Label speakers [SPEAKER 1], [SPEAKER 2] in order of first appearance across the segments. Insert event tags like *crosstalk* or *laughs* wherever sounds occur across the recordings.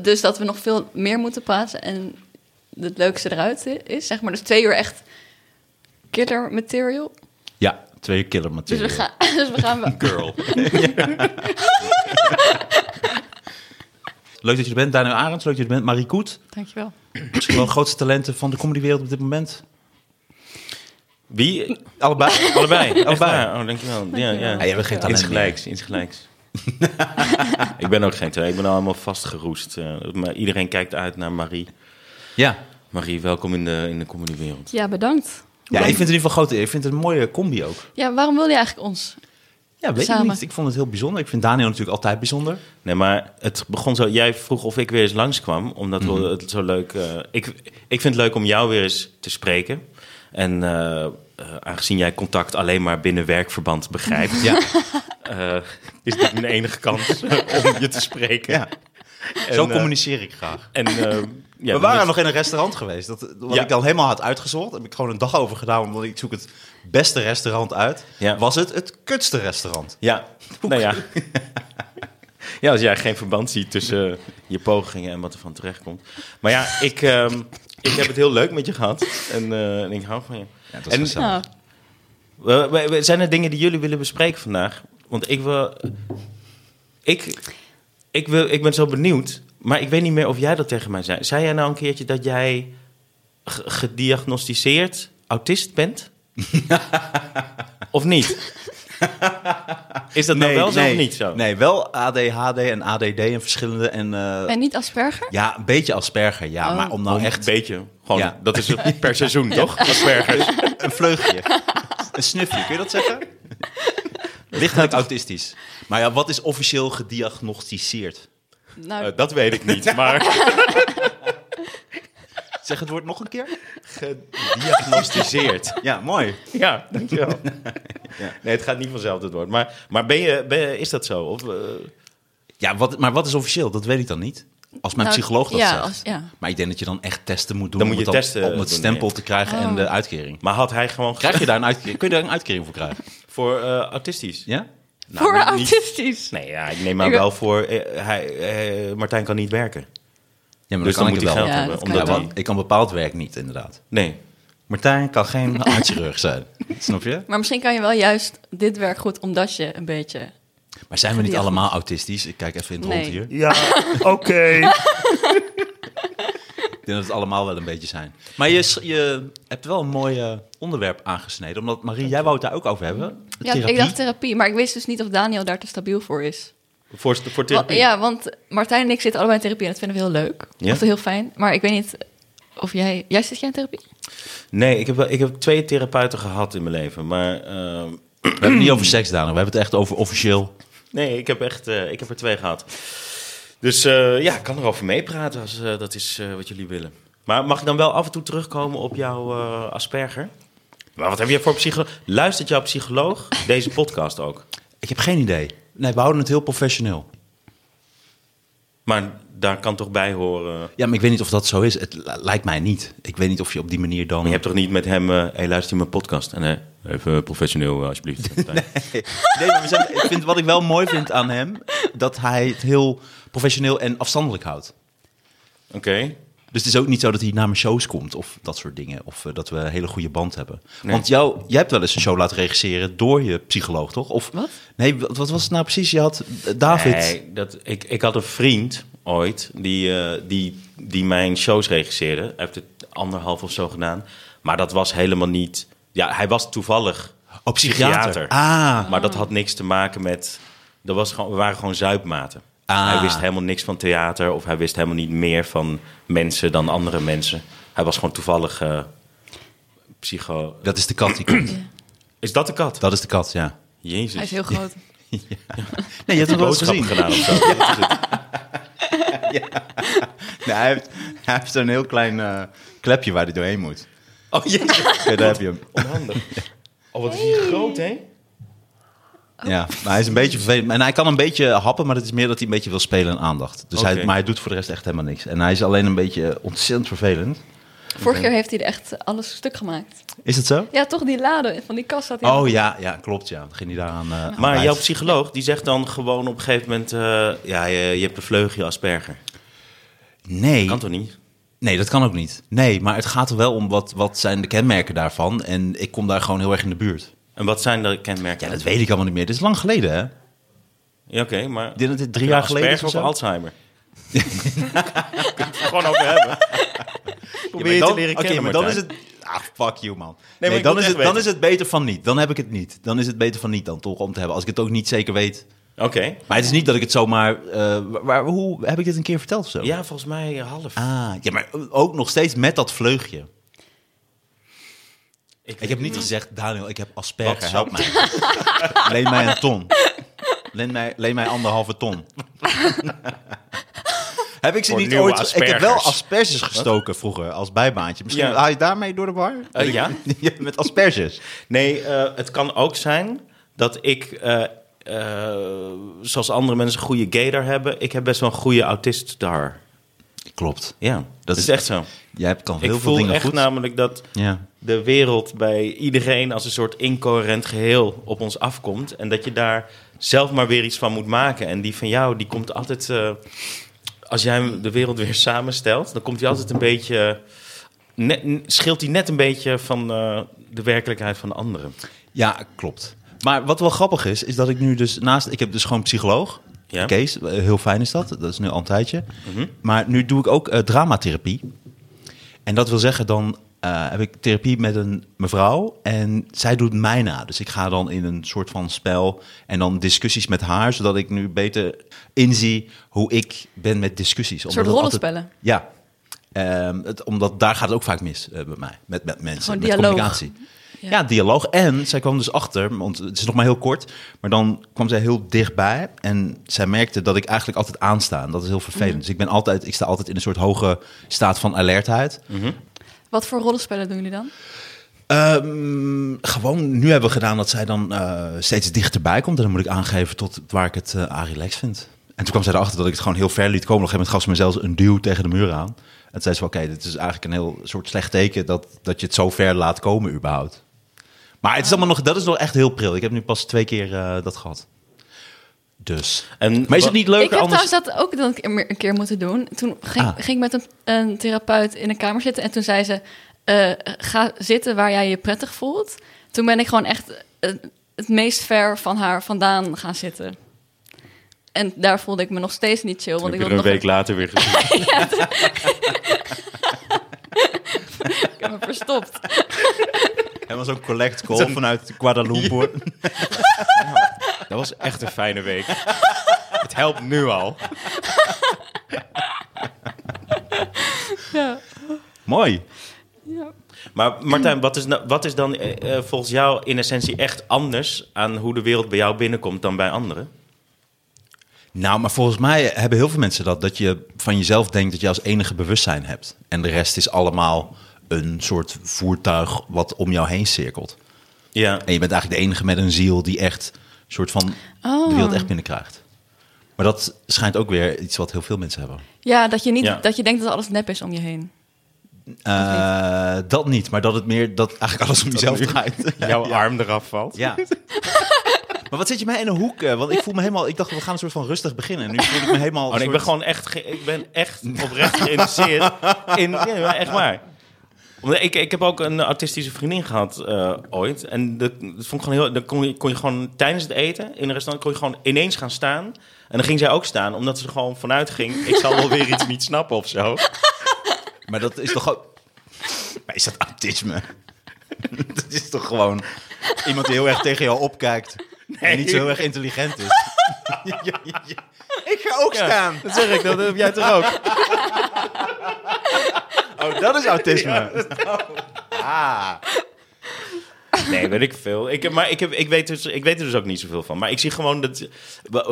[SPEAKER 1] dus dat we nog veel meer moeten praten en het leukste eruit i- is. Zeg maar, dus twee uur echt killer material.
[SPEAKER 2] Ja, twee killer
[SPEAKER 1] Dus we
[SPEAKER 2] materiaal.
[SPEAKER 1] gaan, *laughs* dus we gaan wel-
[SPEAKER 2] Girl. Leuk dat je er bent, Daniel Arends. Leuk dat je er bent, Marie Koet.
[SPEAKER 1] Dankjewel.
[SPEAKER 2] Misschien wel de grootste talenten van de comedywereld op dit moment.
[SPEAKER 3] Wie?
[SPEAKER 2] *laughs* Allebei.
[SPEAKER 3] Allebei.
[SPEAKER 2] Allebei.
[SPEAKER 3] Allebei. Oh, dankjewel. Ja, ja.
[SPEAKER 2] Ja, Ah, jij bent geen talent
[SPEAKER 3] Iets gelijks, iets gelijks. *laughs* ik ben ook geen twee, ik ben al helemaal vastgeroest. eh, maar iedereen kijkt uit naar Marie.
[SPEAKER 2] Ja.
[SPEAKER 3] Marie, welkom in de, in de comedywereld.
[SPEAKER 1] Ja, bedankt.
[SPEAKER 2] ja, ik vind het in ieder geval groot. Ik vind het een mooie combi ook.
[SPEAKER 1] Ja, waarom wil je eigenlijk ons?
[SPEAKER 2] Ja, weet
[SPEAKER 1] Samen.
[SPEAKER 2] ik niet. Ik vond het heel bijzonder. Ik vind Daniel natuurlijk altijd bijzonder.
[SPEAKER 3] Nee, maar het begon zo. Jij vroeg of ik weer eens langskwam, omdat
[SPEAKER 2] Mhm.
[SPEAKER 3] we het zo leuk. eh, ik, ik vind het leuk om jou weer eens te spreken. En eh, eh, aangezien jij contact alleen maar binnen
[SPEAKER 2] *laughs*
[SPEAKER 3] werkverband begrijpt,
[SPEAKER 2] Ja.
[SPEAKER 3] eh, is dit mijn enige kans om je te spreken.
[SPEAKER 2] Ja.
[SPEAKER 3] En,
[SPEAKER 2] Zo
[SPEAKER 3] eh,
[SPEAKER 2] communiceer ik graag.
[SPEAKER 3] En eh, ja,
[SPEAKER 2] we waren
[SPEAKER 3] dat-
[SPEAKER 2] nog in een restaurant geweest. Dat, wat
[SPEAKER 3] Ja.
[SPEAKER 2] ik al helemaal had uitgezocht. Daar heb ik gewoon een dag over gedaan. Omdat ik zoek het beste restaurant uit.
[SPEAKER 3] Ja.
[SPEAKER 2] Was het het kutste restaurant?
[SPEAKER 3] Ja, nou ja. *laughs* ja, als jij geen verband ziet tussen je pogingen en wat er van terecht komt. Maar ja, ik, ehm, ik heb het heel leuk met je gehad. En, eh, en ik hou van je.
[SPEAKER 2] Ja, dat
[SPEAKER 3] En-
[SPEAKER 1] Nou,
[SPEAKER 3] We- we- we- zijn er dingen die jullie willen bespreken vandaag? Want ik wil. Ik, ik, wil, ik ben zo benieuwd, maar ik weet niet meer of jij dat tegen mij zei. Zei jij nou een keertje dat jij g- gediagnosticeerd
[SPEAKER 2] *laughs*
[SPEAKER 3] autist bent? of niet? Is dat nou wel zo of niet zo?
[SPEAKER 2] Nee, wel ADHD en ADD en verschillende. En, eh,
[SPEAKER 1] en niet Asperger?
[SPEAKER 2] ja, een beetje asperger. Ja,
[SPEAKER 1] Oh.
[SPEAKER 2] maar om nou
[SPEAKER 3] Echt een
[SPEAKER 2] echt
[SPEAKER 3] beetje. Gewoon,
[SPEAKER 2] Ja.
[SPEAKER 3] Dat
[SPEAKER 2] *laughs*
[SPEAKER 3] is het per seizoen, toch? Aspergers.
[SPEAKER 2] een vleugje. een snufje, kun je dat
[SPEAKER 3] *laughs*
[SPEAKER 2] zeggen? Lichtelijk autistisch. Maar ja, wat is officieel gediagnosticeerd?
[SPEAKER 1] Nou,
[SPEAKER 3] Eh, dat weet ik niet, maar...
[SPEAKER 2] Zeg het woord nog een keer.
[SPEAKER 3] Gediagnosticeerd.
[SPEAKER 2] *laughs* Ja, mooi.
[SPEAKER 3] Ja, dankjewel. *laughs* Nee, het gaat niet vanzelf, dat woord. Maar, maar ben je, ben je- is dat zo? Of, eh,
[SPEAKER 2] Ja, wat, maar wat is officieel? Dat weet ik dan niet. Als mijn
[SPEAKER 1] Nou,
[SPEAKER 2] psycholoog dat
[SPEAKER 1] ja,
[SPEAKER 2] zegt.
[SPEAKER 1] als- ja.
[SPEAKER 2] Maar ik denk dat je dan echt testen moet doen.
[SPEAKER 3] Dan moet
[SPEAKER 2] om
[SPEAKER 3] je
[SPEAKER 2] het
[SPEAKER 3] testen
[SPEAKER 2] Om het
[SPEAKER 3] doen,
[SPEAKER 2] stempel
[SPEAKER 3] ja.
[SPEAKER 2] te krijgen
[SPEAKER 1] Oh.
[SPEAKER 2] en de uitkering.
[SPEAKER 3] maar had hij gewoon
[SPEAKER 2] Krijg je daar een uitkering? Kun je daar een uitkering voor krijgen?
[SPEAKER 3] voor eh, autistisch?
[SPEAKER 2] Ja?
[SPEAKER 3] Nou,
[SPEAKER 1] voor
[SPEAKER 3] niet-
[SPEAKER 1] autistisch.
[SPEAKER 3] Nee, ja, ik neem maar
[SPEAKER 1] Ik-
[SPEAKER 3] wel voor... eh, hij, eh, Martijn kan niet werken.
[SPEAKER 2] Ja, maar
[SPEAKER 3] Dus dan
[SPEAKER 2] kan ik
[SPEAKER 3] moet
[SPEAKER 2] het
[SPEAKER 3] hij
[SPEAKER 2] wel.
[SPEAKER 3] geld
[SPEAKER 1] Ja,
[SPEAKER 3] hebben.
[SPEAKER 1] dat kan
[SPEAKER 3] Omdat
[SPEAKER 1] wel.
[SPEAKER 3] hij...
[SPEAKER 2] want ik kan bepaald werk niet, inderdaad.
[SPEAKER 3] Nee.
[SPEAKER 2] Martijn kan geen *laughs* hartchirurg zijn. Snap je?
[SPEAKER 1] Maar misschien kan je wel juist dit werk goed omdat je een beetje...
[SPEAKER 2] Maar zijn we niet
[SPEAKER 1] Ja.
[SPEAKER 2] allemaal autistisch? Ik kijk even in het
[SPEAKER 1] Nee.
[SPEAKER 2] rond hier.
[SPEAKER 3] Ja,
[SPEAKER 1] *laughs*
[SPEAKER 3] oké.
[SPEAKER 2] Ik denk dat het allemaal wel een beetje zijn. Maar je, s- je hebt wel een mooi eh, onderwerp aangesneden. Omdat, Marie, jij wou het daar ook over hebben.
[SPEAKER 1] Ja,
[SPEAKER 2] Therapie.
[SPEAKER 1] ik dacht therapie, maar ik wist dus niet of Daniel daar te stabiel voor is.
[SPEAKER 3] Voor, voor
[SPEAKER 1] Wa-
[SPEAKER 3] therapie.
[SPEAKER 1] Ja, want Martijn en ik zitten allebei in therapie en dat vinden we heel leuk.
[SPEAKER 3] Ja?
[SPEAKER 1] Of heel fijn. Maar ik weet niet of jij... Jij zit jij in therapie?
[SPEAKER 3] Nee, ik heb, wel- ik heb twee therapeuten gehad in mijn leven. Maar ehm,
[SPEAKER 2] We hebben het niet over seks, Daniel. We hebben het echt over officieel.
[SPEAKER 3] nee, ik heb, echt, eh, ik heb er twee gehad. Dus eh, ja, ik kan erover meepraten als eh, dat is eh, wat jullie willen. Maar mag ik dan wel af en toe terugkomen op jouw eh, asperger? Maar wat heb je voor psycholoog? Luistert jouw psycholoog deze podcast ook?
[SPEAKER 2] Ik heb geen idee. Nee, we houden het heel professioneel.
[SPEAKER 3] Maar daar kan toch bij horen...
[SPEAKER 2] Ja, maar ik weet niet of dat zo is. Het li- lijkt mij niet. Ik weet niet of je op die manier dan...
[SPEAKER 3] Maar je hebt toch niet met hem, eh hey, luister je mijn podcast? En eh, even professioneel eh, alsjeblieft.
[SPEAKER 2] Nee, maar we zijn- ik vind, wat ik wel mooi vind aan hem... dat hij het heel professioneel en afstandelijk houdt.
[SPEAKER 3] Oké.
[SPEAKER 2] Dus het is ook niet zo dat hij naar mijn shows komt of dat soort dingen. Of eh, dat we een hele goede band hebben. Want jou, jij hebt wel eens een show laten regisseren door je psycholoog, toch? Of,
[SPEAKER 1] Wat?
[SPEAKER 2] Nee, wat, wat was het nou precies? Je had eh, David.
[SPEAKER 3] Nee, dat, ik, ik had een vriend ooit die, eh, die, die mijn shows regisseerde. Hij heeft het anderhalf of zo gedaan. Maar dat was helemaal niet... Ja, hij was toevallig
[SPEAKER 2] Oh, psychiater. Ah.
[SPEAKER 3] Maar dat had niks te maken met... Dat was gewoon, we waren gewoon zuipmaten.
[SPEAKER 2] Ah.
[SPEAKER 3] Hij wist helemaal niks van theater... of hij wist helemaal niet meer van mensen dan andere mensen. Hij was gewoon toevallig eh, psycho...
[SPEAKER 2] Dat is de kat die komt.
[SPEAKER 3] Is dat de kat?
[SPEAKER 2] Dat is de kat, ja.
[SPEAKER 3] Jezus.
[SPEAKER 1] Hij is heel groot.
[SPEAKER 2] Nee, je hebt hem wel eens
[SPEAKER 3] boodschap
[SPEAKER 2] gezien.
[SPEAKER 3] gedaan of zo. Dat is
[SPEAKER 1] *laughs*
[SPEAKER 3] het.
[SPEAKER 2] Nee, hij heeft, hij heeft zo'n heel klein eh, klepje waar hij doorheen moet.
[SPEAKER 3] Oh jezus.
[SPEAKER 2] Ja, daar heb
[SPEAKER 3] *laughs*
[SPEAKER 2] je hem.
[SPEAKER 3] Onhandig. Oh, wat is hij groot, hè? Oh.
[SPEAKER 2] Ja, maar hij is een beetje vervelend. En hij kan een beetje happen, maar het is meer dat hij een beetje wil spelen en aandacht. Dus hij,
[SPEAKER 3] Oké.
[SPEAKER 2] maar hij doet voor de rest echt helemaal niks. En hij is alleen een beetje ontzettend vervelend.
[SPEAKER 1] Vorig jaar heeft hij er echt alles stuk gemaakt.
[SPEAKER 2] Is dat zo?
[SPEAKER 1] Ja, toch die laden van die kast had hij...
[SPEAKER 2] Oh ja, ja klopt. Ja. Dan ging hij daaraan. eh, aan
[SPEAKER 3] Maar
[SPEAKER 2] wijs.
[SPEAKER 3] jouw psycholoog die zegt dan gewoon op een gegeven moment: eh, ja, je, je hebt een vleugje asperger.
[SPEAKER 2] Nee,
[SPEAKER 3] Kan toch niet?
[SPEAKER 2] nee, dat kan ook niet. Nee, maar het gaat er wel om wat, wat zijn de kenmerken daarvan. En ik kom daar gewoon heel erg in de buurt.
[SPEAKER 3] En wat zijn de kenmerken?
[SPEAKER 2] Ja, dat weet ik allemaal niet meer. Dit is lang geleden, hè?
[SPEAKER 3] Ja, oké, maar...
[SPEAKER 2] Ik denk dat dit drie jaar geleden is
[SPEAKER 3] Asperger
[SPEAKER 2] of zo.
[SPEAKER 3] of Alzheimer? *laughs* Kun je het er gewoon over hebben.
[SPEAKER 2] Ja, maar
[SPEAKER 3] je te
[SPEAKER 2] dan-
[SPEAKER 3] leren
[SPEAKER 2] Oké,
[SPEAKER 3] kennen,
[SPEAKER 2] maar dan is
[SPEAKER 3] Martijn.
[SPEAKER 2] het... Ah, fuck you, man. Nee,
[SPEAKER 3] maar ik
[SPEAKER 2] dan,
[SPEAKER 3] wil
[SPEAKER 2] is het,
[SPEAKER 3] het echt
[SPEAKER 2] dan is het beter van niet. Dan heb ik het niet. Dan is het beter van niet dan toch om te hebben. Als ik het ook niet zeker weet.
[SPEAKER 3] Oké.
[SPEAKER 2] Maar het is niet dat ik het zomaar... eh, waar, hoe, heb ik dit een keer verteld of zo?
[SPEAKER 3] Ja, volgens mij half.
[SPEAKER 2] Ah, ja, maar ook nog steeds met dat vleugje.
[SPEAKER 3] Ik
[SPEAKER 2] Ik heb niet gezegd, Daniel, ik heb
[SPEAKER 3] Wat
[SPEAKER 2] asperger, help
[SPEAKER 3] zou-
[SPEAKER 2] mij. leen mij *laughs* een ton. Leen mij, leen mij anderhalve ton. *laughs* heb ik ze
[SPEAKER 3] Voor
[SPEAKER 2] niet
[SPEAKER 3] nieuwe
[SPEAKER 2] ooit... Ik heb wel
[SPEAKER 3] aspergers.
[SPEAKER 2] asperges gestoken vroeger als bijbaantje. Misschien
[SPEAKER 3] Ja.
[SPEAKER 2] haal je daarmee door de war? *laughs*
[SPEAKER 3] Eh, ja.
[SPEAKER 2] met asperges.
[SPEAKER 3] Nee, eh, het kan ook zijn dat ik, eh, eh, zoals andere mensen een goede gaydar hebben, ik heb best wel een goede autist daar.
[SPEAKER 2] Klopt.
[SPEAKER 3] Ja, dat is
[SPEAKER 2] is-
[SPEAKER 3] echt zo.
[SPEAKER 2] Jij hebt- kan heel
[SPEAKER 3] ik
[SPEAKER 2] veel
[SPEAKER 3] voel
[SPEAKER 2] dingen
[SPEAKER 3] echt
[SPEAKER 2] goed.
[SPEAKER 3] namelijk dat
[SPEAKER 2] Ja.
[SPEAKER 3] de wereld bij iedereen als een soort incoherent geheel op ons afkomt. En dat je daar zelf maar weer iets van moet maken. En die van jou, die komt altijd. eh, als jij hem de wereld weer samenstelt, dan komt hij altijd een beetje. Net, n- scheelt hij net een beetje van eh, de werkelijkheid van de anderen.
[SPEAKER 2] ja, klopt. Maar wat wel grappig is, is dat ik nu dus naast... Ik heb dus gewoon een psycholoog.
[SPEAKER 3] Ja.
[SPEAKER 2] Kees, eh, heel fijn is dat. Dat is nu al een tijdje. Maar nu doe ik ook eh, dramatherapie. En dat wil zeggen, dan eh, heb ik therapie met een mevrouw en zij doet mij na. Dus ik ga dan in een soort van spel en dan discussies met haar, zodat ik nu beter inzie hoe ik ben met discussies. Omdat
[SPEAKER 1] soort
[SPEAKER 2] het altijd-
[SPEAKER 1] rollenspellen.
[SPEAKER 2] ja, Ehm, het, omdat daar gaat het ook vaak mis eh, bij mij, met, met mensen,
[SPEAKER 1] Gewoon
[SPEAKER 2] met
[SPEAKER 1] dialoog.
[SPEAKER 2] communicatie.
[SPEAKER 1] Ja.
[SPEAKER 2] Ja. dialoog. En zij kwam dus achter, want het is nog maar heel kort, maar dan kwam zij heel dichtbij en zij merkte dat ik eigenlijk altijd aansta. En dat is heel vervelend. Dus ik ben altijd, ik sta altijd in een soort hoge staat van alertheid.
[SPEAKER 1] Wat voor rollenspellen doen jullie dan?
[SPEAKER 2] Ehm, gewoon, nu hebben we gedaan dat zij dan eh, steeds dichterbij komt. En dan moet ik aangeven tot waar ik het eh aan relaxed vind. En toen kwam zij erachter dat ik het gewoon heel ver liet komen. Op een gegeven moment gaf ze me zelfs een duw tegen de muur aan. En toen zei ze, oké, dit is eigenlijk een heel soort slecht teken... Dat, dat je het zo ver laat komen überhaupt. Maar het is allemaal nog, dat is nog echt heel pril. Ik heb nu pas twee keer eh, dat gehad. Dus.
[SPEAKER 3] En
[SPEAKER 2] Maar is
[SPEAKER 3] wa-
[SPEAKER 2] het niet
[SPEAKER 1] Ik
[SPEAKER 2] leuker
[SPEAKER 1] heb
[SPEAKER 2] anders?
[SPEAKER 1] trouwens dat ook dan een keer- meer- een keer moeten doen. Toen ging,
[SPEAKER 2] Ah.
[SPEAKER 1] ging ik met een, een therapeut in een kamer zitten en toen zei ze: eh, ga zitten waar jij je prettig voelt. Toen ben ik gewoon echt eh, het meest ver van haar vandaan gaan zitten. En daar voelde ik me nog steeds niet chill, want ik wilde nog
[SPEAKER 3] later weer gezien.
[SPEAKER 1] ik heb me verstopt.
[SPEAKER 2] Helemaal zo'n collect call vanuit Kuala
[SPEAKER 3] *laughs*
[SPEAKER 2] Lumpur.
[SPEAKER 3] Dat was echt een fijne week. Het helpt nu al.
[SPEAKER 1] Ja.
[SPEAKER 2] Mooi.
[SPEAKER 1] Ja.
[SPEAKER 3] Maar Martijn, wat is, nou- wat is dan eh, eh, volgens jou in essentie echt anders aan hoe de wereld bij jou binnenkomt dan bij anderen?
[SPEAKER 2] Nou, maar volgens mij hebben heel veel mensen dat. Dat je van jezelf denkt dat je als enige bewustzijn hebt. En de rest is allemaal een soort voertuig wat om jou heen cirkelt.
[SPEAKER 3] Ja.
[SPEAKER 2] En je bent eigenlijk de enige met een ziel die echt soort van
[SPEAKER 1] Oh.
[SPEAKER 2] de wereld echt binnenkrijgt. Maar dat schijnt ook weer iets wat heel veel mensen hebben.
[SPEAKER 1] ja, dat je niet
[SPEAKER 3] Ja.
[SPEAKER 1] dat je denkt dat alles nep is om je heen.
[SPEAKER 2] Eh, dat niet, maar dat het meer dat eigenlijk alles om jezelf draait.
[SPEAKER 3] Jouw arm eraf
[SPEAKER 2] *laughs*
[SPEAKER 3] valt.
[SPEAKER 2] Ja. *laughs* Maar wat zit je mij in een hoek? eh? Want ik voel me helemaal. Ik dacht we gaan een soort van rustig beginnen. En nu voel ik me helemaal.
[SPEAKER 3] Oh, nee, ik ben
[SPEAKER 2] soort-
[SPEAKER 3] gewoon echt, ge- ik ben echt oprecht geïnteresseerd in, ja, maar echt waar. Omdat ik, ik heb ook een autistische vriendin gehad eh, ooit. En dat, dat vond ik gewoon heel, dan kon je, kon je gewoon tijdens het eten in een restaurant kon je gewoon ineens gaan staan. En dan ging zij ook staan, omdat ze er gewoon vanuit ging. Ik zal wel weer iets niet snappen of zo.
[SPEAKER 2] Maar dat is toch ook... Maar is dat autisme? *laughs* dat is toch gewoon iemand die heel erg tegen jou opkijkt... en niet zo heel erg intelligent is. Ja, ja, ja. *laughs* Ik ga ook staan.
[SPEAKER 3] Dat zeg ik, dat heb jij toch
[SPEAKER 2] *laughs*
[SPEAKER 3] ook?
[SPEAKER 2] Oh, dat is autisme. Ah.
[SPEAKER 3] Nee, weet ik veel. Ik, heb- maar ik, heb, ik, weet dus, ik weet er dus ook niet zoveel van. Maar ik zie gewoon dat...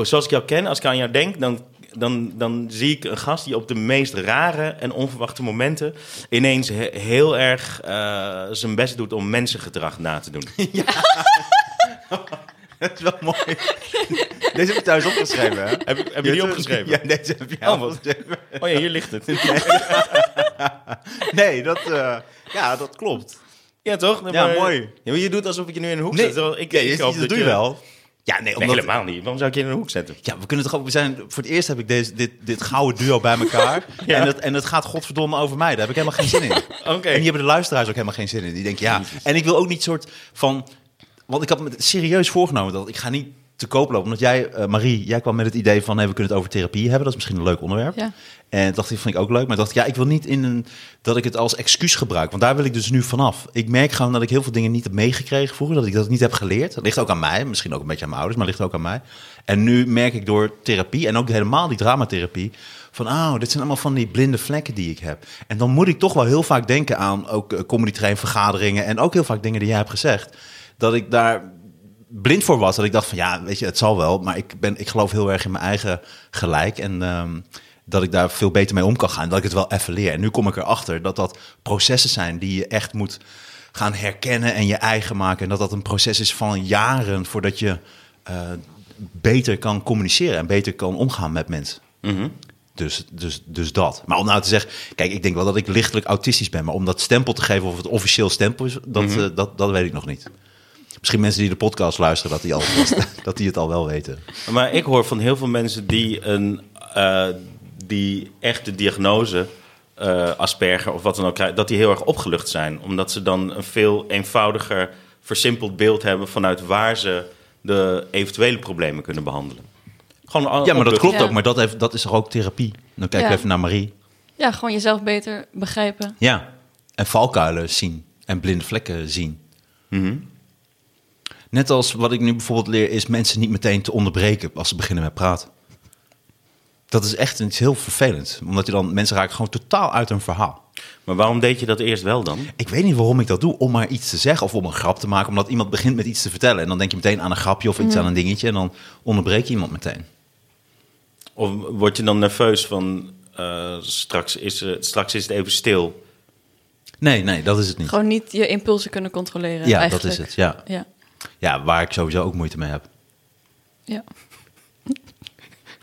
[SPEAKER 3] Zoals ik jou ken, als ik aan jou denk... dan, dan, dan zie ik een gast die op de meest rare en onverwachte momenten... ineens he- heel erg eh, zijn best doet om mensengedrag na te doen.
[SPEAKER 2] *laughs* Dat is wel mooi. Deze heb ik thuis opgeschreven, hè?
[SPEAKER 3] heb, je- heb je die opgeschreven?
[SPEAKER 2] *laughs* Ja, deze heb jij
[SPEAKER 3] Oh, wat-
[SPEAKER 2] opgeschreven.
[SPEAKER 3] Oh ja, hier ligt het.
[SPEAKER 2] Nee, dat, eh, ja, dat klopt.
[SPEAKER 3] Ja, toch?
[SPEAKER 2] Ja, mooi.
[SPEAKER 3] Ja, maar je doet alsof ik je nu in een hoek
[SPEAKER 2] Nee,
[SPEAKER 3] zet. terwijl Ik,
[SPEAKER 2] ja,
[SPEAKER 3] ik
[SPEAKER 2] je-
[SPEAKER 3] hoop
[SPEAKER 2] dat doe je wel. Ja, nee,
[SPEAKER 3] Nee,
[SPEAKER 2] omdat...
[SPEAKER 3] helemaal niet. Waarom zou ik je in een hoek zetten?
[SPEAKER 2] Ja, we kunnen toch ook... We zijn, voor het eerst heb ik deze, dit, dit gouden duo bij
[SPEAKER 3] *laughs*
[SPEAKER 2] elkaar.
[SPEAKER 3] Ja.
[SPEAKER 2] en, dat, en dat gaat godverdomme over mij. Daar heb ik helemaal geen
[SPEAKER 3] *laughs*
[SPEAKER 2] zin in.
[SPEAKER 3] Oké.
[SPEAKER 2] *laughs* En die hebben de luisteraars ook helemaal geen zin in. Die denken, ja. En ik wil ook niet soort van... Want ik had me serieus voorgenomen dat ik ga niet te koop lopen. Omdat jij, eh, Marie, jij kwam met het idee van... Hey, we kunnen het over therapie hebben. Dat is misschien een leuk onderwerp.
[SPEAKER 1] Ja.
[SPEAKER 2] En dacht ik, vind ik ook leuk. Maar dacht ik, ja, ik wil niet in een, dat ik het als excuus gebruik. Want daar wil ik dus nu vanaf. Ik merk gewoon dat ik heel veel dingen niet heb meegekregen vroeger. Dat ik dat niet heb geleerd. Dat ligt ook aan mij. Misschien ook een beetje aan mijn ouders, maar ligt ook aan mij. En nu merk ik door therapie en ook helemaal die dramatherapie... van, oh, dit zijn allemaal van die blinde vlekken die ik heb. En dan moet ik toch wel heel vaak denken aan ook eh, comedy train vergaderingen... en ook heel vaak dingen die jij hebt gezegd. Dat ik daar blind voor was. Dat ik dacht van ja, weet je, het zal wel. Maar ik, ben, ik geloof heel erg in mijn eigen gelijk. En ehm, dat ik daar veel beter mee om kan gaan. Dat ik het wel even leer. En nu kom ik erachter dat dat processen zijn die je echt moet gaan herkennen en je eigen maken. En dat dat een proces is van jaren voordat je eh, beter kan communiceren en beter kan omgaan met mensen. Dus, dus, dus dat. Maar om nou te zeggen, kijk, ik denk wel dat ik lichtelijk autistisch ben. Maar om dat stempel te geven of het officieel stempel is, dat, eh, dat, dat weet ik nog niet. Misschien mensen die de podcast luisteren, dat die, al, *laughs* dat die het al wel weten.
[SPEAKER 3] Maar ik hoor van heel veel mensen die een eh, die echt de diagnose eh, Asperger of wat dan ook krijgen, dat die heel erg opgelucht zijn. Omdat ze dan een veel eenvoudiger, versimpeld beeld hebben vanuit waar ze de eventuele problemen kunnen behandelen. Gewoon al-
[SPEAKER 2] Ja, maar dat
[SPEAKER 3] opluchting.
[SPEAKER 2] klopt
[SPEAKER 1] Ja.
[SPEAKER 2] ook. Maar dat, heeft, dat is toch ook therapie? Dan kijk
[SPEAKER 1] Ja.
[SPEAKER 2] even naar Marie.
[SPEAKER 1] Ja, gewoon jezelf beter begrijpen.
[SPEAKER 2] Ja. En valkuilen zien. En blinde vlekken zien. Net als wat ik nu bijvoorbeeld leer, is mensen niet meteen te onderbreken als ze beginnen met praten. Dat is echt iets heel vervelend. Omdat je dan, mensen raken gewoon totaal uit hun verhaal.
[SPEAKER 3] Maar waarom deed je dat eerst wel dan?
[SPEAKER 2] Ik weet niet waarom ik dat doe, om maar iets te zeggen of om een grap te maken. Omdat iemand begint met iets te vertellen. En dan denk je meteen aan een grapje of iets aan een dingetje. En dan onderbreek je iemand meteen.
[SPEAKER 3] Of word je dan nerveus van eh, straks, is het, straks is het even stil? *laughs*
[SPEAKER 2] Nee, nee, dat is het niet.
[SPEAKER 1] Gewoon niet je impulsen kunnen controleren.
[SPEAKER 2] Ja,
[SPEAKER 1] eigenlijk.
[SPEAKER 2] dat is het, ja.
[SPEAKER 1] Ja,
[SPEAKER 2] Ja, waar ik sowieso ook moeite mee heb.
[SPEAKER 1] ja.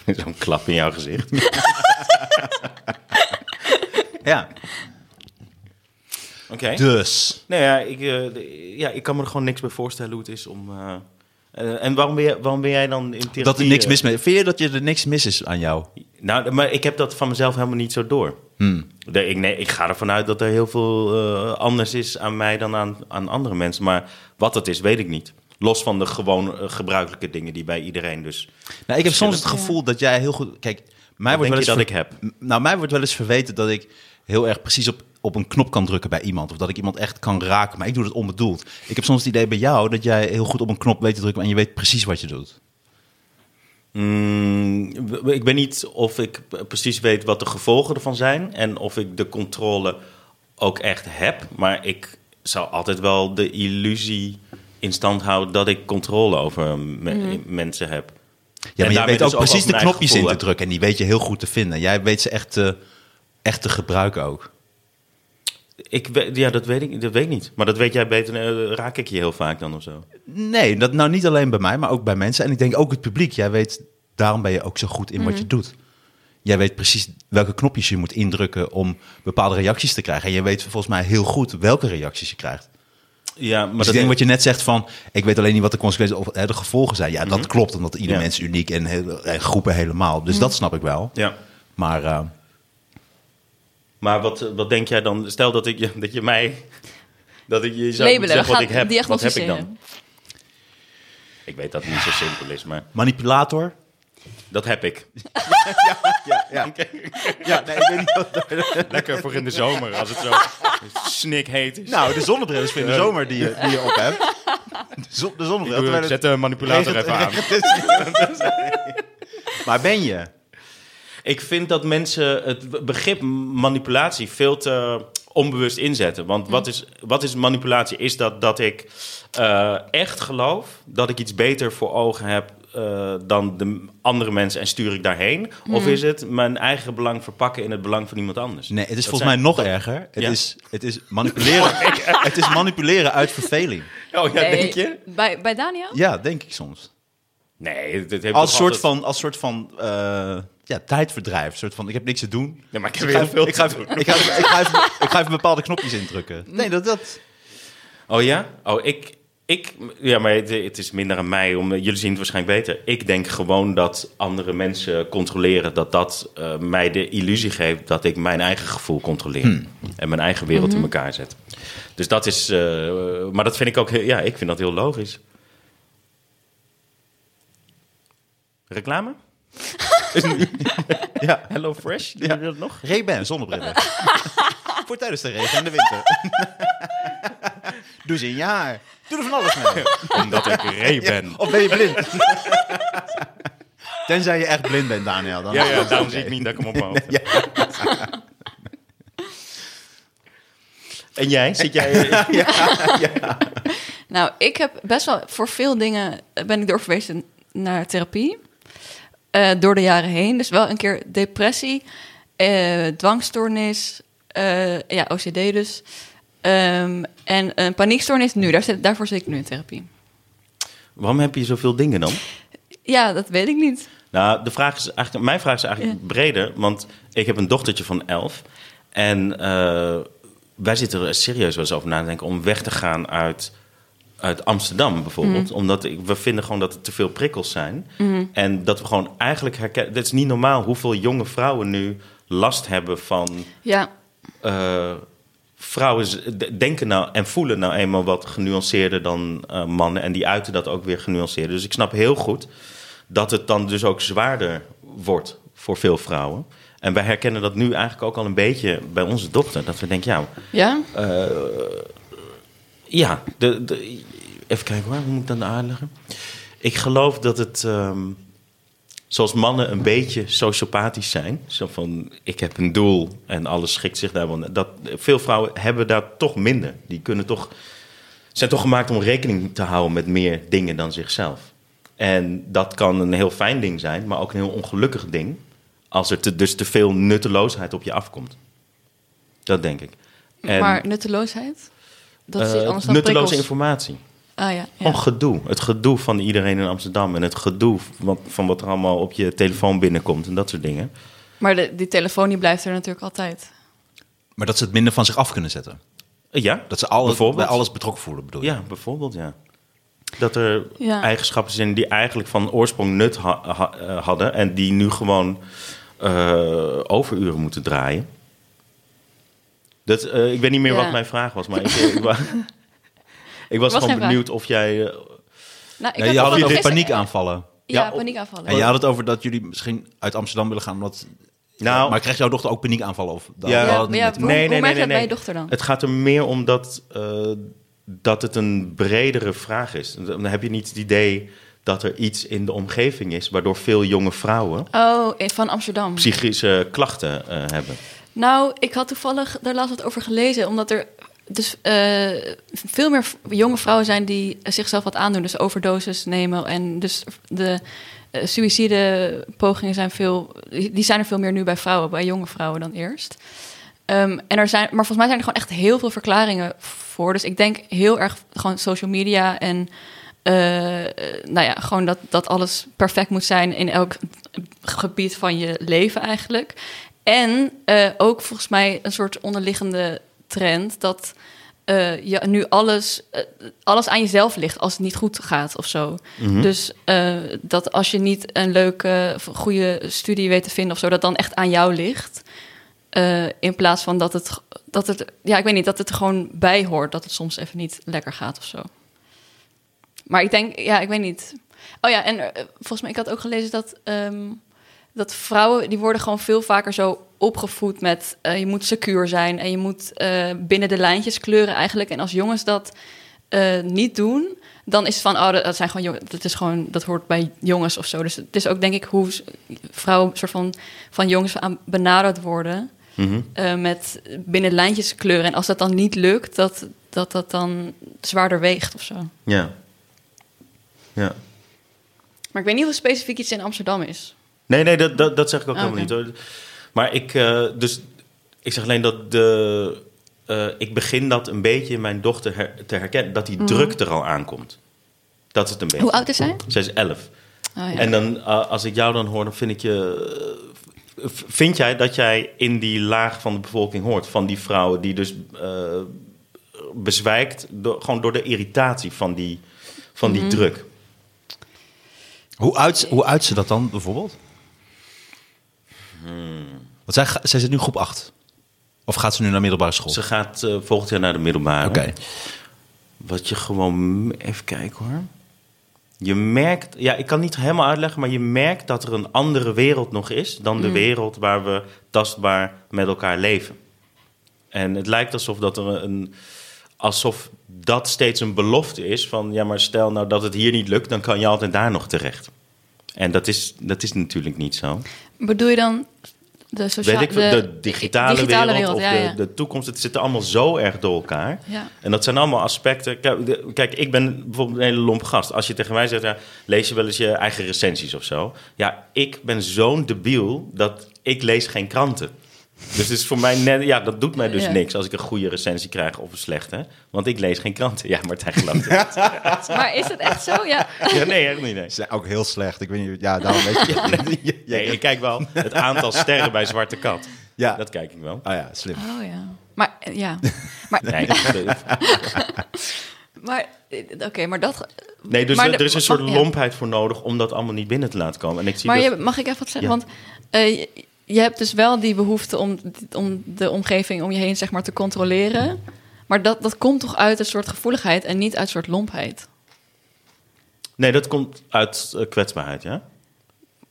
[SPEAKER 3] Zo'n klap in jouw gezicht.
[SPEAKER 2] *laughs* Ja,
[SPEAKER 3] Oké.
[SPEAKER 2] dus.
[SPEAKER 3] Nou ja ik, eh, de- ja, ik kan me er gewoon niks bij voorstellen hoe het is om. eh, eh, en waarom ben, jij, waarom ben jij dan in therapie?
[SPEAKER 2] Dat er niks
[SPEAKER 3] eh,
[SPEAKER 2] mis mee. Vind je dat je er niks mis is aan jou?
[SPEAKER 3] Nou, maar ik heb dat van mezelf helemaal niet zo door.
[SPEAKER 2] Hmm.
[SPEAKER 3] De- ik, nee, ik ga ervan uit dat er heel veel eh, anders is aan mij dan aan, aan andere mensen. Maar wat het is, weet ik niet. Los van de gewoon eh, gebruikelijke dingen die bij iedereen dus.
[SPEAKER 2] Nou, ik heb soms het
[SPEAKER 1] Verschillend.
[SPEAKER 2] gevoel dat jij heel goed. Kijk, mij
[SPEAKER 3] Wat
[SPEAKER 2] wordt wel eens
[SPEAKER 3] denk je dat
[SPEAKER 2] ver-
[SPEAKER 3] ik heb?
[SPEAKER 2] M- Nou, mij wordt wel eens verweten dat ik heel erg precies op, op een knop kan drukken bij iemand. Of dat ik iemand echt kan raken. Maar ik doe dat onbedoeld. Ik heb soms het idee bij jou dat jij heel goed op een knop weet te drukken. En je weet precies wat je doet.
[SPEAKER 3] Mm, w- ik weet niet of ik p- precies weet wat de gevolgen ervan zijn. En of ik de controle ook echt heb. Maar ik zou altijd wel de illusie in stand houden dat ik controle over me-
[SPEAKER 1] Mhm.
[SPEAKER 3] mensen heb.
[SPEAKER 2] Ja, maar jij
[SPEAKER 3] daarmee
[SPEAKER 2] weet
[SPEAKER 3] dus
[SPEAKER 2] ook
[SPEAKER 3] ook
[SPEAKER 2] precies
[SPEAKER 3] over
[SPEAKER 2] de
[SPEAKER 3] mijn
[SPEAKER 2] knopjes in
[SPEAKER 3] gevoel,
[SPEAKER 2] te
[SPEAKER 3] hè?
[SPEAKER 2] drukken. En die weet je heel goed te vinden. Jij weet ze echt te, echt te gebruiken ook.
[SPEAKER 3] Ik weet, ja, dat weet ik, dat weet ik niet. Maar dat weet jij beter. eh, raak ik je heel vaak dan of zo?
[SPEAKER 2] Nee, dat nou niet alleen bij mij, maar ook bij mensen. En ik denk ook het publiek. Jij weet, daarom ben je ook zo goed in wat je doet. Jij weet precies welke knopjes je moet indrukken om bepaalde reacties te krijgen. En je weet volgens mij heel goed welke reacties je krijgt.
[SPEAKER 3] Ja, maar
[SPEAKER 2] Maar
[SPEAKER 3] dat
[SPEAKER 2] ik denk wat je net zegt van, ik weet alleen niet wat de consequenties of hè, de gevolgen zijn. Mhm. Ja, dat klopt, omdat ieder
[SPEAKER 3] Ja.
[SPEAKER 2] mens uniek en, heel- en groepen helemaal. Dus dat snap ik wel.
[SPEAKER 3] Ja.
[SPEAKER 2] Maar eh,
[SPEAKER 3] Maar wat, wat denk jij dan? Stel dat, ik, je- dat je mij. Dat ik je zou
[SPEAKER 1] Labelen,
[SPEAKER 3] zeggen
[SPEAKER 1] we
[SPEAKER 3] wat
[SPEAKER 1] gaan
[SPEAKER 3] ik heb. Wat heb ik
[SPEAKER 1] diagnosticeren.
[SPEAKER 3] dan? Ik weet dat het niet zo simpel is, maar
[SPEAKER 2] manipulator?
[SPEAKER 3] dat heb ik.
[SPEAKER 2] Ja, ja. ja nee, ik weet niet wat-
[SPEAKER 3] Lekker voor in de zomer, als het zo snik heet is.
[SPEAKER 2] nou, de zonnebril is voor in de zomer die je, die je op *laughs* hebt. De, zon, de zonnebril. terwijl het-
[SPEAKER 3] de manipulator
[SPEAKER 2] maar ben je?
[SPEAKER 3] Ik vind dat mensen het begrip manipulatie veel te onbewust inzetten. Want wat
[SPEAKER 2] Mm.
[SPEAKER 3] is, wat is manipulatie? Is dat dat ik eh, echt geloof dat ik iets beter voor ogen heb eh, dan de andere mensen en stuur ik daarheen? Of is het mijn eigen belang verpakken in het belang van iemand anders?
[SPEAKER 2] Mm. Nee, het is
[SPEAKER 3] Dat
[SPEAKER 2] volgens
[SPEAKER 3] zijn-
[SPEAKER 2] mij nog erger. Het,
[SPEAKER 3] Ja.
[SPEAKER 2] is, het is manipuleren.
[SPEAKER 3] *laughs*
[SPEAKER 2] het is manipuleren uit verveling.
[SPEAKER 3] Oh ja,
[SPEAKER 1] Nee,
[SPEAKER 3] denk je?
[SPEAKER 1] Bij, bij Daniel?
[SPEAKER 2] Ja, denk ik soms.
[SPEAKER 3] Nee, dit heeft
[SPEAKER 2] Als
[SPEAKER 3] toch
[SPEAKER 2] soort
[SPEAKER 3] altijd-
[SPEAKER 2] van, als soort van eh, ja, tijdverdrijf. Soort van, ik heb niks te doen.
[SPEAKER 3] Nee, maar
[SPEAKER 2] Dus
[SPEAKER 3] ik heb
[SPEAKER 2] ik, ga
[SPEAKER 3] heel
[SPEAKER 2] even,
[SPEAKER 3] veel
[SPEAKER 2] ik,
[SPEAKER 3] te
[SPEAKER 2] ga
[SPEAKER 3] doen.
[SPEAKER 2] even, ik, ga even, ik, ga even, ik ga even bepaalde knopjes indrukken. Nee, dat... dat
[SPEAKER 3] Oh ja? Oh, ik, Ik, ja, maar het, het is minder aan mij. Om, jullie zien het waarschijnlijk beter. Ik denk gewoon dat andere mensen controleren. Dat dat eh, mij de illusie geeft dat ik mijn eigen gevoel controleer.
[SPEAKER 2] Hmm.
[SPEAKER 3] En mijn eigen wereld in elkaar zet. Dus dat is... eh, maar dat vind ik ook... heel- Ja, ik vind dat heel logisch. Reclame?
[SPEAKER 2] Ja.
[SPEAKER 3] Hello Fresh? Doen jullie dat nog?
[SPEAKER 2] Ray-Ban *laughs* zonnebrillen. Voor tijdens de regen en de *laughs* winter. Doe ze in je haar. Doe er van alles mee.
[SPEAKER 3] Omdat ik Ray ben.
[SPEAKER 2] *laughs* Of ben je blind? Tenzij je echt blind bent, Daniel. Dan
[SPEAKER 3] Ja,
[SPEAKER 2] *laughs*
[SPEAKER 3] *laughs* ja, daarom zie ik niet dat ik hem op mijn *laughs* hoofd heb. *laughs* En jij? Zit jij...
[SPEAKER 1] Nou, ik heb best wel voor veel dingen eh, ben ik doorverwezen naar therapie. eh, door de jaren heen. Dus wel een keer depressie, eh, dwangstoornis, eh, ja, OCD dus. Ehm, en een paniekstoornis nu. Daar zit, daarvoor zit ik nu in therapie.
[SPEAKER 3] Waarom heb je zoveel dingen dan?
[SPEAKER 1] Ja, dat weet ik niet.
[SPEAKER 3] Nou, de vraag is eigenlijk, mijn vraag is eigenlijk breder. Want ik heb een dochtertje van elf. En eh, wij zitten er serieus wel eens over na te denken... om weg te gaan uit, uit Amsterdam bijvoorbeeld. Omdat ik, we vinden gewoon dat er te veel prikkels zijn. En dat we gewoon eigenlijk herkennen... Het is niet normaal hoeveel jonge vrouwen nu last hebben van...
[SPEAKER 1] Ja,
[SPEAKER 3] eh, vrouwen z- d- denken nou en voelen nou eenmaal wat genuanceerder dan eh, mannen. En die uiten dat ook weer genuanceerder. Dus ik snap heel goed dat het dan dus ook zwaarder wordt voor veel vrouwen. En wij herkennen dat nu eigenlijk ook al een beetje bij onze dochter. Dat we denken, ja,
[SPEAKER 1] ja.
[SPEAKER 3] ja, de, de- even kijken hoor, hoe moet ik dat nou uitleggen? Ik geloof dat het, ehm, zoals mannen een beetje sociopathisch zijn, zo van ik heb een doel en alles schikt zich daar wel. naar. Dat, veel vrouwen hebben daar toch minder. Die kunnen toch, zijn toch gemaakt om rekening te houden met meer dingen dan zichzelf. En dat kan een heel fijn ding zijn, maar ook een heel ongelukkig ding. Als er te- dus te veel nutteloosheid op je afkomt. Dat denk ik. En,
[SPEAKER 1] maar nutteloosheid? Dat is
[SPEAKER 3] eh,
[SPEAKER 1] iets anders dan
[SPEAKER 3] nutteloze
[SPEAKER 1] prikkels.
[SPEAKER 3] informatie.
[SPEAKER 1] Ah ja, ja.
[SPEAKER 3] Gewoon gedoe. Het gedoe van iedereen in Amsterdam. En het gedoe van, van wat er allemaal op je telefoon binnenkomt en dat soort dingen.
[SPEAKER 1] maar de, die telefoon die blijft er natuurlijk altijd.
[SPEAKER 2] *laughs* Maar dat ze het minder van zich af kunnen zetten.
[SPEAKER 3] Eh, Ja,
[SPEAKER 2] Dat ze alles, bij
[SPEAKER 3] Bijvoorbeeld?
[SPEAKER 2] alles betrokken voelen, bedoel je?
[SPEAKER 3] ja bijvoorbeeld, ja. Dat er
[SPEAKER 1] Ja.
[SPEAKER 3] eigenschappen zijn die eigenlijk van oorsprong nut ha- ha- eh, hadden. En die nu gewoon eh, overuren moeten draaien. Dat, eh, ik weet niet meer
[SPEAKER 1] Ja.
[SPEAKER 3] wat mijn vraag was, maar ik, eh,
[SPEAKER 1] *laughs*
[SPEAKER 3] ik, wa- ik was,
[SPEAKER 1] geen
[SPEAKER 3] gewoon
[SPEAKER 1] vraag.
[SPEAKER 3] benieuwd of jij... eh,
[SPEAKER 1] Nou, ik
[SPEAKER 2] Nee, je
[SPEAKER 1] had
[SPEAKER 2] had het
[SPEAKER 1] nog
[SPEAKER 2] over
[SPEAKER 1] gisteren-
[SPEAKER 2] paniekaanvallen.
[SPEAKER 1] Ja,
[SPEAKER 3] Ja, op-
[SPEAKER 1] paniekaanvallen.
[SPEAKER 2] En je had het over dat jullie misschien uit Amsterdam willen gaan. Omdat,
[SPEAKER 3] nou,
[SPEAKER 2] maar krijgt jouw dochter ook paniekaanvallen? Of, dat,
[SPEAKER 3] Ja.
[SPEAKER 2] dat
[SPEAKER 1] Ja,
[SPEAKER 2] had het
[SPEAKER 1] maar
[SPEAKER 2] niet
[SPEAKER 1] ja, hoe-
[SPEAKER 2] met-
[SPEAKER 1] hoe merk je dat bij je dochter dan?
[SPEAKER 3] Het gaat er meer om dat, eh, dat het een bredere vraag is. Dan heb je niet het idee dat er iets in de omgeving is... waardoor veel jonge vrouwen
[SPEAKER 1] Oh, eh, van Amsterdam.
[SPEAKER 3] psychische klachten eh, hebben.
[SPEAKER 1] Nou, ik had toevallig daar laatst wat over gelezen, omdat er dus eh, veel meer v- jonge vrouwen zijn die zichzelf wat aandoen, dus overdoses nemen en dus de eh, suïcidepogingen zijn veel, die die zijn er veel meer nu bij vrouwen, bij jonge vrouwen dan eerst. Ehm, en er zijn, maar volgens mij zijn er gewoon echt heel veel verklaringen voor. Dus ik denk heel erg gewoon social media en eh, eh, nou ja, gewoon dat, dat alles perfect moet zijn in elk gebied van je leven eigenlijk. En eh, ook volgens mij een soort onderliggende trend dat eh, je nu alles, eh, alles aan jezelf ligt als het niet goed gaat of zo. Dus eh, dat als je niet een leuke, of een goede studie weet te vinden of zo, dat dan echt aan jou ligt. Eh, in plaats van dat het, dat het, ja, ik weet niet, dat het er gewoon bij hoort dat het soms even niet lekker gaat of zo. Maar ik denk, ja, ik weet niet. Oh ja, en eh, volgens mij, ik had ook gelezen dat, ehm, dat vrouwen, die worden gewoon veel vaker zo opgevoed met eh, je moet secuur zijn en je moet eh, binnen de lijntjes kleuren eigenlijk. En als jongens dat eh, niet doen, dan is het van, oh, dat, dat zijn gewoon jongens, dat is gewoon, dat hoort bij jongens of zo. Dus het is ook denk ik hoe s- vrouwen soort van, van jongens aan benaderd worden
[SPEAKER 3] Mhm.
[SPEAKER 1] eh, met binnen de lijntjes kleuren. En als dat dan niet lukt, dat dat, dat dan zwaarder weegt of zo.
[SPEAKER 3] Ja. Ja.
[SPEAKER 1] Maar ik weet niet of het specifiek iets in Amsterdam is.
[SPEAKER 3] Nee, nee, dat, dat, dat zeg ik ook
[SPEAKER 1] Ah,
[SPEAKER 3] helemaal
[SPEAKER 1] oké.
[SPEAKER 3] niet hoor. Maar ik, eh, dus, ik zeg alleen dat de, eh, ik begin dat een beetje in mijn dochter her- te herkennen. Dat die druk er al aankomt. Dat is het een beetje.
[SPEAKER 1] Mhm. Hoe oud is zij?
[SPEAKER 3] Zij is elf.
[SPEAKER 1] Oh, ja.
[SPEAKER 3] En dan, eh, als ik jou dan hoor, dan vind ik je. eh, v- Vind jij dat jij in die laag van de bevolking hoort? Van die vrouwen die dus eh, bezwijkt door, gewoon door de irritatie van die, van die druk.
[SPEAKER 2] Hoe uit, hoe uit ze dat dan bijvoorbeeld? Want zij, ga- zij zit nu groep 8. Of gaat ze nu naar middelbare school?
[SPEAKER 3] Ze gaat eh, volgend jaar naar de middelbare.
[SPEAKER 2] Oké.
[SPEAKER 3] Wat je gewoon... Even kijken hoor. Je merkt... Ja, ik kan niet helemaal uitleggen, maar je merkt dat er een andere wereld nog is... dan de wereld waar we tastbaar met elkaar leven. En het lijkt alsof dat er een... Alsof dat steeds een belofte is van... ja, maar stel nou dat het hier niet lukt... dan kan je altijd daar nog terecht. En dat is, dat is natuurlijk niet zo.
[SPEAKER 1] Bedoel je dan de sociale...
[SPEAKER 3] Weet ik, veel, de, digitale, wereld, of
[SPEAKER 1] ja,
[SPEAKER 3] de,
[SPEAKER 1] ja.
[SPEAKER 3] de toekomst, het zit allemaal zo erg door elkaar.
[SPEAKER 1] Ja.
[SPEAKER 3] En dat zijn allemaal aspecten. Kijk, de- kijk, ik ben bijvoorbeeld een hele lomp gast. Als je tegen mij zegt, ja, lees je wel eens je eigen recensies of zo. Ja, ik ben zo'n debiel dat ik lees geen kranten. Dus het is voor mij net, ja, dat doet mij dus
[SPEAKER 1] Ja.
[SPEAKER 3] niks als ik een goede recensie krijg of een slechte. Want ik lees geen kranten. Ja, Martijn gelooft het.
[SPEAKER 1] *laughs* Maar is het echt zo? Ja.
[SPEAKER 3] Ja, nee, echt niet. Nee.
[SPEAKER 2] zijn ook heel slecht. Ik weet niet, ja, daarom weet je *laughs*
[SPEAKER 3] Nee, ik kijk wel het aantal sterren bij Zwarte Kat.
[SPEAKER 2] Ja.
[SPEAKER 3] Dat kijk ik wel.
[SPEAKER 2] Ah ja, slim.
[SPEAKER 1] Oh ja. Maar eh,
[SPEAKER 3] *laughs*
[SPEAKER 1] ja. Maar,
[SPEAKER 3] Nee, dat-
[SPEAKER 1] *laughs* maar eh, oké, maar dat...
[SPEAKER 3] Nee, dus
[SPEAKER 1] maar
[SPEAKER 3] er,
[SPEAKER 1] de-
[SPEAKER 3] er is een soort
[SPEAKER 1] mag- ja.
[SPEAKER 3] lompheid voor nodig om dat allemaal niet binnen te laten komen. En ik zie dus-
[SPEAKER 1] Maar
[SPEAKER 3] dat,
[SPEAKER 1] je, mag ik even wat zeggen?
[SPEAKER 3] Ja.
[SPEAKER 1] Want eh, je, je hebt dus wel die behoefte om, om de omgeving om je heen zeg maar, te controleren. Maar dat, dat komt toch uit een soort gevoeligheid en niet uit een soort lompheid?
[SPEAKER 3] Nee, dat komt uit eh, kwetsbaarheid, ja?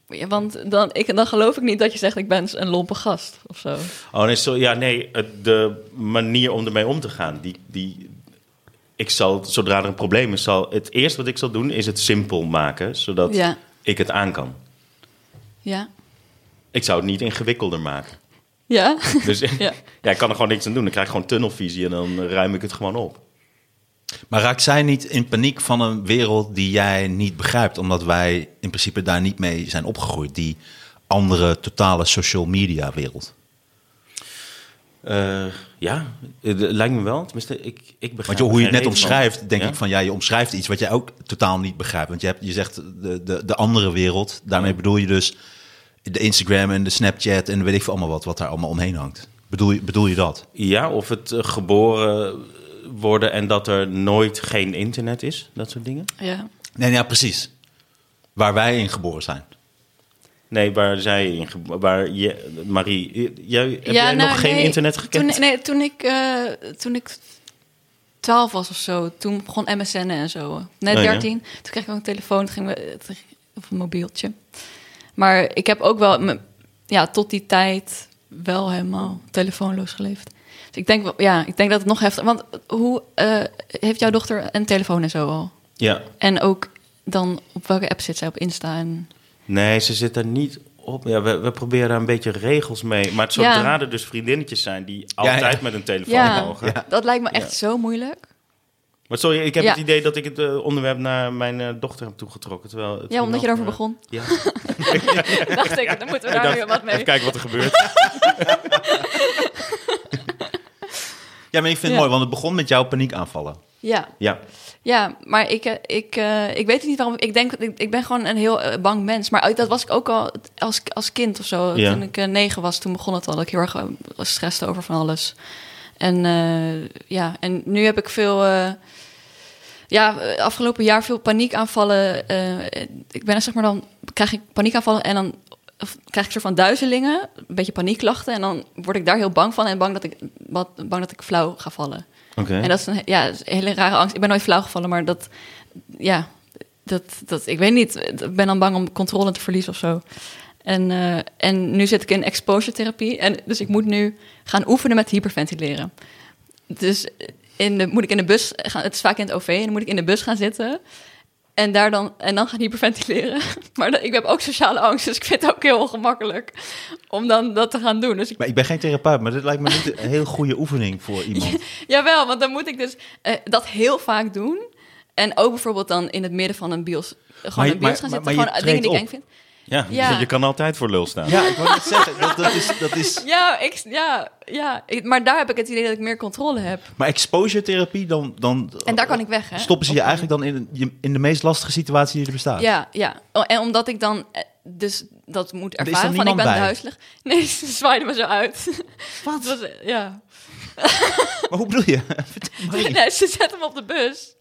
[SPEAKER 1] Ja, want dan, ik, dan geloof ik niet dat je zegt ik ben een lompe gast of zo.
[SPEAKER 3] Oh nee, zo, ja, nee, het- de manier om ermee om te gaan. Die, die, ik zal, zodra er een probleem is, zal, het eerste wat ik zal doen is het simpel maken, zodat
[SPEAKER 1] Ja.
[SPEAKER 3] ik het aan kan.
[SPEAKER 1] Ja?
[SPEAKER 3] Ik zou het niet ingewikkelder maken.
[SPEAKER 1] Ja? *laughs*
[SPEAKER 3] Dus *laughs* ja.
[SPEAKER 1] Ja.
[SPEAKER 3] ik kan er gewoon niks aan doen. Dan krijg ik gewoon tunnelvisie en dan ruim ik het gewoon op.
[SPEAKER 2] Maar raakt zij niet in paniek van een wereld die jij niet begrijpt? Omdat wij in principe daar niet mee zijn opgegroeid. Die andere totale social media wereld.
[SPEAKER 3] Eh, ja, eh, lijkt me wel. Tenminste, ik, ik begrijp
[SPEAKER 2] Want joh, hoe
[SPEAKER 3] er
[SPEAKER 2] je het
[SPEAKER 3] geen
[SPEAKER 2] net
[SPEAKER 3] reden van.
[SPEAKER 2] omschrijft, denk
[SPEAKER 3] Ja?
[SPEAKER 2] ik van ja, je omschrijft iets wat jij ook totaal niet begrijpt. Want je, hebt, je zegt de, de, de andere wereld, daarmee bedoel je dus de Instagram en de Snapchat en weet ik veel allemaal wat, wat daar allemaal omheen hangt. Bedoel je, bedoel je dat?
[SPEAKER 3] Ja, of het eh, geboren worden en dat er nooit geen internet is, dat soort dingen.
[SPEAKER 1] ja.
[SPEAKER 2] Nee, ja, precies. Waar wij in geboren zijn.
[SPEAKER 3] Nee, waar zij in, ge- waar je, Marie, eh, jij, heb jij
[SPEAKER 1] nou,
[SPEAKER 3] nog geen
[SPEAKER 1] nee,
[SPEAKER 3] internet gekend?
[SPEAKER 1] Toen, nee, toen ik, eh, toen ik 12 was of zo, toen begon MSN en zo. Net
[SPEAKER 3] Oh ja.
[SPEAKER 1] 13. Toen kreeg ik ook een telefoon, toen gingen we, toen ging- of een mobieltje. Maar ik heb ook wel, me- ja, tot die tijd wel helemaal telefoonloos geleefd. Dus ik denk, wel- ja, ik denk dat het nog heftig... Want hoe eh, heeft jouw dochter een telefoon en zo al?
[SPEAKER 3] Ja,
[SPEAKER 1] En ook dan, op welke app zit zij? Op Insta en...
[SPEAKER 3] nee, ze zit er niet op. Ja, we, we proberen daar een beetje regels mee. Maar
[SPEAKER 1] Ja.
[SPEAKER 3] zodra er dus vriendinnetjes zijn die
[SPEAKER 2] ja.
[SPEAKER 3] altijd met een telefoon
[SPEAKER 1] Ja,
[SPEAKER 3] mogen.
[SPEAKER 1] dat lijkt me echt
[SPEAKER 3] Ja.
[SPEAKER 1] zo moeilijk.
[SPEAKER 3] Maar sorry, ik heb
[SPEAKER 1] Ja.
[SPEAKER 3] het idee dat ik het eh, onderwerp naar mijn eh, dochter heb toegetrokken. Terwijl het
[SPEAKER 1] Ja, omdat je
[SPEAKER 3] nog,
[SPEAKER 1] erover
[SPEAKER 3] eh,
[SPEAKER 1] begon. *laughs*
[SPEAKER 3] Ja.
[SPEAKER 1] Dacht ik, dan moeten we daar
[SPEAKER 3] Ik dacht,
[SPEAKER 1] nu wat mee.
[SPEAKER 3] Even kijken wat er
[SPEAKER 1] *laughs*
[SPEAKER 3] gebeurt.
[SPEAKER 2] Ja, maar ik vind het
[SPEAKER 1] Ja.
[SPEAKER 2] mooi, want het begon met jouw paniekaanvallen.
[SPEAKER 1] Ja,
[SPEAKER 3] ja.
[SPEAKER 1] ja maar ik, eh, ik, eh, ik weet het niet waarom. Ik denk dat ik, ik ben gewoon een heel eh, bang mens. Maar uit- dat was ik ook al als, als kind of zo.
[SPEAKER 3] Ja.
[SPEAKER 1] Toen ik eh, negen was, toen begon het al. Dat ik heel erg eh, stresste over van alles. En eh, ja, en nu heb ik veel. eh, ja, eh, afgelopen jaar veel paniekaanvallen. eh, ik ben er, zeg maar dan krijg ik paniekaanvallen en dan of krijg ik een soort van duizelingen, een beetje paniekklachten en dan word ik daar heel bang van en bang dat ik wat, bang dat ik flauw ga vallen.
[SPEAKER 3] Oké.
[SPEAKER 1] En dat is een, ja, dat is een hele rare angst. Ik ben nooit flauw gevallen, maar dat, ja, dat, dat, ik weet niet. Ik ben dan bang om controle te verliezen of zo. En, eh, en nu zit ik in exposure therapie. En, dus ik moet nu gaan oefenen met hyperventileren. Dus in de, moet ik in de bus gaan, het is vaak in het OV, en dan moet ik in de bus gaan zitten. En, daar dan, en dan gaan hyperventileren. *laughs* Maar dat, ik heb ook sociale angst, dus ik vind het ook heel ongemakkelijk om dan dat te gaan doen. Dus ik
[SPEAKER 2] Maar ik ben geen therapeut, maar dit lijkt me niet een heel goede oefening
[SPEAKER 1] *laughs*
[SPEAKER 2] voor iemand.
[SPEAKER 1] Jawel, want dan moet ik dus eh, dat heel vaak doen. En ook bijvoorbeeld dan in het midden van een bios, eh, gewoon
[SPEAKER 2] Maar je-
[SPEAKER 1] een bios gaan
[SPEAKER 2] maar- maar-
[SPEAKER 1] zitten.
[SPEAKER 2] maar je
[SPEAKER 1] gewoon eh, dingen die ik
[SPEAKER 2] treedt
[SPEAKER 1] eng vind.
[SPEAKER 3] Ja,
[SPEAKER 1] Ja.
[SPEAKER 3] je kan altijd voor lul staan.
[SPEAKER 2] Ja, ik wil net zeggen, dat, dat is... Dat is...
[SPEAKER 1] Ja, ik, ja, ja. Ik- maar daar heb ik het idee dat ik meer controle heb.
[SPEAKER 2] Maar exposure therapie, dan, dan...
[SPEAKER 1] En daar kan ik weg, hè?
[SPEAKER 2] Stoppen ze je eigenlijk dan in, een- je- in de meest lastige situatie die er bestaat?
[SPEAKER 1] Ja, ja. Oh, En omdat ik dan eh, dus dat moet
[SPEAKER 2] er
[SPEAKER 1] ervaren van ik *laughs*
[SPEAKER 2] niemand
[SPEAKER 1] ben
[SPEAKER 2] bij?
[SPEAKER 1] *laughs* duizelig. Nee, ze zwaaide me zo uit. Wat? was, eh, ja.
[SPEAKER 2] Maar hoe bedoel je?
[SPEAKER 1] *laughs* Nee, ze zet hem op de bus.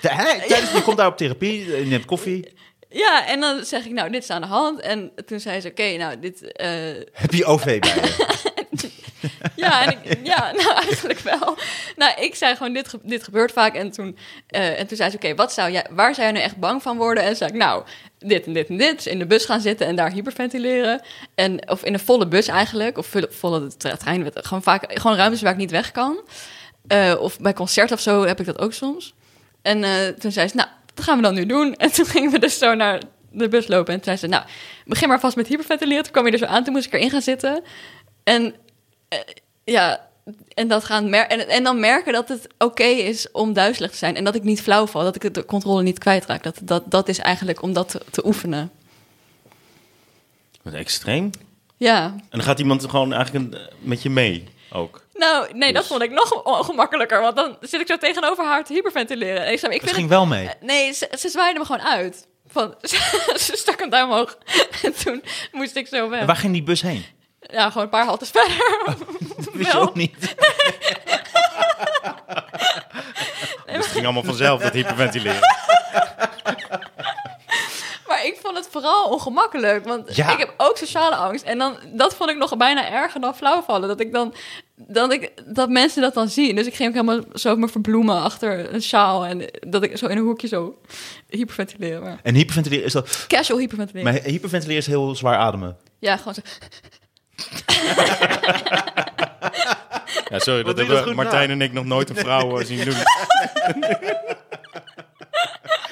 [SPEAKER 2] Hè? Tijdens- Je komt daar op therapie, je neemt koffie.
[SPEAKER 1] Ja, en dan zeg ik, nou, dit is aan de hand. En toen zei ze, oké, nou, dit... eh,
[SPEAKER 2] Heb je OV bij je?
[SPEAKER 1] ja, en ik- ja, *laughs* nou, eigenlijk wel. Nou, ik zei gewoon, dit, ge- dit gebeurt vaak. En toen, eh, en toen zei ze, oké, wat zou jij, waar zou jij nu echt bang van worden? En zei ik, nou, dit en dit en dit. Dus In de bus gaan zitten en daar hyperventileren. En, of in een volle bus eigenlijk. Of volle, volle tre- trein. Gewoon, vaak, gewoon ruimtes waar ik niet weg kan. Eh, of bij concerten of zo heb ik dat ook soms. En eh, toen zei ze, nou, dat gaan we dan nu doen. En toen gingen we dus zo naar de bus lopen. En toen zei ze, nou, begin maar vast met hyperventileren. Toen kwam je er zo aan, toen moest ik erin gaan zitten. En eh, ja, en, dat gaan mer- en, en dan merken dat het oké is om duizelig te zijn. En dat ik niet flauw val, dat ik de controle niet kwijtraak. Dat, dat, dat is eigenlijk om dat te, te oefenen.
[SPEAKER 3] Wat extreem.
[SPEAKER 1] Ja.
[SPEAKER 3] En dan gaat iemand gewoon eigenlijk een- eh, met je mee ook.
[SPEAKER 1] Nou, nee, dat
[SPEAKER 3] Dus-
[SPEAKER 1] vond ik nog ongemakkelijker. Want dan zit ik zo tegenover haar te hyperventileren. En ik zei, ik
[SPEAKER 2] Dat
[SPEAKER 1] vind
[SPEAKER 2] ging wel mee.
[SPEAKER 1] het- Nee, ze, ze zwaaide me gewoon uit. Van, *laughs* ze, stak een duim omhoog. En toen moest ik zo
[SPEAKER 2] En
[SPEAKER 1] weg.
[SPEAKER 2] waar ging die bus heen?
[SPEAKER 1] Ja, gewoon een paar haltes *laughs* verder.
[SPEAKER 2] Dat wist je
[SPEAKER 1] Wel.
[SPEAKER 2] ook niet.
[SPEAKER 3] Dus het ging allemaal vanzelf, dat hyperventileren.
[SPEAKER 1] Maar ik vond het vooral ongemakkelijk, want
[SPEAKER 2] Ja.
[SPEAKER 1] ik heb ook sociale angst. En dan, dat vond ik nog bijna erger dan flauwvallen. Dat, ik dan, dat, ik, dat mensen dat dan zien. Dus ik ging ook helemaal zo me verbloemen achter een sjaal. En dat ik zo in een hoekje zo hyperventileren. Maar
[SPEAKER 2] En hyperventileren is dat...
[SPEAKER 1] casual hyperventileren.
[SPEAKER 2] Maar hyperventileren is heel zwaar ademen.
[SPEAKER 1] Ja, gewoon zo.
[SPEAKER 3] Ja, sorry,
[SPEAKER 2] doe je
[SPEAKER 3] dat
[SPEAKER 2] dat
[SPEAKER 3] hebben
[SPEAKER 2] goed
[SPEAKER 3] Martijn
[SPEAKER 2] na?
[SPEAKER 3] en ik nog nooit een vrouw eh, zien doen.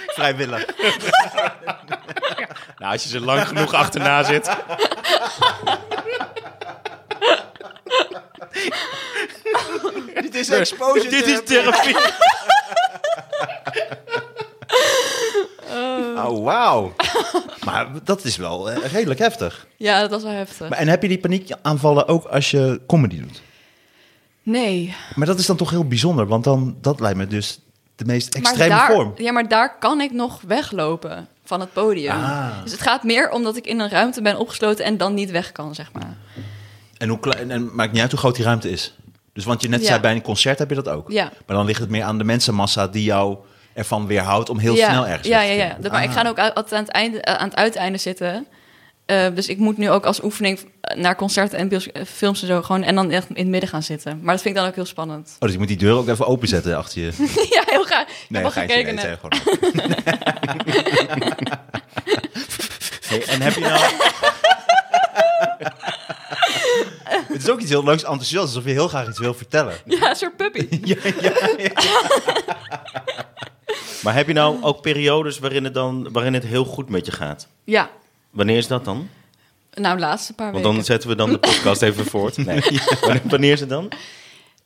[SPEAKER 2] Vrijwillig.
[SPEAKER 3] Nou, als je ze lang genoeg achterna zit.
[SPEAKER 2] Dit is exposure.
[SPEAKER 3] Dit is therapie.
[SPEAKER 2] *laughs* Oh, wauw. Maar dat is wel eh, redelijk heftig.
[SPEAKER 1] Ja, dat was wel heftig.
[SPEAKER 2] Maar, en heb je die paniekaanvallen ook als je comedy doet?
[SPEAKER 1] Nee.
[SPEAKER 2] Maar dat is dan toch heel bijzonder, want dan, dat lijkt me dus de meest extreme
[SPEAKER 1] maar daar,
[SPEAKER 2] vorm.
[SPEAKER 1] Ja, maar daar kan ik nog weglopen van het podium.
[SPEAKER 2] Ah.
[SPEAKER 1] Dus het gaat meer om dat ik in een ruimte ben opgesloten en dan niet weg kan, zeg maar.
[SPEAKER 2] En, hoe klein, en maakt niet uit hoe groot die ruimte is. Dus want je net
[SPEAKER 1] Ja.
[SPEAKER 2] zei, bij een concert heb je dat ook.
[SPEAKER 1] Ja.
[SPEAKER 2] Maar dan ligt het meer aan de mensenmassa die jou ervan weerhoudt om heel
[SPEAKER 1] ja,
[SPEAKER 2] snel ergens
[SPEAKER 1] Ja,
[SPEAKER 2] weg
[SPEAKER 1] ja,
[SPEAKER 2] te Ah.
[SPEAKER 1] ja.
[SPEAKER 2] gaan.
[SPEAKER 1] Dat- maar ik ga ook al- altijd aan het, einde, eh, aan het uiteinde zitten. Eh, dus ik moet nu ook als oefening eh, naar concerten en bios- eh, films en zo gewoon... en dan echt in het midden gaan zitten. Maar dat vind ik dan ook heel spannend. *laughs*
[SPEAKER 2] Oh, dus je moet die deur ook even openzetten achter je.
[SPEAKER 1] ja, heel graag. Ik heb al
[SPEAKER 2] geintje,
[SPEAKER 1] gekeken.
[SPEAKER 2] nee,
[SPEAKER 1] hè.
[SPEAKER 2] het *laughs* zijn gewoon... Hey, en heb je nou... Het is ook iets heel langs enthousiast, alsof je heel graag iets wil vertellen.
[SPEAKER 1] ja, een soort puppy.
[SPEAKER 2] *laughs* Ja, ja, ja.
[SPEAKER 3] Maar heb je nou ook periodes waarin het, dan, waarin het heel goed met je gaat?
[SPEAKER 1] ja,
[SPEAKER 3] Wanneer is dat dan?
[SPEAKER 1] nou, de laatste paar
[SPEAKER 3] Want
[SPEAKER 1] weken.
[SPEAKER 3] dan zetten we dan de podcast even voort. Nee. *laughs* Wanneer- Wanneer is het dan?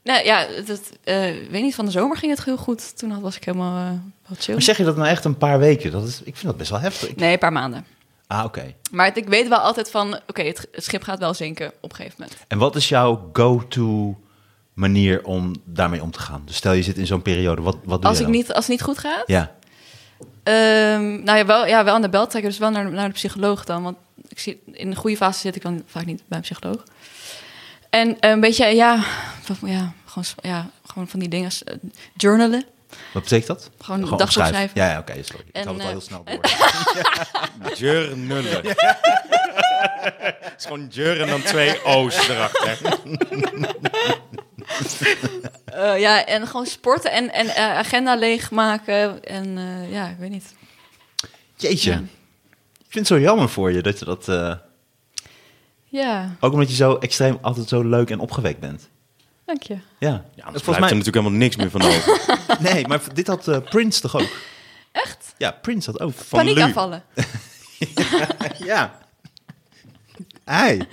[SPEAKER 1] Nou ja, dat, eh, ik weet niet, van de zomer ging het heel goed. Toen had, was ik helemaal eh, wel chill.
[SPEAKER 2] Maar zeg je dat nou echt een paar weken? Dat is, ik vind dat best wel heftig.
[SPEAKER 1] Nee, een paar maanden.
[SPEAKER 2] Ah, oké.
[SPEAKER 1] Maar het- ik weet wel altijd van, oké, het, het schip gaat wel zinken op een gegeven moment.
[SPEAKER 2] En wat is jouw go-to manier om daarmee om te gaan? Dus stel je zit in zo'n periode, wat, wat doe
[SPEAKER 1] Als,
[SPEAKER 2] je
[SPEAKER 1] ik
[SPEAKER 2] dan?
[SPEAKER 1] niet, als het niet goed gaat,
[SPEAKER 2] Ja,
[SPEAKER 1] Ehm, nou ja wel, ja, wel aan de bel trekken, dus wel naar, naar de psycholoog dan. Want ik zie, in de goede fase zit ik dan vaak niet bij een psycholoog. En eh, een beetje, ja, van- ja, gewoon, s- ja, gewoon van die dingen. als, eh, journalen.
[SPEAKER 2] wat betekent dat?
[SPEAKER 1] Gewoon dagboek
[SPEAKER 2] opschrijven.
[SPEAKER 1] schrijven.
[SPEAKER 2] Ja, ja oké, sorry.
[SPEAKER 1] En,
[SPEAKER 2] ik had het
[SPEAKER 1] eh,
[SPEAKER 2] al heel
[SPEAKER 1] *laughs*
[SPEAKER 2] snel door.
[SPEAKER 3] Journalen. Het is gewoon jur en dan twee O's erachter.
[SPEAKER 1] Eh, ja, en gewoon sporten en, en eh, agenda leegmaken. En eh, ja, ik weet niet.
[SPEAKER 2] Jeetje. Ik vind het zo jammer voor je dat je dat... eh,
[SPEAKER 1] Ja,
[SPEAKER 2] ook omdat je zo extreem altijd zo leuk en opgewekt bent.
[SPEAKER 1] dank je.
[SPEAKER 2] Ja,
[SPEAKER 3] Ja,
[SPEAKER 2] Dat
[SPEAKER 3] anders
[SPEAKER 2] is
[SPEAKER 3] blijft er natuurlijk helemaal niks meer van over.
[SPEAKER 2] Nee, maar dit had eh, Prince toch ook?
[SPEAKER 1] Echt?
[SPEAKER 2] Ja, Prince had ook. Van
[SPEAKER 1] Paniek
[SPEAKER 3] Lu.
[SPEAKER 1] aanvallen.
[SPEAKER 2] Ja. Hij.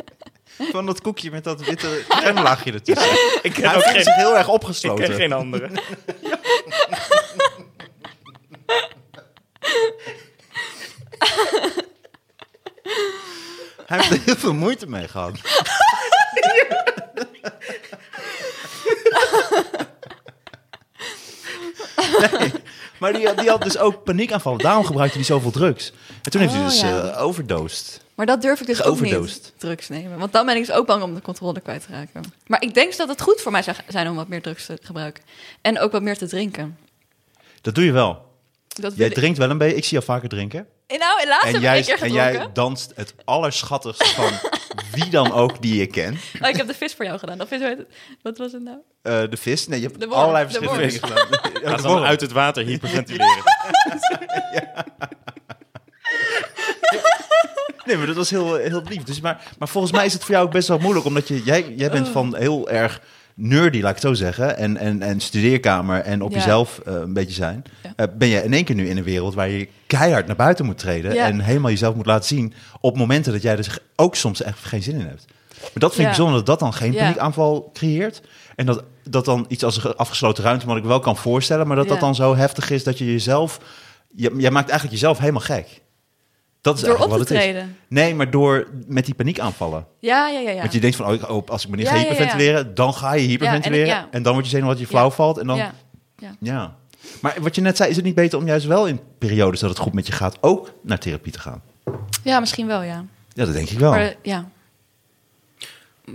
[SPEAKER 2] Van dat koekje met dat witte grenlaagje ertussen.
[SPEAKER 3] Ik ken
[SPEAKER 2] Hij
[SPEAKER 3] ook
[SPEAKER 2] voelde
[SPEAKER 3] geen,
[SPEAKER 2] zich heel erg
[SPEAKER 3] ik
[SPEAKER 2] opgesloten.
[SPEAKER 3] ken geen andere.
[SPEAKER 2] Hij heeft er heel veel moeite mee gehad. *laughs* Nee, Maar die, had- die had dus ook paniekaanvallen. Daarom gebruikte hij zoveel drugs. En toen heeft hij
[SPEAKER 1] Oh,
[SPEAKER 2] dus
[SPEAKER 1] ja.
[SPEAKER 2] eh, overdosed.
[SPEAKER 1] Maar dat durf ik dus ook niet,
[SPEAKER 2] Geoverdosed.
[SPEAKER 1] drugs nemen. Want dan ben ik dus ook bang om de controle kwijt te raken. Maar ik denk dus dat het goed voor mij zou zijn om wat meer drugs te gebruiken. En ook wat meer te drinken.
[SPEAKER 2] Dat doe je wel.
[SPEAKER 1] Dat wil
[SPEAKER 2] Jij
[SPEAKER 1] ik-
[SPEAKER 2] drinkt wel een beetje. Ik zie jou vaker drinken.
[SPEAKER 1] Eh, Nou, helaas heb
[SPEAKER 2] En
[SPEAKER 1] ik
[SPEAKER 2] jij,
[SPEAKER 1] één keer
[SPEAKER 2] en
[SPEAKER 1] gedronken.
[SPEAKER 2] jij danst het allerschattigst
[SPEAKER 1] *laughs*
[SPEAKER 2] van wie dan ook die je kent.
[SPEAKER 1] Oh, ik heb de vis voor jou gedaan. Dat vis, hoe heet het? wat was het nou?
[SPEAKER 2] Eh, de vis. Nee, je hebt
[SPEAKER 1] De worm,
[SPEAKER 2] allerlei
[SPEAKER 1] de
[SPEAKER 2] verschillende dingen
[SPEAKER 3] worm.
[SPEAKER 2] gedaan. Ja,
[SPEAKER 3] Gaat
[SPEAKER 2] de
[SPEAKER 3] dan
[SPEAKER 2] worm.
[SPEAKER 3] uit het water *laughs* hyperventileren.
[SPEAKER 2] Nee, maar dat was heel, heel lief. Dus, maar, maar volgens mij is het voor jou ook best wel moeilijk, omdat je, jij, jij bent
[SPEAKER 1] Oh.
[SPEAKER 2] van heel erg nerdy, laat ik het zo zeggen, en, en, en studeerkamer en op
[SPEAKER 1] Ja.
[SPEAKER 2] jezelf eh, een beetje zijn.
[SPEAKER 1] Ja.
[SPEAKER 2] Eh, ben je in één keer nu in een wereld waar je keihard naar buiten moet treden
[SPEAKER 1] Ja.
[SPEAKER 2] en helemaal jezelf moet laten zien op momenten dat jij er zich ook soms echt geen zin in hebt. Maar dat vind
[SPEAKER 1] Ja.
[SPEAKER 2] ik bijzonder dat dat dan geen
[SPEAKER 1] Ja.
[SPEAKER 2] paniekaanval creëert. En dat, dat dan iets als een ge- afgesloten ruimte, wat ik wel kan voorstellen, maar dat dat
[SPEAKER 1] Ja.
[SPEAKER 2] dan zo heftig is dat je jezelf... Je, jij maakt eigenlijk jezelf helemaal gek. Dat is
[SPEAKER 1] Door op
[SPEAKER 2] eigenlijk
[SPEAKER 1] te
[SPEAKER 2] wat het is.
[SPEAKER 1] treden.
[SPEAKER 2] Nee, maar door met die paniekaanvallen.
[SPEAKER 1] Ja, ja, ja. ja.
[SPEAKER 2] Want je denkt van, oh, ik- oh, als ik me niet
[SPEAKER 1] Ja,
[SPEAKER 2] ga
[SPEAKER 1] ja, ja.
[SPEAKER 2] hyperventileren, dan ga je hyperventileren.
[SPEAKER 1] Ja,
[SPEAKER 2] en,
[SPEAKER 1] en ik- ja.
[SPEAKER 2] dan word je zenuwachtig, je flauw
[SPEAKER 1] Ja.
[SPEAKER 2] valt. En dan,
[SPEAKER 1] Ja.
[SPEAKER 2] ja.
[SPEAKER 1] Ja.
[SPEAKER 2] Maar wat je net zei, is het niet beter om juist wel in periodes dat het goed met je gaat, ook naar therapie te gaan?
[SPEAKER 1] ja, misschien wel, ja.
[SPEAKER 3] Oh.
[SPEAKER 2] Ja, dat denk ik wel.
[SPEAKER 1] Maar, eh, ja.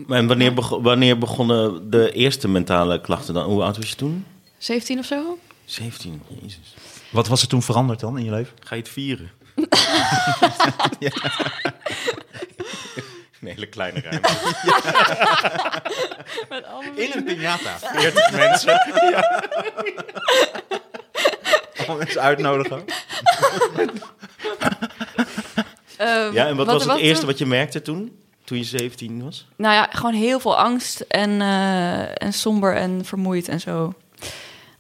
[SPEAKER 3] En wanneer, bego- wanneer begonnen de eerste mentale klachten dan? Hoe oud was je toen?
[SPEAKER 1] 17 of zo?
[SPEAKER 3] 17, jezus.
[SPEAKER 2] Wat was er toen veranderd dan in je leven?
[SPEAKER 3] Ga je het *laughs* vieren? Een hele kleine ruimte.
[SPEAKER 1] Met allemaal
[SPEAKER 2] In een piñata. *laughs*
[SPEAKER 3] 40 mensen.
[SPEAKER 2] Allemaal mensen uitnodigen. *laughs*
[SPEAKER 1] Ehm,
[SPEAKER 3] Ja, en wat, was het eerste
[SPEAKER 1] toen-
[SPEAKER 3] wat je merkte toen? Toen je 17 was?
[SPEAKER 1] Nou ja, gewoon heel veel angst en, eh, en somber en vermoeid en zo.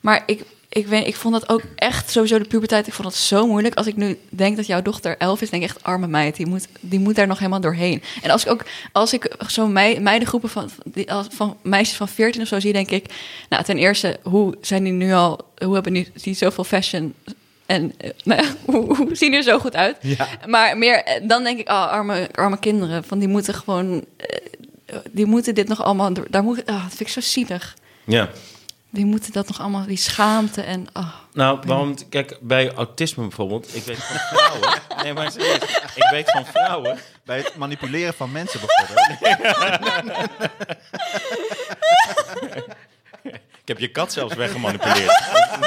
[SPEAKER 1] Maar ik, ik, weet, ik vond dat ook echt, sowieso de puberteit, ik vond dat zo moeilijk. Als ik nu denk dat jouw dochter elf is, denk ik echt, arme meid, die moet, die moet daar nog helemaal doorheen. En als ik ook, als ik zo'n mei, meidengroepen van, die, als, van meisjes van 14 of zo zie, denk ik, nou ten eerste, hoe zijn die nu al, hoe hebben die, die zoveel fashion en eh, *laughs* nou ja, hoe, hoe zien die er zo goed uit?
[SPEAKER 2] Ja.
[SPEAKER 1] Maar meer, eh, dan denk ik, oh, arme, arme kinderen. Van die moeten gewoon. eh, die moeten dit nog allemaal. door- Daar moet, ah, dat vind ik zo zielig.
[SPEAKER 3] Ja.
[SPEAKER 1] Die moeten dat nog allemaal. Die schaamte en. ah.
[SPEAKER 3] Nou, waarom... Kijk, bij autisme bijvoorbeeld. Ik weet van *laughs* vrouwen... Nee, maar serieus. Ik weet van vrouwen...
[SPEAKER 2] Bij het manipuleren van mensen bijvoorbeeld.
[SPEAKER 3] Ik heb je kat zelfs weggemanipuleerd. *laughs*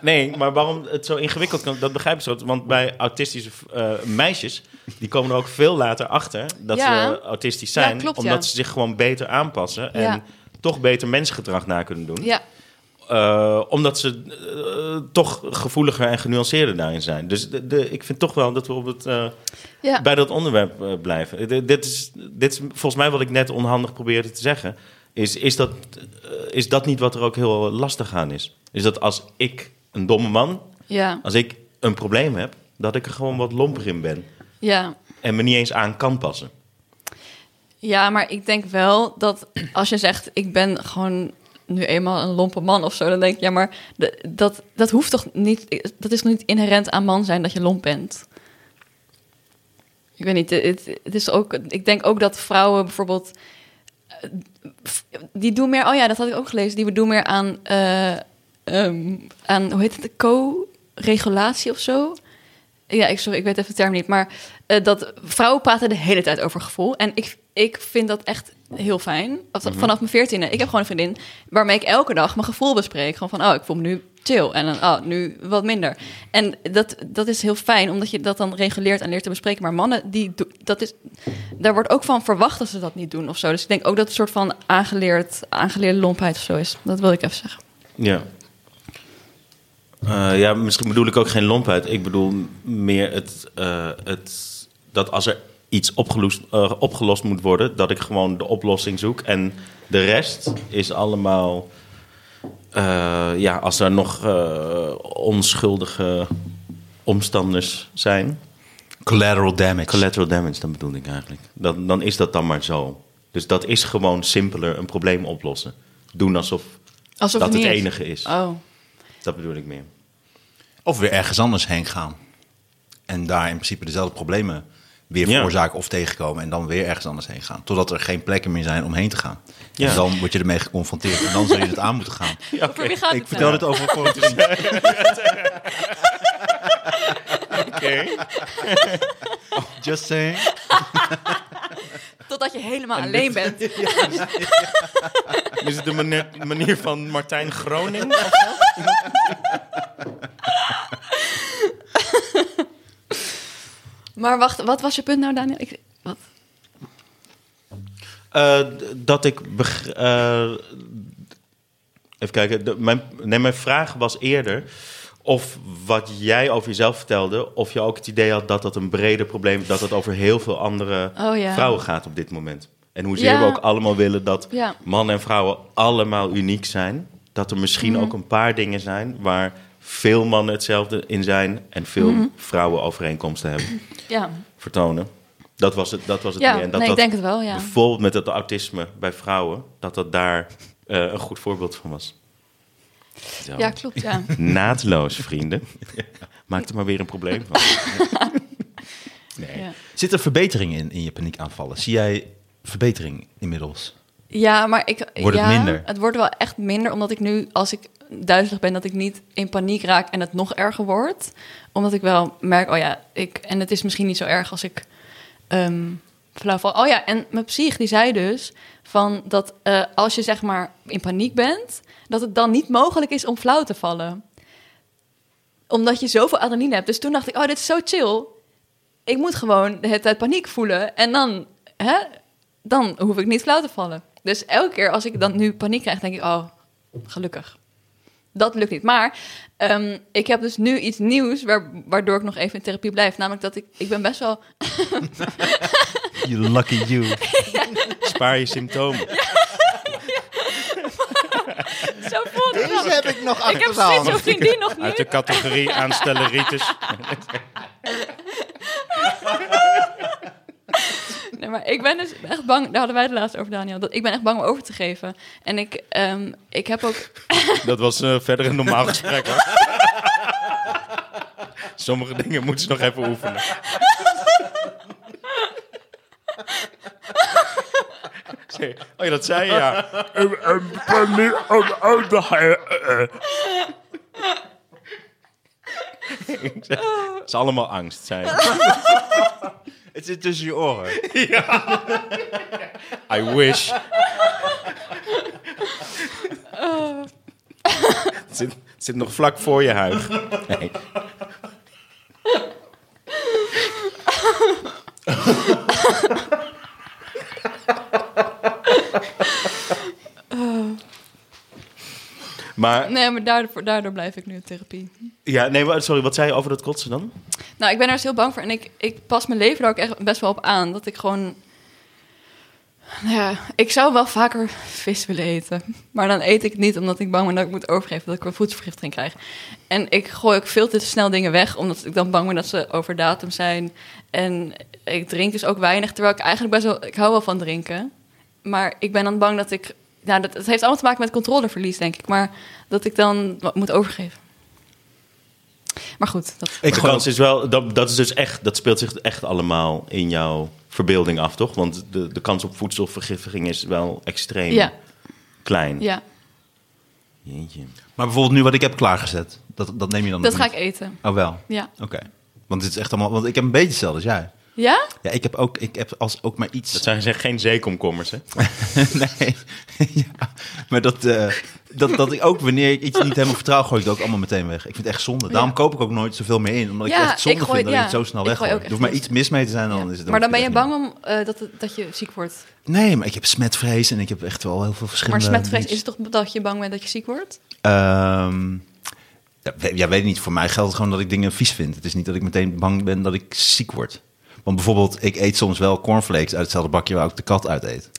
[SPEAKER 3] Nee, maar waarom het zo ingewikkeld kan, dat begrijp ik zo. Want bij autistische eh, meisjes, die komen er ook veel later achter dat
[SPEAKER 1] Ja.
[SPEAKER 3] ze autistisch zijn.
[SPEAKER 1] Ja, klopt,
[SPEAKER 3] omdat
[SPEAKER 1] ja.
[SPEAKER 3] ze zich gewoon beter aanpassen en
[SPEAKER 1] Ja.
[SPEAKER 3] toch beter mensgedrag na kunnen doen.
[SPEAKER 1] Ja,
[SPEAKER 3] Eh, omdat ze eh, toch gevoeliger en genuanceerder daarin zijn. Dus de, de- ik vind toch wel dat we op het, eh,
[SPEAKER 1] ja.
[SPEAKER 3] bij dat onderwerp eh, blijven. D- dit, is, dit is volgens mij wat ik net onhandig probeerde te zeggen. Is, is, dat, eh, is dat niet wat er ook heel lastig aan is? Is dat als ik een domme man,
[SPEAKER 1] ja,
[SPEAKER 3] als ik een probleem heb, dat ik er gewoon wat lomper in ben.
[SPEAKER 1] ja.
[SPEAKER 3] En me niet eens aan kan passen.
[SPEAKER 1] Ja, maar ik denk wel dat als je zegt, ik ben gewoon nu eenmaal een lompe man of zo, dan denk ik, ja, maar de- dat, dat hoeft toch niet, dat is nog niet inherent aan man zijn dat je lomp bent. Ik weet niet, het, het is ook, ik denk ook dat vrouwen bijvoorbeeld, eh, die doen meer, oh ja, dat had ik ook gelezen, die doen meer aan, eh, ehm, aan hoe heet het, co-regulatie of zo. Ja, ik, sorry, ik weet even de term niet. Maar eh, dat vrouwen praten de hele tijd over gevoel. En ik, ik vind dat echt heel fijn. Of- Vanaf mijn veertiende. Ik heb gewoon een vriendin waarmee ik elke dag mijn gevoel bespreek. Gewoon van, oh, ik voel me nu chill. En dan, oh, nu wat minder. En dat, dat is heel fijn, omdat je dat dan reguleert en leert te bespreken. Maar mannen, die, do- dat is, daar wordt ook van verwacht dat ze dat niet doen of zo. Dus ik denk ook dat het een soort van aangeleerd, aangeleerde lompheid of zo is. Dat wil ik even zeggen.
[SPEAKER 3] Ja. Eh, ja, misschien bedoel ik ook geen lompheid. Ik bedoel m- meer het, eh, het, dat als er iets opgelost, eh, opgelost moet worden, dat ik gewoon de oplossing zoek. En de rest is allemaal. eh, ja, als er nog eh, onschuldige omstanders zijn.
[SPEAKER 2] Collateral damage.
[SPEAKER 3] Collateral damage, dan bedoel ik eigenlijk. Dan, dan is dat dan maar zo. Dus dat is gewoon simpeler een probleem oplossen. Doen alsof
[SPEAKER 1] Alsof
[SPEAKER 3] dat
[SPEAKER 1] het
[SPEAKER 3] het
[SPEAKER 1] niet is.
[SPEAKER 3] enige is.
[SPEAKER 1] Oh,
[SPEAKER 3] Dat bedoel ik meer.
[SPEAKER 2] Of weer ergens anders heen gaan. En daar in principe dezelfde problemen weer
[SPEAKER 3] Ja.
[SPEAKER 2] veroorzaken of tegenkomen en dan weer ergens anders heen gaan. Totdat er geen plekken meer zijn om heen te gaan.
[SPEAKER 3] Ja.
[SPEAKER 2] En dan word je ermee geconfronteerd en dan zul je het aan moeten
[SPEAKER 1] *laughs*
[SPEAKER 2] gaan.
[SPEAKER 3] *laughs* Ja,
[SPEAKER 1] Voor
[SPEAKER 3] oké.
[SPEAKER 1] wie gaat
[SPEAKER 2] Ik
[SPEAKER 1] het
[SPEAKER 2] vertel
[SPEAKER 1] nou?
[SPEAKER 2] dit over voor een
[SPEAKER 1] *laughs*
[SPEAKER 2] vriend.
[SPEAKER 3] Oké.
[SPEAKER 2] *laughs* Just saying.
[SPEAKER 1] Totdat je helemaal alleen bent.
[SPEAKER 3] Is het de manier, manier van Martijn Groning?
[SPEAKER 1] Maar wacht, wat was je punt nou, Daniel? Ik, wat?
[SPEAKER 3] Eh, d- dat ik. beg- eh, even kijken. De- mijn, nee, mijn vraag was eerder. Of wat jij over jezelf vertelde, of je ook het idee had dat dat een breder probleem is, dat het over heel veel andere
[SPEAKER 1] Oh ja.
[SPEAKER 3] vrouwen gaat op dit moment. En hoezeer
[SPEAKER 1] Ja.
[SPEAKER 3] we ook allemaal willen dat
[SPEAKER 1] Ja.
[SPEAKER 3] mannen en vrouwen allemaal uniek zijn. Dat er misschien
[SPEAKER 1] Mhm.
[SPEAKER 3] ook een paar dingen zijn waar veel mannen hetzelfde in zijn en veel
[SPEAKER 1] Mhm.
[SPEAKER 3] vrouwen overeenkomsten hebben
[SPEAKER 1] Ja,
[SPEAKER 3] vertonen. Dat was het. Dat was het
[SPEAKER 1] ja
[SPEAKER 3] idee. En dat
[SPEAKER 1] nee, ik
[SPEAKER 3] dat-
[SPEAKER 1] denk het wel, ja.
[SPEAKER 3] Bijvoorbeeld met het autisme bij vrouwen, dat dat daar eh, een goed voorbeeld van was. Zo.
[SPEAKER 1] Ja, klopt, ja.
[SPEAKER 3] *laughs* Naadloos, vrienden. *laughs* Maak er maar weer een probleem van.
[SPEAKER 2] Nee.
[SPEAKER 1] Ja.
[SPEAKER 2] Zit er verbetering in, in je paniekaanvallen? Zie jij verbetering inmiddels?
[SPEAKER 1] Ja, maar ik...
[SPEAKER 2] Wordt het
[SPEAKER 1] ja,
[SPEAKER 2] minder?
[SPEAKER 1] Het wordt wel echt minder, omdat ik nu, als ik duizelig ben, dat ik niet in paniek raak en het nog erger wordt. Omdat ik wel merk, oh ja, ik... En het is misschien niet zo erg als ik ehm flauw val. Oh ja, en mijn psych, die zei dus van dat eh, als je zeg maar in paniek bent, dat het dan niet mogelijk is om flauw te vallen. Omdat je zoveel adrenaline hebt. Dus toen dacht ik, oh, dit is zo chill. Ik moet gewoon de hele tijd paniek voelen. En dan, hè, dan hoef ik niet flauw te vallen. Dus elke keer als ik dan nu paniek krijg, denk ik, oh, gelukkig. Dat lukt niet. Maar ehm, ik heb dus nu iets nieuws waar- waardoor ik nog even in therapie blijf. Namelijk dat ik, ik ben best wel *laughs*
[SPEAKER 2] You lucky you.
[SPEAKER 3] Spaar je symptomen.
[SPEAKER 1] zo voelt het wel.
[SPEAKER 2] heb ik nog
[SPEAKER 1] Ik heb steeds zo'n vriendin nog
[SPEAKER 3] Uit
[SPEAKER 1] niet.
[SPEAKER 3] de categorie aanstelleritis.
[SPEAKER 1] Nee, maar ik ben dus echt bang. Daar hadden wij het laatst over, Daniel. Dat ik ben echt bang om over te geven. En ik, ehm, ik heb ook.
[SPEAKER 3] Dat was eh, verder een normaal gesprek. Hoor. Sommige dingen moeten ze nog even oefenen. Oh ja, dat zei je, ja. Het is allemaal angst, zei *laughs* je.
[SPEAKER 2] Het zit tussen je
[SPEAKER 3] *laughs*
[SPEAKER 2] oren.
[SPEAKER 3] I wish. Het zit, het zit nog vlak voor je huig. Nee. Maar,
[SPEAKER 1] Nee, maar daardoor, daardoor blijf ik nu in therapie.
[SPEAKER 3] ja, nee, maar- sorry, wat zei je over dat kotsen dan?
[SPEAKER 1] Nou, ik ben daar dus heel bang voor. En ik, ik pas mijn leven daar ook echt best wel op aan. Dat ik gewoon. Nou ja, ik zou wel vaker vis willen eten. Maar dan eet ik het niet omdat ik bang ben dat ik moet overgeven. Dat ik een voedselvergiftiging krijg. En ik gooi ook veel te snel dingen weg. Omdat ik dan bang ben dat ze over datum zijn. En ik drink dus ook weinig. Terwijl ik eigenlijk best wel... Ik hou wel van drinken. Maar ik ben dan bang dat ik... Nou, dat, het heeft allemaal te maken met controleverlies, denk ik. Maar dat ik dan wat moet overgeven. Maar goed, dat...
[SPEAKER 2] Ik
[SPEAKER 3] de
[SPEAKER 2] gewoon,
[SPEAKER 3] kans is wel, dat, dat is dus echt, dat speelt zich echt allemaal in jouw verbeelding af, toch? Want de, de kans op voedselvergiftiging is wel extreem
[SPEAKER 1] Ja,
[SPEAKER 3] klein.
[SPEAKER 1] ja.
[SPEAKER 3] Jeetje.
[SPEAKER 2] maar bijvoorbeeld nu wat ik heb klaargezet, dat, dat neem je dan
[SPEAKER 1] Dat
[SPEAKER 2] nog
[SPEAKER 1] ga ik
[SPEAKER 2] niet?
[SPEAKER 1] eten.
[SPEAKER 2] Oh wel?
[SPEAKER 1] Ja.
[SPEAKER 2] Oké. Want dit is echt allemaal... Want ik heb een beetje hetzelfde als jij.
[SPEAKER 1] Ja?
[SPEAKER 2] Ja, ik heb ook... Ik heb als ook maar iets...
[SPEAKER 3] Dat zijn zeg, geen zeekomkommers, hè?
[SPEAKER 2] *laughs* nee. *laughs* ja. Maar dat, eh, dat, dat ik ook wanneer ik iets niet helemaal vertrouw, gooi ik het ook allemaal meteen weg. Ik vind het echt zonde. Daarom koop ik ook nooit zoveel meer in. Omdat
[SPEAKER 1] Ja,
[SPEAKER 2] ik echt zonde
[SPEAKER 1] ik gooi-
[SPEAKER 2] vind dat
[SPEAKER 1] ja.
[SPEAKER 2] ik het zo snel
[SPEAKER 1] Ik gooi
[SPEAKER 2] weggooit.
[SPEAKER 1] ook
[SPEAKER 2] Er
[SPEAKER 1] echt
[SPEAKER 2] hoeft maar
[SPEAKER 1] niks.
[SPEAKER 2] iets mis mee te zijn, dan is het
[SPEAKER 1] maar dan ben je
[SPEAKER 2] echt
[SPEAKER 1] bang
[SPEAKER 2] niet.
[SPEAKER 1] om eh, dat, het- dat je ziek wordt.
[SPEAKER 2] Nee, maar ik heb smetvrees en ik heb echt wel heel veel
[SPEAKER 1] maar
[SPEAKER 2] verschillende...
[SPEAKER 1] smetvrees
[SPEAKER 2] dingen.
[SPEAKER 1] is toch dat je bang bent dat je ziek wordt?
[SPEAKER 2] Ehm, ja, we- ja, weet ik niet. Voor mij geldt het gewoon dat ik dingen vies vind. Het is niet dat ik meteen bang ben dat ik ziek word. Want bijvoorbeeld, ik eet soms wel cornflakes uit hetzelfde bakje waar ik de kat uit eet.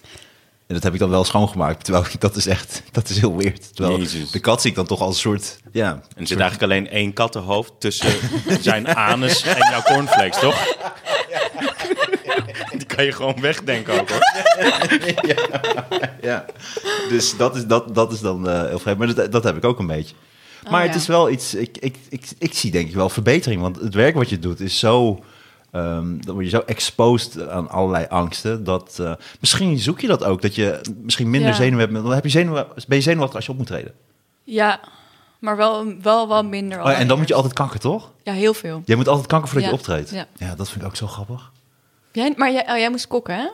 [SPEAKER 2] En dat heb ik dan wel schoongemaakt. *laughs* Terwijl ik- dat is echt, dat is heel weird. Terwijl
[SPEAKER 3] Jezus.
[SPEAKER 2] de kat zie ik dan toch als een soort, ja.
[SPEAKER 3] En er zit eigenlijk alleen één kattenhoofd tussen zijn anus en jouw cornflakes, toch? Die kan je gewoon wegdenken ook, hoor.
[SPEAKER 2] ja. Dus dat is, dat, dat is dan eh, heel vreemd. Maar dat, dat heb ik ook een beetje. Maar
[SPEAKER 1] Oh, ja.
[SPEAKER 2] het is wel iets, ik, ik, ik, ik zie denk ik wel verbetering. Want het werk wat je doet is zo eh, ehm, dan word je zo exposed aan allerlei angsten. Dat, eh, misschien zoek je dat ook. Dat je misschien minder
[SPEAKER 1] Ja.
[SPEAKER 2] zenuwen hebt. maar Dan heb je zenuwen, ben je zenuwachtig als je op moet treden.
[SPEAKER 1] Ja, maar wel, wel wat minder.
[SPEAKER 2] Oh, ja, en dan
[SPEAKER 1] allereerst.
[SPEAKER 2] moet je altijd kanker, toch?
[SPEAKER 1] Ja, heel veel.
[SPEAKER 2] Jij moet altijd kanker voordat
[SPEAKER 1] Ja.
[SPEAKER 2] je optreedt.
[SPEAKER 1] Ja.
[SPEAKER 2] dat vind ik ook zo grappig.
[SPEAKER 1] Jij, maar jij, oh, jij moest kokken, hè?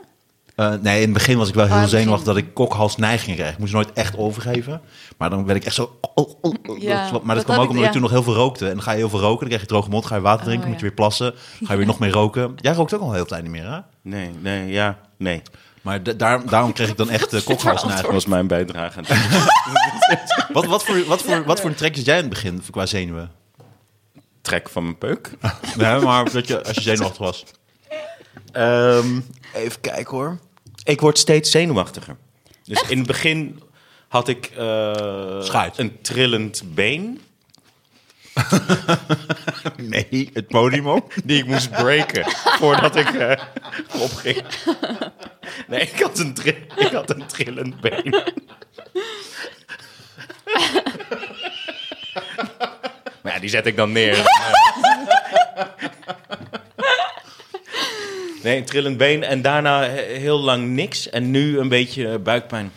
[SPEAKER 2] Eh, nee, in het begin was ik wel
[SPEAKER 1] Ah, in
[SPEAKER 2] heel
[SPEAKER 1] het begin.
[SPEAKER 2] zenuwachtig dat ik kokhalsneiging kreeg. Ik moest nooit echt overgeven. Maar dan werd ik echt zo... oh, oh, oh, dat
[SPEAKER 1] Ja,
[SPEAKER 2] klap.
[SPEAKER 1] dat
[SPEAKER 2] maar
[SPEAKER 1] heb
[SPEAKER 2] dat, kwam ook
[SPEAKER 1] ik-
[SPEAKER 2] omdat
[SPEAKER 1] ja.
[SPEAKER 2] ik toen nog heel veel rookte. En dan ga je heel veel roken, dan krijg je droge mond, ga je water drinken,
[SPEAKER 1] Oh,
[SPEAKER 2] moet je
[SPEAKER 1] ja.
[SPEAKER 2] weer plassen. Ga je weer nog meer roken. Jij rookt ook al een heel klein niet meer, hè?
[SPEAKER 3] Nee, nee, ja, nee.
[SPEAKER 2] Maar da- daar- daarom kreeg ik dan
[SPEAKER 1] *laughs*
[SPEAKER 2] echt uh,
[SPEAKER 3] Dat
[SPEAKER 2] kokhalsneiging.
[SPEAKER 3] was mijn bijdrage.
[SPEAKER 2] Wat, wat, voor, wat, voor, wat voor een trek zit jij in het begin qua zenuwen?
[SPEAKER 3] Trek van mijn peuk.
[SPEAKER 2] Nee, maar dat je, als je zenuwachtig
[SPEAKER 1] *laughs*
[SPEAKER 2] was.
[SPEAKER 3] Ehm, even kijken hoor. Ik word steeds zenuwachtiger. Dus in het begin had ik eh,
[SPEAKER 2] Schuit.
[SPEAKER 3] een trillend been
[SPEAKER 2] Nee, het podium op.
[SPEAKER 3] die ik moest breken voordat ik eh opging. Nee, ik had een, tri- ik had een trillend been. Maar ja, die zet ik dan neer. Nee, een trillend been en daarna he- heel lang niks. En nu een beetje eh, buikpijn.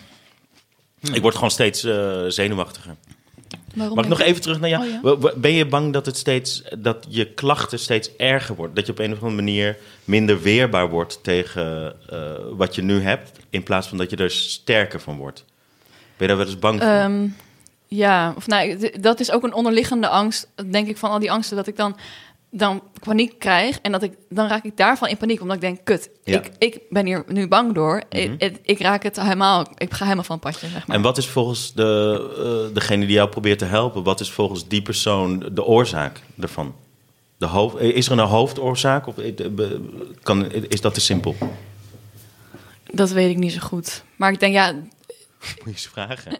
[SPEAKER 3] Ik word gewoon steeds eh, zenuwachtiger.
[SPEAKER 1] Waarom
[SPEAKER 3] Mag ik
[SPEAKER 1] denk
[SPEAKER 3] nog
[SPEAKER 1] je-
[SPEAKER 3] even terug naar jou?
[SPEAKER 1] Oh, ja.
[SPEAKER 3] Wa- wa- Ben je bang dat, het steeds, dat je klachten steeds erger worden? Dat je op een of andere manier minder weerbaar wordt tegen eh, wat je nu hebt, in plaats van dat je er sterker van wordt? Ben je daar wel eens bang voor?
[SPEAKER 1] Ehm, ja, of nou, d- dat is ook een onderliggende angst, denk ik, van al die angsten, dat ik dan, dan paniek krijg en dat ik, dan raak ik daarvan in paniek, omdat ik denk, kut,
[SPEAKER 2] Ja. Mhm.
[SPEAKER 1] ik, ik ben hier nu bang door, ik, ik, ik raak het helemaal, ik ga helemaal van het padje, zeg maar.
[SPEAKER 3] En wat is volgens de, eh, degene die jou probeert te helpen, wat is volgens die persoon de oorzaak daarvan? De hoofd, eh, is er een hoofdoorzaak of eh, be- kan, is dat te simpel?
[SPEAKER 1] Dat weet ik niet zo goed. Maar ik denk, ja,
[SPEAKER 3] Moet je eens vragen.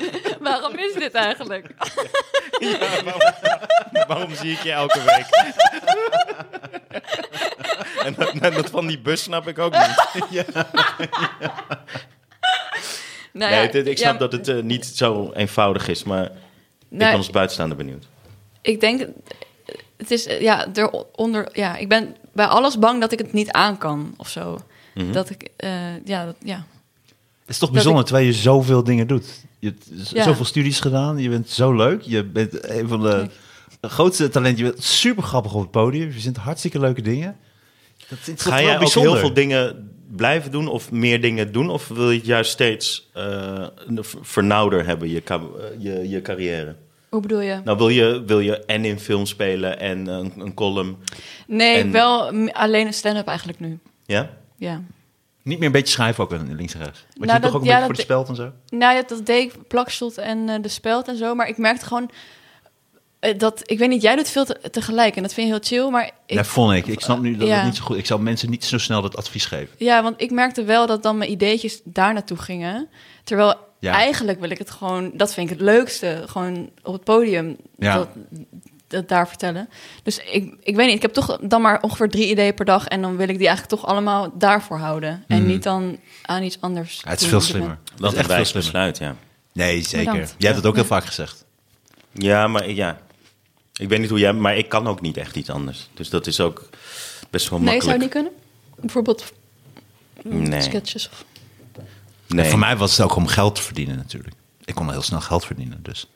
[SPEAKER 1] *laughs* waarom is dit eigenlijk?
[SPEAKER 3] Waarom zie ik je elke week? en dat, en dat van die bus snap ik ook niet.
[SPEAKER 1] *laughs* Nou,
[SPEAKER 3] Nee,
[SPEAKER 1] ja,
[SPEAKER 3] dit- ik snap
[SPEAKER 1] ja,
[SPEAKER 3] dat het eh, niet zo eenvoudig is, maar ik
[SPEAKER 1] nou,
[SPEAKER 3] ben als buitenstaander benieuwd.
[SPEAKER 1] Ik denk, het is, eh, ja, eronder, ja, ik ben bij alles bang dat ik het niet aan kan of zo.
[SPEAKER 3] Mhm.
[SPEAKER 1] Dat ik, eh, ja, dat, ja.
[SPEAKER 2] Het is toch bijzonder, terwijl je zoveel dingen doet. Je hebt z-
[SPEAKER 1] Ja.
[SPEAKER 2] zoveel studies gedaan, je bent zo leuk. Je bent een van de grootste talenten. Je bent super grappig op het podium. Je verzint hartstikke leuke dingen. Dat is toch
[SPEAKER 3] Ga
[SPEAKER 2] wel
[SPEAKER 3] jij ook
[SPEAKER 2] bijzonder.
[SPEAKER 3] heel veel dingen blijven doen of meer dingen doen? Of wil je het juist steeds eh, een ver- vernauwder hebben, je, ca- eh, je, je carrière?
[SPEAKER 1] Hoe bedoel je?
[SPEAKER 3] Nou, wil je, wil je en in film spelen en eh, een, een column?
[SPEAKER 1] Nee,
[SPEAKER 3] En-
[SPEAKER 1] wel m- alleen een stand-up eigenlijk nu.
[SPEAKER 3] Ja?
[SPEAKER 1] Ja.
[SPEAKER 2] Niet meer een beetje schrijven ook in links en rechts. Want
[SPEAKER 1] Nou,
[SPEAKER 2] je doet toch
[SPEAKER 1] dat-
[SPEAKER 2] ook een
[SPEAKER 1] ja,
[SPEAKER 2] beetje voor de
[SPEAKER 1] dat-
[SPEAKER 2] speld en zo?
[SPEAKER 1] Nou ja, dat deed ik plakshot en eh, de speld en zo. Maar ik merkte gewoon eh, dat, ik weet niet, jij doet veel te- tegelijk. En dat vind je heel chill, maar ik,
[SPEAKER 2] Dat vond ik. Ik snap nu dat
[SPEAKER 1] Ja.
[SPEAKER 2] het niet zo goed Ik zou mensen niet zo snel dat advies geven.
[SPEAKER 1] Ja, want ik merkte wel dat dan mijn ideetjes daar naartoe gingen. Terwijl
[SPEAKER 2] Ja.
[SPEAKER 1] eigenlijk wil ik het gewoon, dat vind ik het leukste, gewoon op het podium
[SPEAKER 2] Ja.
[SPEAKER 1] dat, dat daar vertellen. Dus ik, ik weet niet, ik heb toch dan maar ongeveer drie ideeën per dag en dan wil ik die eigenlijk toch allemaal daarvoor houden. En niet dan aan iets anders.
[SPEAKER 2] Mhm. Ja, het is
[SPEAKER 1] doen.
[SPEAKER 2] veel slimmer. Dat
[SPEAKER 3] Wat
[SPEAKER 2] is
[SPEAKER 3] een
[SPEAKER 2] echt veel
[SPEAKER 3] wijs
[SPEAKER 2] slimmer.
[SPEAKER 3] besluit, ja.
[SPEAKER 2] Nee, zeker.
[SPEAKER 1] Bedankt.
[SPEAKER 2] Jij hebt het ook heel vaak gezegd.
[SPEAKER 3] Ja, maar ik- ja. Ik weet niet hoe jij, maar ik kan ook niet echt iets anders. Dus dat is ook best wel
[SPEAKER 1] Nee, zou
[SPEAKER 3] makkelijk.
[SPEAKER 1] het niet kunnen? Bijvoorbeeld
[SPEAKER 3] Nee.
[SPEAKER 1] sketches of...
[SPEAKER 3] Nee.
[SPEAKER 2] Voor mij was het ook om geld te verdienen natuurlijk. Ik kon heel snel geld verdienen, dus...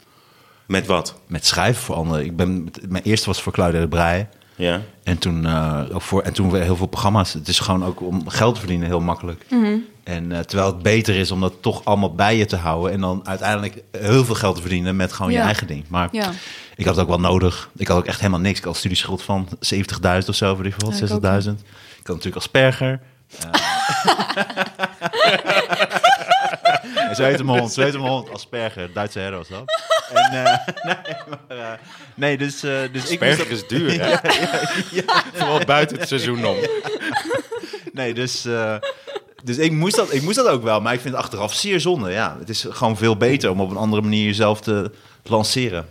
[SPEAKER 3] Met wat?
[SPEAKER 2] met schrijven voor anderen. Ik ben, met- mijn eerste was voor Claudia de Breij.
[SPEAKER 3] Ja.
[SPEAKER 2] En toen, eh, ook voor, en toen weer heel veel programma's. Het is gewoon ook om geld te verdienen heel makkelijk.
[SPEAKER 1] Mhm.
[SPEAKER 2] En eh, terwijl het beter is om dat toch allemaal bij je te houden. En dan uiteindelijk heel veel geld te verdienen met gewoon je
[SPEAKER 1] Ja.
[SPEAKER 2] eigen ding. Maar
[SPEAKER 1] Ja.
[SPEAKER 2] ik had het ook wel nodig. Ik had ook echt helemaal niks. Ik had studieschuld van 70.000 of zo, weet ik veel,
[SPEAKER 1] Ja, ik
[SPEAKER 2] 60.000.
[SPEAKER 1] ook.
[SPEAKER 2] Ik had natuurlijk Asperger. *laughs* Eh, Zo heet hem hond, zo heet hem hond. Asperger, Duitse hero was dat. En, eh, *laughs* nee, maar, eh, nee, dus, eh, dus ik moest dat-
[SPEAKER 3] is duur, hè? Vooral buiten het seizoen om.
[SPEAKER 2] Nee, dus, eh, dus ik, moest dat, ik moest dat ook wel. Maar ik vind het achteraf zeer zonde. Ja, het is gewoon veel beter om op een andere manier jezelf te lanceren.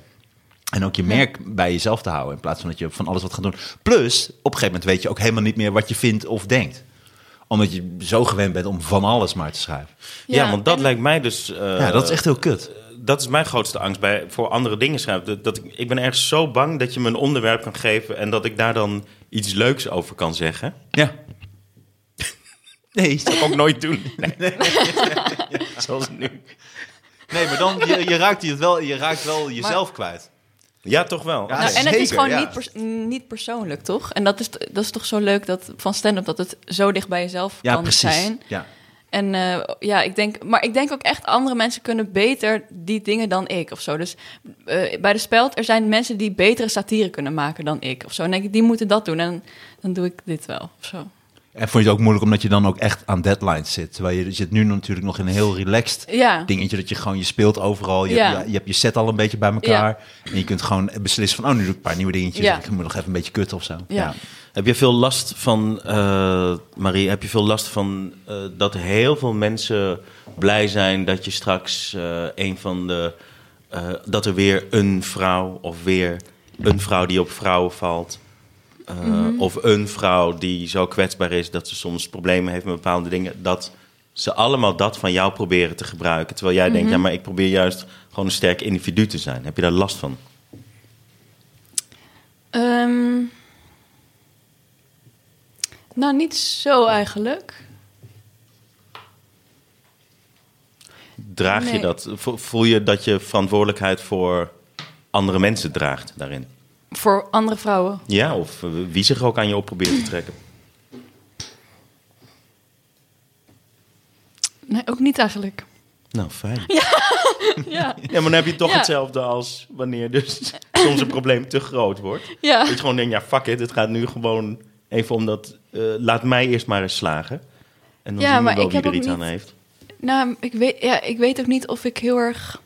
[SPEAKER 2] En ook je merk bij jezelf te houden. In plaats van dat je van alles wat gaat doen. Plus, op een gegeven moment weet je ook helemaal niet meer wat je vindt of denkt. Omdat je zo gewend bent om van alles maar te schrijven.
[SPEAKER 3] Ja, want dat
[SPEAKER 1] en-
[SPEAKER 3] lijkt mij dus... eh,
[SPEAKER 2] ja, dat is echt heel kut.
[SPEAKER 3] dat is mijn grootste angst bij, voor andere dingen schrijven. Dat, dat ik, ik ben ergens zo bang dat je me een onderwerp kan geven... en dat ik daar dan iets leuks over kan zeggen.
[SPEAKER 2] Ja. Nee,
[SPEAKER 3] Dat kan ik ook nooit doen. Nee. *laughs* Zoals nu.
[SPEAKER 2] nee maar dan, je, je raakt het wel, je raakt wel jezelf kwijt.
[SPEAKER 3] Ja, toch wel.
[SPEAKER 2] Ja,
[SPEAKER 1] nou, en het is
[SPEAKER 2] zeker,
[SPEAKER 1] gewoon
[SPEAKER 2] ja.
[SPEAKER 1] niet, pers- niet persoonlijk, toch? En dat is, t- dat is toch zo leuk dat, van stand-up dat het zo dicht bij jezelf
[SPEAKER 2] Ja,
[SPEAKER 1] kan
[SPEAKER 2] precies.
[SPEAKER 1] zijn.
[SPEAKER 2] Ja.
[SPEAKER 1] En eh, ja, ik denk, maar ik denk ook echt, andere mensen kunnen beter die dingen dan ik of zo. Dus eh, bij de speld, er zijn mensen die betere satire kunnen maken dan ik of zo. En dan denk ik, die moeten dat doen en dan doe ik dit wel of zo.
[SPEAKER 2] En vond je het ook moeilijk omdat je dan ook echt aan deadlines zit? Terwijl je zit nu natuurlijk nog in een heel relaxed
[SPEAKER 1] Ja,
[SPEAKER 2] dingetje dat je gewoon, je speelt overal, je,
[SPEAKER 1] Ja.
[SPEAKER 2] hebt, je, je hebt je set al een beetje bij elkaar. En je kunt gewoon beslissen van, oh, nu doe ik een paar nieuwe dingetjes.
[SPEAKER 1] Ja.
[SPEAKER 2] Ik moet nog even een beetje kutten of zo.
[SPEAKER 1] ja.
[SPEAKER 3] Heb je veel last van, eh, Marie, heb je veel last van eh, dat heel veel mensen blij zijn dat je straks eh, een van de. eh, dat er weer een vrouw of weer een vrouw die op vrouwen valt. eh, Of een vrouw die zo kwetsbaar is dat ze soms problemen heeft met bepaalde dingen. Dat ze allemaal dat van jou proberen te gebruiken. Terwijl jij denkt, ja, maar ik probeer juist gewoon een sterk individu te zijn. Heb je daar last van?
[SPEAKER 1] Ehm, nou, niet zo eigenlijk.
[SPEAKER 3] Draag je
[SPEAKER 1] Nee.
[SPEAKER 3] dat? Vo- Voel je dat je verantwoordelijkheid voor andere mensen draagt daarin?
[SPEAKER 1] Voor andere vrouwen.
[SPEAKER 3] Ja, of eh, wie zich ook aan je
[SPEAKER 1] *clears throat*
[SPEAKER 3] op probeert te trekken?
[SPEAKER 1] Nee, ook niet eigenlijk.
[SPEAKER 3] Nou, fijn.
[SPEAKER 1] Ja,
[SPEAKER 3] Ja, maar dan heb je toch
[SPEAKER 1] Ja.
[SPEAKER 3] hetzelfde als
[SPEAKER 1] *clears throat*
[SPEAKER 3] wanneer dus soms een probleem te groot wordt.
[SPEAKER 1] ja.
[SPEAKER 3] Dat je gewoon denkt, ja, fuck it, het gaat nu gewoon even om dat... eh, laat mij eerst maar eens slagen. En dan
[SPEAKER 1] Ja,
[SPEAKER 3] zien we
[SPEAKER 1] maar
[SPEAKER 3] wel
[SPEAKER 1] ik
[SPEAKER 3] wie
[SPEAKER 1] heb
[SPEAKER 3] er
[SPEAKER 1] ook
[SPEAKER 3] iets
[SPEAKER 1] niet-
[SPEAKER 3] aan heeft.
[SPEAKER 1] Nou, ik weet, ja, ik weet ook niet of ik heel erg.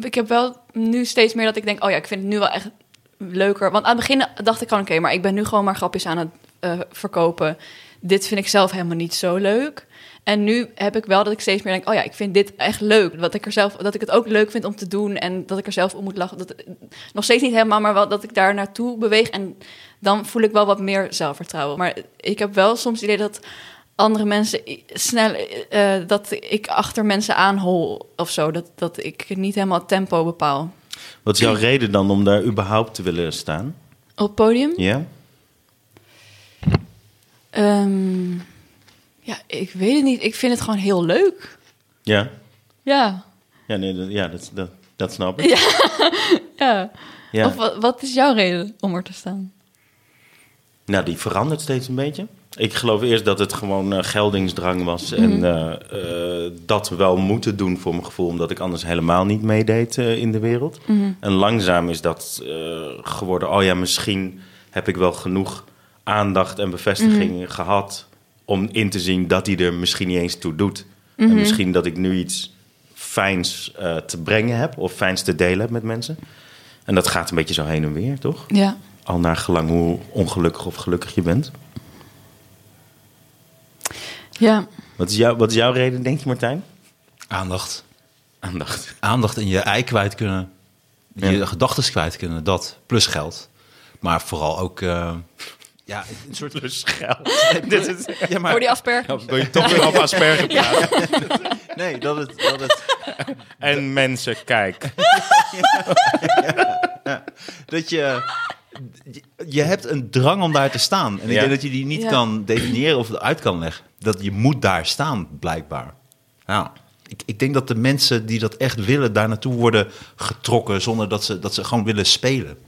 [SPEAKER 1] Ik heb wel nu steeds meer dat ik denk: oh ja, ik vind het nu wel echt leuker. Want aan het begin dacht ik gewoon: oké, maar ik ben nu gewoon maar grapjes aan het eh, verkopen. Dit vind ik zelf helemaal niet zo leuk. En nu heb ik wel dat ik steeds meer denk: oh ja, ik vind dit echt leuk. Dat ik, er zelf, dat ik het ook leuk vind om te doen en dat ik er zelf om moet lachen. Dat, eh, nog steeds niet helemaal, maar wel dat ik daar naartoe beweeg. En dan voel ik wel wat meer zelfvertrouwen. Maar ik heb wel soms het idee dat andere mensen i- snel eh, eh, dat ik achter mensen aanhol of zo. Dat, dat ik niet helemaal het tempo bepaal. *clears throat*
[SPEAKER 3] Wat is jouw reden dan om daar überhaupt te willen staan?
[SPEAKER 1] Op het podium?
[SPEAKER 3] Ja?
[SPEAKER 1] Ehm, ja, ik weet het niet. Ik vind het gewoon heel leuk.
[SPEAKER 3] Ja?
[SPEAKER 1] Ja.
[SPEAKER 3] Ja, nee, dat, ja, dat, dat, dat snap ik.
[SPEAKER 1] Ja. ja.
[SPEAKER 3] Ja.
[SPEAKER 1] Of wat, wat is jouw reden om er te staan?
[SPEAKER 3] Nou, die verandert steeds een beetje. Ik geloof eerst dat het gewoon eh, geldingsdrang was. En eh, eh, dat wel moeten doen voor mijn gevoel. Omdat ik anders helemaal niet meedeed eh, in de wereld. En langzaam is dat eh, geworden. Oh ja, misschien heb ik wel genoeg aandacht en bevestiging gehad. Om in te zien dat hij er misschien niet eens toe doet. En misschien dat ik nu iets fijns eh, te brengen heb. Of fijns te delen heb met mensen. En dat gaat een beetje zo heen en weer, toch?
[SPEAKER 1] Ja.
[SPEAKER 3] Al naar gelang hoe ongelukkig of gelukkig je bent.
[SPEAKER 1] Ja.
[SPEAKER 3] Wat is, jou, wat is jouw reden, denk je, Martijn?
[SPEAKER 2] Aandacht.
[SPEAKER 3] Aandacht. *laughs*
[SPEAKER 2] aandacht in je ei kwijt kunnen. Je
[SPEAKER 3] Ja.
[SPEAKER 2] gedachten kwijt kunnen, dat. Plus geld. Maar vooral ook... eh, ja, een soort...
[SPEAKER 1] *laughs*
[SPEAKER 3] Plus dus geld. Dit is,
[SPEAKER 2] Ja, maar,
[SPEAKER 1] Voor die asperger.
[SPEAKER 3] wil je toch weer op asperge praten?
[SPEAKER 2] nee, dat het, dat het...
[SPEAKER 3] En mensen, kijk.
[SPEAKER 2] Dat je... Je hebt een drang om daar te staan. En ik
[SPEAKER 3] Ja.
[SPEAKER 2] denk dat je die niet
[SPEAKER 1] Ja.
[SPEAKER 2] kan definiëren of uit kan leggen. Dat je moet daar staan, blijkbaar. Nou, ik, ik denk dat de mensen die dat echt willen... daar naartoe worden getrokken... zonder dat ze, dat ze gewoon willen spelen.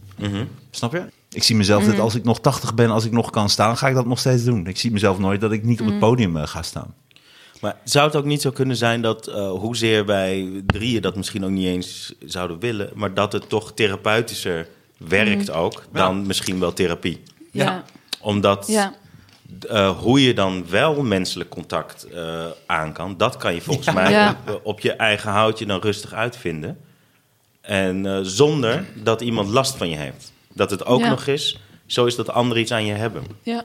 [SPEAKER 2] Snap je? Ik zie mezelf
[SPEAKER 1] Mhm.
[SPEAKER 2] dat als ik nog 80 ben, als ik nog kan staan, ga ik dat nog steeds doen. Ik zie mezelf nooit dat ik niet op het
[SPEAKER 1] Mhm.
[SPEAKER 2] podium eh, ga staan.
[SPEAKER 3] Maar zou het ook niet zo kunnen zijn dat, eh, hoezeer wij drieën dat misschien ook niet eens zouden willen, maar dat het toch therapeutischer werkt ook dan misschien wel therapie?
[SPEAKER 1] Mhm. Ja.
[SPEAKER 3] Omdat
[SPEAKER 1] Ja.
[SPEAKER 3] eh, hoe je dan wel menselijk contact eh, aan kan, dat kan je volgens mij
[SPEAKER 1] Ja.
[SPEAKER 3] Op, op je eigen houtje dan rustig uitvinden. En eh, zonder dat iemand last van je heeft. Dat het ook
[SPEAKER 1] Ja.
[SPEAKER 3] nog is, zo is dat anderen iets aan je hebben.
[SPEAKER 1] Ja.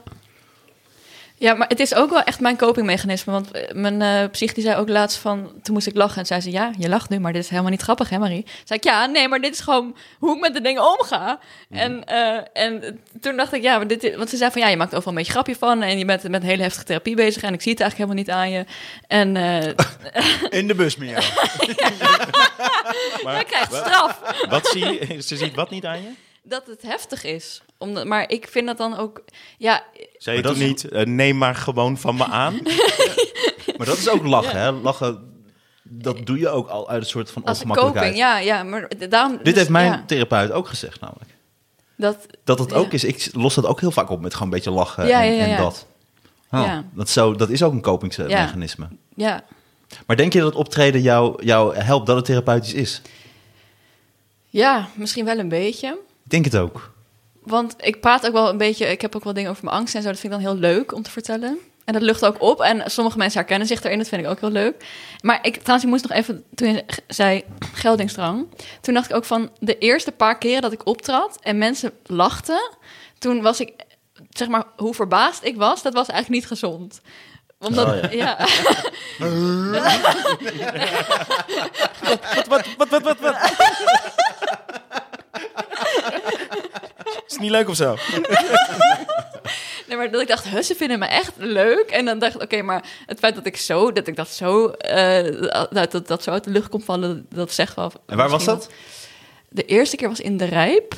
[SPEAKER 1] Ja, maar het is ook wel echt mijn copingmechanisme. Want eh, mijn eh psych die zei ook laatst van... Toen moest ik lachen. En zei ze, ja, je lacht nu, maar dit is helemaal niet grappig, hè Marie? Zei ik, ja, nee, maar dit is gewoon hoe ik met de dingen omga. En, eh, en toen dacht ik, ja, maar dit, is- want ze zei van... Ja, je maakt overal een beetje grapje van. En je bent met hele heftige therapie bezig. En ik zie het eigenlijk helemaal niet aan je. En eh
[SPEAKER 2] *laughs* In de bus, Mia.
[SPEAKER 1] *laughs*
[SPEAKER 3] Maar
[SPEAKER 1] jij krijgt straf
[SPEAKER 3] wat zie je? *laughs* Ze ziet wat niet aan je?
[SPEAKER 1] dat het heftig is. Omdat, maar ik vind dat dan ook... Ja,
[SPEAKER 3] Zei je
[SPEAKER 2] Maar
[SPEAKER 3] dat
[SPEAKER 2] dat is-
[SPEAKER 3] niet? eh, neem maar gewoon van me aan.
[SPEAKER 2] Maar dat is ook lachen, hè? Lachen, dat doe je ook al uit een soort van
[SPEAKER 1] als een
[SPEAKER 2] ongemakkelijkheid.
[SPEAKER 1] coping. Ja, ja, maar d- daarom...
[SPEAKER 2] Dit
[SPEAKER 1] dus,
[SPEAKER 2] heeft mijn
[SPEAKER 1] ja,
[SPEAKER 2] therapeut ook gezegd, namelijk.
[SPEAKER 1] dat,
[SPEAKER 2] Dat dat
[SPEAKER 1] Ja.
[SPEAKER 2] ook is. Ik los dat ook heel vaak op met gewoon een beetje lachen
[SPEAKER 1] Ja,
[SPEAKER 2] en,
[SPEAKER 1] ja, ja,
[SPEAKER 2] en
[SPEAKER 1] ja.
[SPEAKER 2] eh, dat. Oh,
[SPEAKER 1] Ja.
[SPEAKER 2] dat, zo, dat is ook een kopingsmechanisme.
[SPEAKER 1] ja.
[SPEAKER 2] Maar denk je dat optreden jou, jou helpt dat het therapeutisch is?
[SPEAKER 1] ja, misschien wel een beetje.
[SPEAKER 2] Ik denk het ook.
[SPEAKER 1] Want ik praat ook wel een beetje, ik heb ook wel dingen over mijn angst en zo. Dat vind ik dan heel leuk om te vertellen. En dat lucht ook op. En sommige mensen herkennen zich erin. Dat vind ik ook heel leuk. Maar ik, trouwens, ik moest nog even, toen je g- zei geldingsdrang. Toen dacht ik ook van de eerste paar keren dat ik optrad en mensen lachten. Toen was ik, zeg maar, hoe verbaasd ik was, dat was eigenlijk niet gezond. Omdat,
[SPEAKER 3] Oh, ja.
[SPEAKER 1] ja.
[SPEAKER 3] Wat, wat, *laughs* wat, wat, wat, wat? *laughs* Is het niet leuk of zo?
[SPEAKER 1] Nee, maar dat ik dacht, huh, ze vinden me echt leuk. En dan dacht ik, oké, maar het feit dat ik zo, dat ik dat zo, eh, dat, dat, dat zo uit de lucht komt vallen, dat zegt wel.
[SPEAKER 2] En waar was
[SPEAKER 1] misschien
[SPEAKER 2] dat?
[SPEAKER 1] wat. De eerste keer was in De Rijp,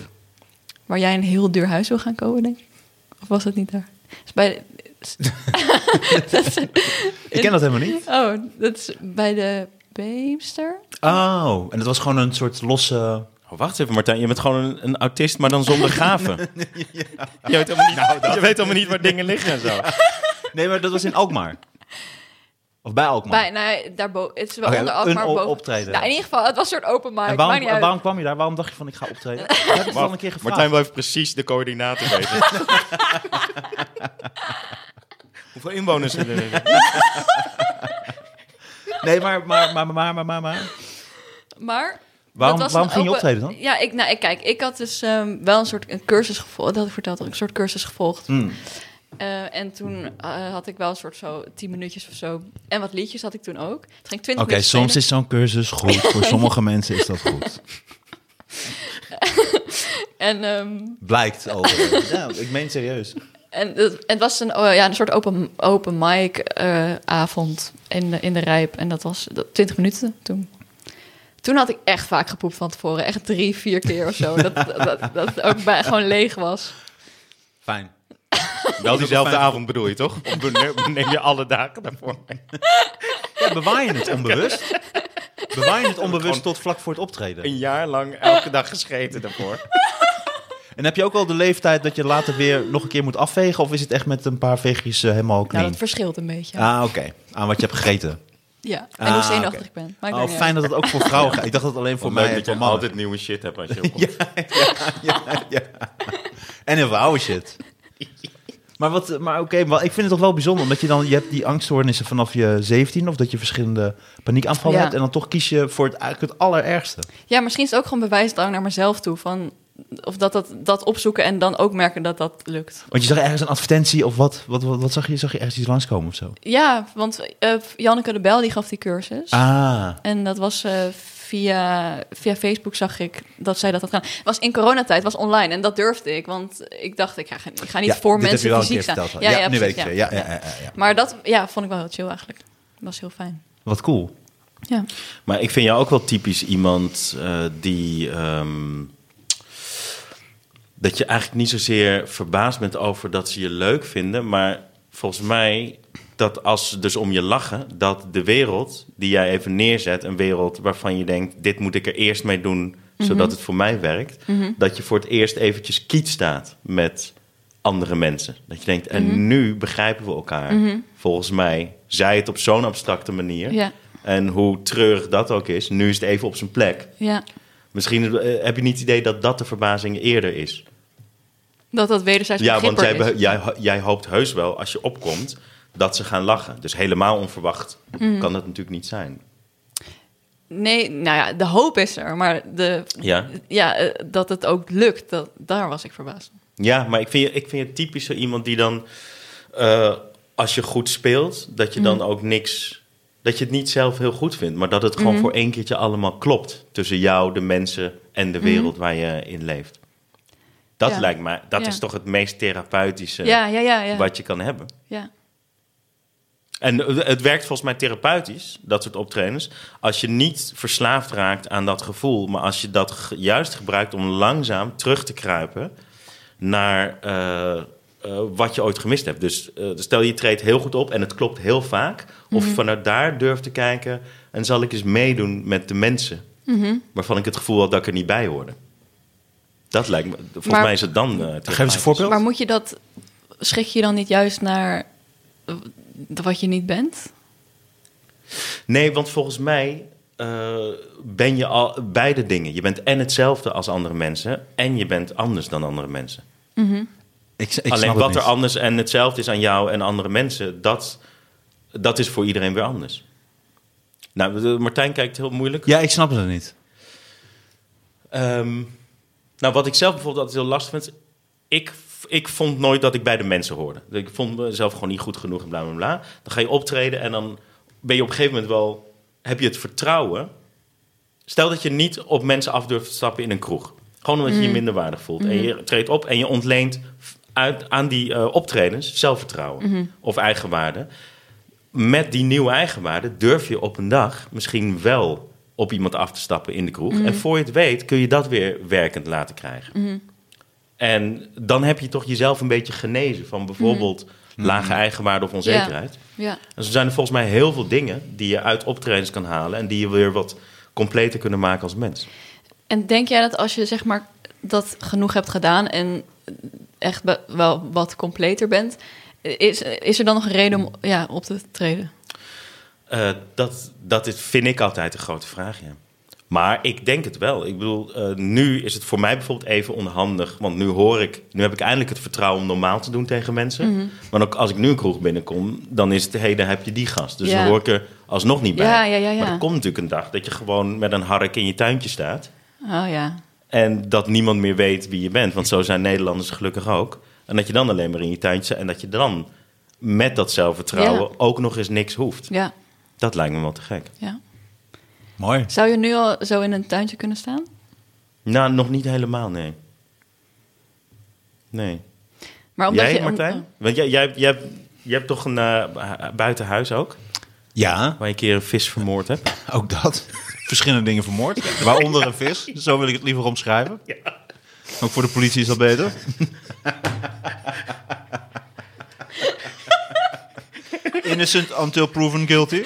[SPEAKER 1] waar jij een heel duur huis wil gaan kopen, denk ik. Of was dat niet daar? Dus bij,
[SPEAKER 2] *laughs* Ik ken dat helemaal niet.
[SPEAKER 1] oh, dat is bij de Beemster.
[SPEAKER 2] Oh, en dat was gewoon een soort losse...
[SPEAKER 3] Oh, wacht even, Martijn. Je bent gewoon een, een autist, maar dan zonder gaven. je, weet helemaal niet, je weet helemaal niet waar dingen liggen en zo.
[SPEAKER 2] Nee, maar dat was in Alkmaar. Of bij Alkmaar.
[SPEAKER 1] Bij, nou, daarboven. Het is wel
[SPEAKER 2] Oké,
[SPEAKER 1] onder
[SPEAKER 2] een
[SPEAKER 1] Alkmaar
[SPEAKER 2] o-
[SPEAKER 1] boven.
[SPEAKER 2] optreden.
[SPEAKER 1] Nou, in ieder geval, het was een soort open mic.
[SPEAKER 2] en
[SPEAKER 1] maakt
[SPEAKER 2] waarom,
[SPEAKER 1] niet
[SPEAKER 2] en
[SPEAKER 1] uit.
[SPEAKER 2] waarom kwam je daar? Waarom dacht je van ik ga
[SPEAKER 1] *laughs*
[SPEAKER 2] optreden? Ik heb het al een keer gevraagd.
[SPEAKER 3] Martijn wil even precies de coördinaten weten. *laughs* Hoeveel inwoners er liggen?
[SPEAKER 2] Nee, maar, maar, maar, maar, maar, maar, maar.
[SPEAKER 1] Maar
[SPEAKER 2] Waarom-
[SPEAKER 1] dat was
[SPEAKER 2] waarom
[SPEAKER 1] een
[SPEAKER 2] ging je optreden dan?
[SPEAKER 1] Ja, ik, nou, ik, kijk, ik had dus ehm, wel een soort een cursus gevolgd. Dat had ik verteld, een soort cursus gevolgd.
[SPEAKER 2] Hmm.
[SPEAKER 1] Eh, en toen eh, had ik wel een soort zo tien minuutjes of zo. En wat liedjes had ik toen ook. Het ging twintig minuten spelen.
[SPEAKER 2] zo'n cursus goed.
[SPEAKER 1] *laughs*
[SPEAKER 2] Voor sommige mensen is dat goed.
[SPEAKER 1] En, ehm,
[SPEAKER 2] Blijkt al.
[SPEAKER 1] *laughs*
[SPEAKER 2] Ja, ik meen serieus.
[SPEAKER 1] en dat- het was een, oh, ja, een soort open, open mic eh, avond in, de- in de Rijp. En dat was dat- twintig minuten toen. Toen had ik echt vaak gepoept van tevoren. Echt drie, vier keer of
[SPEAKER 2] *laughs*
[SPEAKER 1] zo. Dat, dat, dat, dat het ook bij, gewoon leeg was.
[SPEAKER 2] Fijn.
[SPEAKER 3] Wel diezelfde avond bedoel je, toch? Of ne- Neem je alle dagen daarvoor.
[SPEAKER 2] Ja, bewaar je het onbewust? Bewaar je het onbewust
[SPEAKER 3] Gewoon-
[SPEAKER 2] tot vlak voor het optreden?
[SPEAKER 3] Een jaar lang elke dag gescheten daarvoor.
[SPEAKER 2] En heb je ook al de leeftijd dat je later weer nog een keer moet afvegen? Of is het echt met een paar veegjes eh, helemaal
[SPEAKER 1] Nou,
[SPEAKER 2] clean?
[SPEAKER 1] dat verschilt een beetje.
[SPEAKER 2] Ah, oké. Aan wat je hebt
[SPEAKER 1] *laughs*
[SPEAKER 2] gegeten.
[SPEAKER 1] Ja, en
[SPEAKER 2] Ah,
[SPEAKER 1] hoe zenuwachtig
[SPEAKER 2] oké.
[SPEAKER 1] ik ben. Maakt ook
[SPEAKER 2] Oh,
[SPEAKER 1] niet
[SPEAKER 2] fijn dat het ook voor vrouwen gaat. Ik dacht dat het alleen voor mij en
[SPEAKER 3] dat je
[SPEAKER 2] voor mannen.
[SPEAKER 3] altijd nieuwe shit hebt als je opkomt.
[SPEAKER 2] En heel veel oude
[SPEAKER 3] *laughs*
[SPEAKER 2] shit. Maar, wat- maar oké, maar ik vind het toch wel bijzonder, omdat je dan, je hebt die angststoornissen vanaf je 17, of dat je verschillende paniekaanvallen
[SPEAKER 1] Ja.
[SPEAKER 2] hebt, en dan toch kies je voor het, eigenlijk het allerergste.
[SPEAKER 1] uit. Ja, misschien is het ook gewoon bewijsdrang naar mezelf toe. Van, of dat, dat dat opzoeken en dan ook merken dat dat lukt.
[SPEAKER 2] Want je zag ergens een advertentie of wat, wat, wat, wat zag je? Zag je ergens iets langskomen of zo?
[SPEAKER 1] Ja, want eh, Janneke de Bel die gaf die cursus.
[SPEAKER 2] Ah,
[SPEAKER 1] En dat was eh, via, via Facebook zag ik dat zij dat had gedaan. Het was in coronatijd, het was online en dat durfde ik. Want ik dacht, ik ga, geen- ik ga niet voor
[SPEAKER 2] dit heb
[SPEAKER 1] mensen
[SPEAKER 2] je wel een
[SPEAKER 1] fysiek
[SPEAKER 2] keer
[SPEAKER 1] staan.
[SPEAKER 2] verteld, Ja, nu
[SPEAKER 1] precies,
[SPEAKER 2] weet ik het. Ja, ja, ja, ja, ja.
[SPEAKER 1] Maar dat ja, vond ik wel heel chill eigenlijk. Dat was heel fijn.
[SPEAKER 2] Wat cool.
[SPEAKER 1] Ja.
[SPEAKER 3] Maar ik vind jou ook wel typisch iemand eh, die. ehm, dat je eigenlijk niet zozeer verbaasd bent over dat ze je leuk vinden. Maar volgens mij dat als ze dus om je lachen, dat de wereld die jij even neerzet, een wereld waarvan je denkt: dit moet ik er eerst mee doen, zodat het voor mij werkt. Dat je voor het eerst eventjes kiet staat met andere mensen. Dat je denkt: en nu begrijpen we elkaar. Volgens mij zei het op zo'n abstracte manier.
[SPEAKER 1] Ja.
[SPEAKER 3] En hoe treurig dat ook is, nu is het even op zijn plek.
[SPEAKER 1] ja,
[SPEAKER 3] Misschien eh, heb je niet het idee dat dat de verbazing eerder is.
[SPEAKER 1] dat dat wederzijds
[SPEAKER 3] Ja, want jij,
[SPEAKER 1] begripper
[SPEAKER 3] be-
[SPEAKER 1] is.
[SPEAKER 3] jij, ho- jij hoopt heus wel als je opkomt dat ze gaan lachen. Dus helemaal onverwacht
[SPEAKER 1] Mhm.
[SPEAKER 3] kan dat natuurlijk niet zijn.
[SPEAKER 1] Nee, nou ja, de hoop is er, maar de,
[SPEAKER 3] Ja,
[SPEAKER 1] ja, eh, dat het ook lukt, dat, daar was ik verbaasd.
[SPEAKER 3] ja maar ik vind, je, ik vind je typisch zo iemand die dan eh, als je goed speelt, dat je
[SPEAKER 1] Mhm.
[SPEAKER 3] dan ook niks. Dat je het niet zelf heel goed vindt, maar dat het gewoon
[SPEAKER 1] Mhm.
[SPEAKER 3] voor één keertje allemaal klopt. Tussen jou, de mensen en de wereld waar je in leeft. Dat
[SPEAKER 1] Ja.
[SPEAKER 3] lijkt mij, dat
[SPEAKER 1] Ja.
[SPEAKER 3] is toch het meest therapeutische
[SPEAKER 1] Ja, ja, ja, ja.
[SPEAKER 3] wat je kan hebben.
[SPEAKER 1] ja.
[SPEAKER 3] En eh, het werkt volgens mij therapeutisch, dat soort optredens. Als je niet verslaafd raakt aan dat gevoel, maar als je dat ge- juist gebruikt om langzaam terug te kruipen naar eh, eh, wat je ooit gemist hebt. Dus eh, stel je treedt heel goed op en het klopt heel vaak. Of eh, je vanuit daar durft te kijken en zal ik eens meedoen met de mensen waarvan ik het gevoel had dat ik er niet bij hoorde. Dat lijkt me, volgens
[SPEAKER 1] Maar-
[SPEAKER 3] mij is het dan. eh,
[SPEAKER 2] Geef eens
[SPEAKER 3] therapeutisch.
[SPEAKER 2] een voorbeeld.
[SPEAKER 1] Maar moet je dat... Schrik je dan niet juist naar eh, wat je niet bent?
[SPEAKER 3] Nee, want volgens mij eh, ben je al beide dingen. Je bent en hetzelfde als andere mensen en je bent anders dan andere mensen.
[SPEAKER 2] Ik, ik
[SPEAKER 3] Alleen
[SPEAKER 2] snap
[SPEAKER 3] wat
[SPEAKER 2] het
[SPEAKER 3] er
[SPEAKER 2] niet.
[SPEAKER 3] anders en hetzelfde is aan jou en andere mensen, dat, dat is voor iedereen weer anders. Nou, de- Martijn kijkt heel moeilijk.
[SPEAKER 2] Ja, ik snap het niet.
[SPEAKER 3] Ehm, nou, wat ik zelf bijvoorbeeld altijd heel lastig vind, ik, ik vond nooit dat ik bij de mensen hoorde. Ik vond mezelf gewoon niet goed genoeg en bla bla bla. Dan ga je optreden en dan ben je op een gegeven moment wel, heb je het vertrouwen. Stel dat je niet op mensen af durft te stappen in een kroeg. Gewoon omdat je je minder waardig voelt. En je treedt op en je ontleent uit, aan die eh, optredens zelfvertrouwen of eigenwaarde met die nieuwe eigenwaarde durf je op een dag misschien wel op iemand af te stappen in de kroeg. En voor je het weet kun je dat weer werkend laten krijgen. En dan heb je toch jezelf een beetje genezen van bijvoorbeeld lage eigenwaarde of onzekerheid.
[SPEAKER 1] Ja.
[SPEAKER 3] En zo zijn er volgens mij heel veel dingen die je uit optredens kan halen en die je weer wat completer kunnen maken als mens.
[SPEAKER 1] En denk jij dat als je zeg maar dat genoeg hebt gedaan en echt be- wel wat completer bent, is, is er dan nog een reden om ja, op te treden?
[SPEAKER 3] Eh, dat, dat is, vind ik altijd een grote vraag, ja. Maar ik denk het wel. Ik bedoel, eh, nu is het voor mij bijvoorbeeld even onhandig. Want nu hoor ik, nu heb ik eindelijk het vertrouwen om normaal te doen tegen mensen.
[SPEAKER 1] Mhm.
[SPEAKER 3] Maar ook als ik nu een kroeg binnenkom, dan is het, hé, daar heb je die gast. Dus
[SPEAKER 1] Ja.
[SPEAKER 3] dan hoor ik er alsnog niet bij.
[SPEAKER 1] Ja, ja, ja, ja.
[SPEAKER 3] Maar er komt natuurlijk een dag dat je gewoon met een hark in je tuintje staat.
[SPEAKER 1] Oh ja.
[SPEAKER 3] En dat niemand meer weet wie je bent. Want zo zijn Nederlanders gelukkig ook. En dat je dan alleen maar in je tuintje staat. En dat je dan met dat zelfvertrouwen
[SPEAKER 1] Ja.
[SPEAKER 3] ook nog eens niks hoeft.
[SPEAKER 1] ja,
[SPEAKER 3] Dat lijkt me wel te gek.
[SPEAKER 1] ja.
[SPEAKER 2] Mooi.
[SPEAKER 1] Zou je nu al zo in een tuintje kunnen staan?
[SPEAKER 3] Nou, nog niet helemaal, nee. Nee.
[SPEAKER 1] Maar
[SPEAKER 3] jij,
[SPEAKER 1] om-
[SPEAKER 3] Martijn? Want jij, jij, jij, hebt- jij hebt toch een eh, hu- buitenhuis ook?
[SPEAKER 2] Ja,
[SPEAKER 3] Waar je een keer een vis vermoord hebt?
[SPEAKER 2] *laughs* ook dat. Verschillende dingen vermoord. Waaronder een vis. Zo wil ik het liever omschrijven. Ook voor de politie is dat beter. Innocent until proven guilty.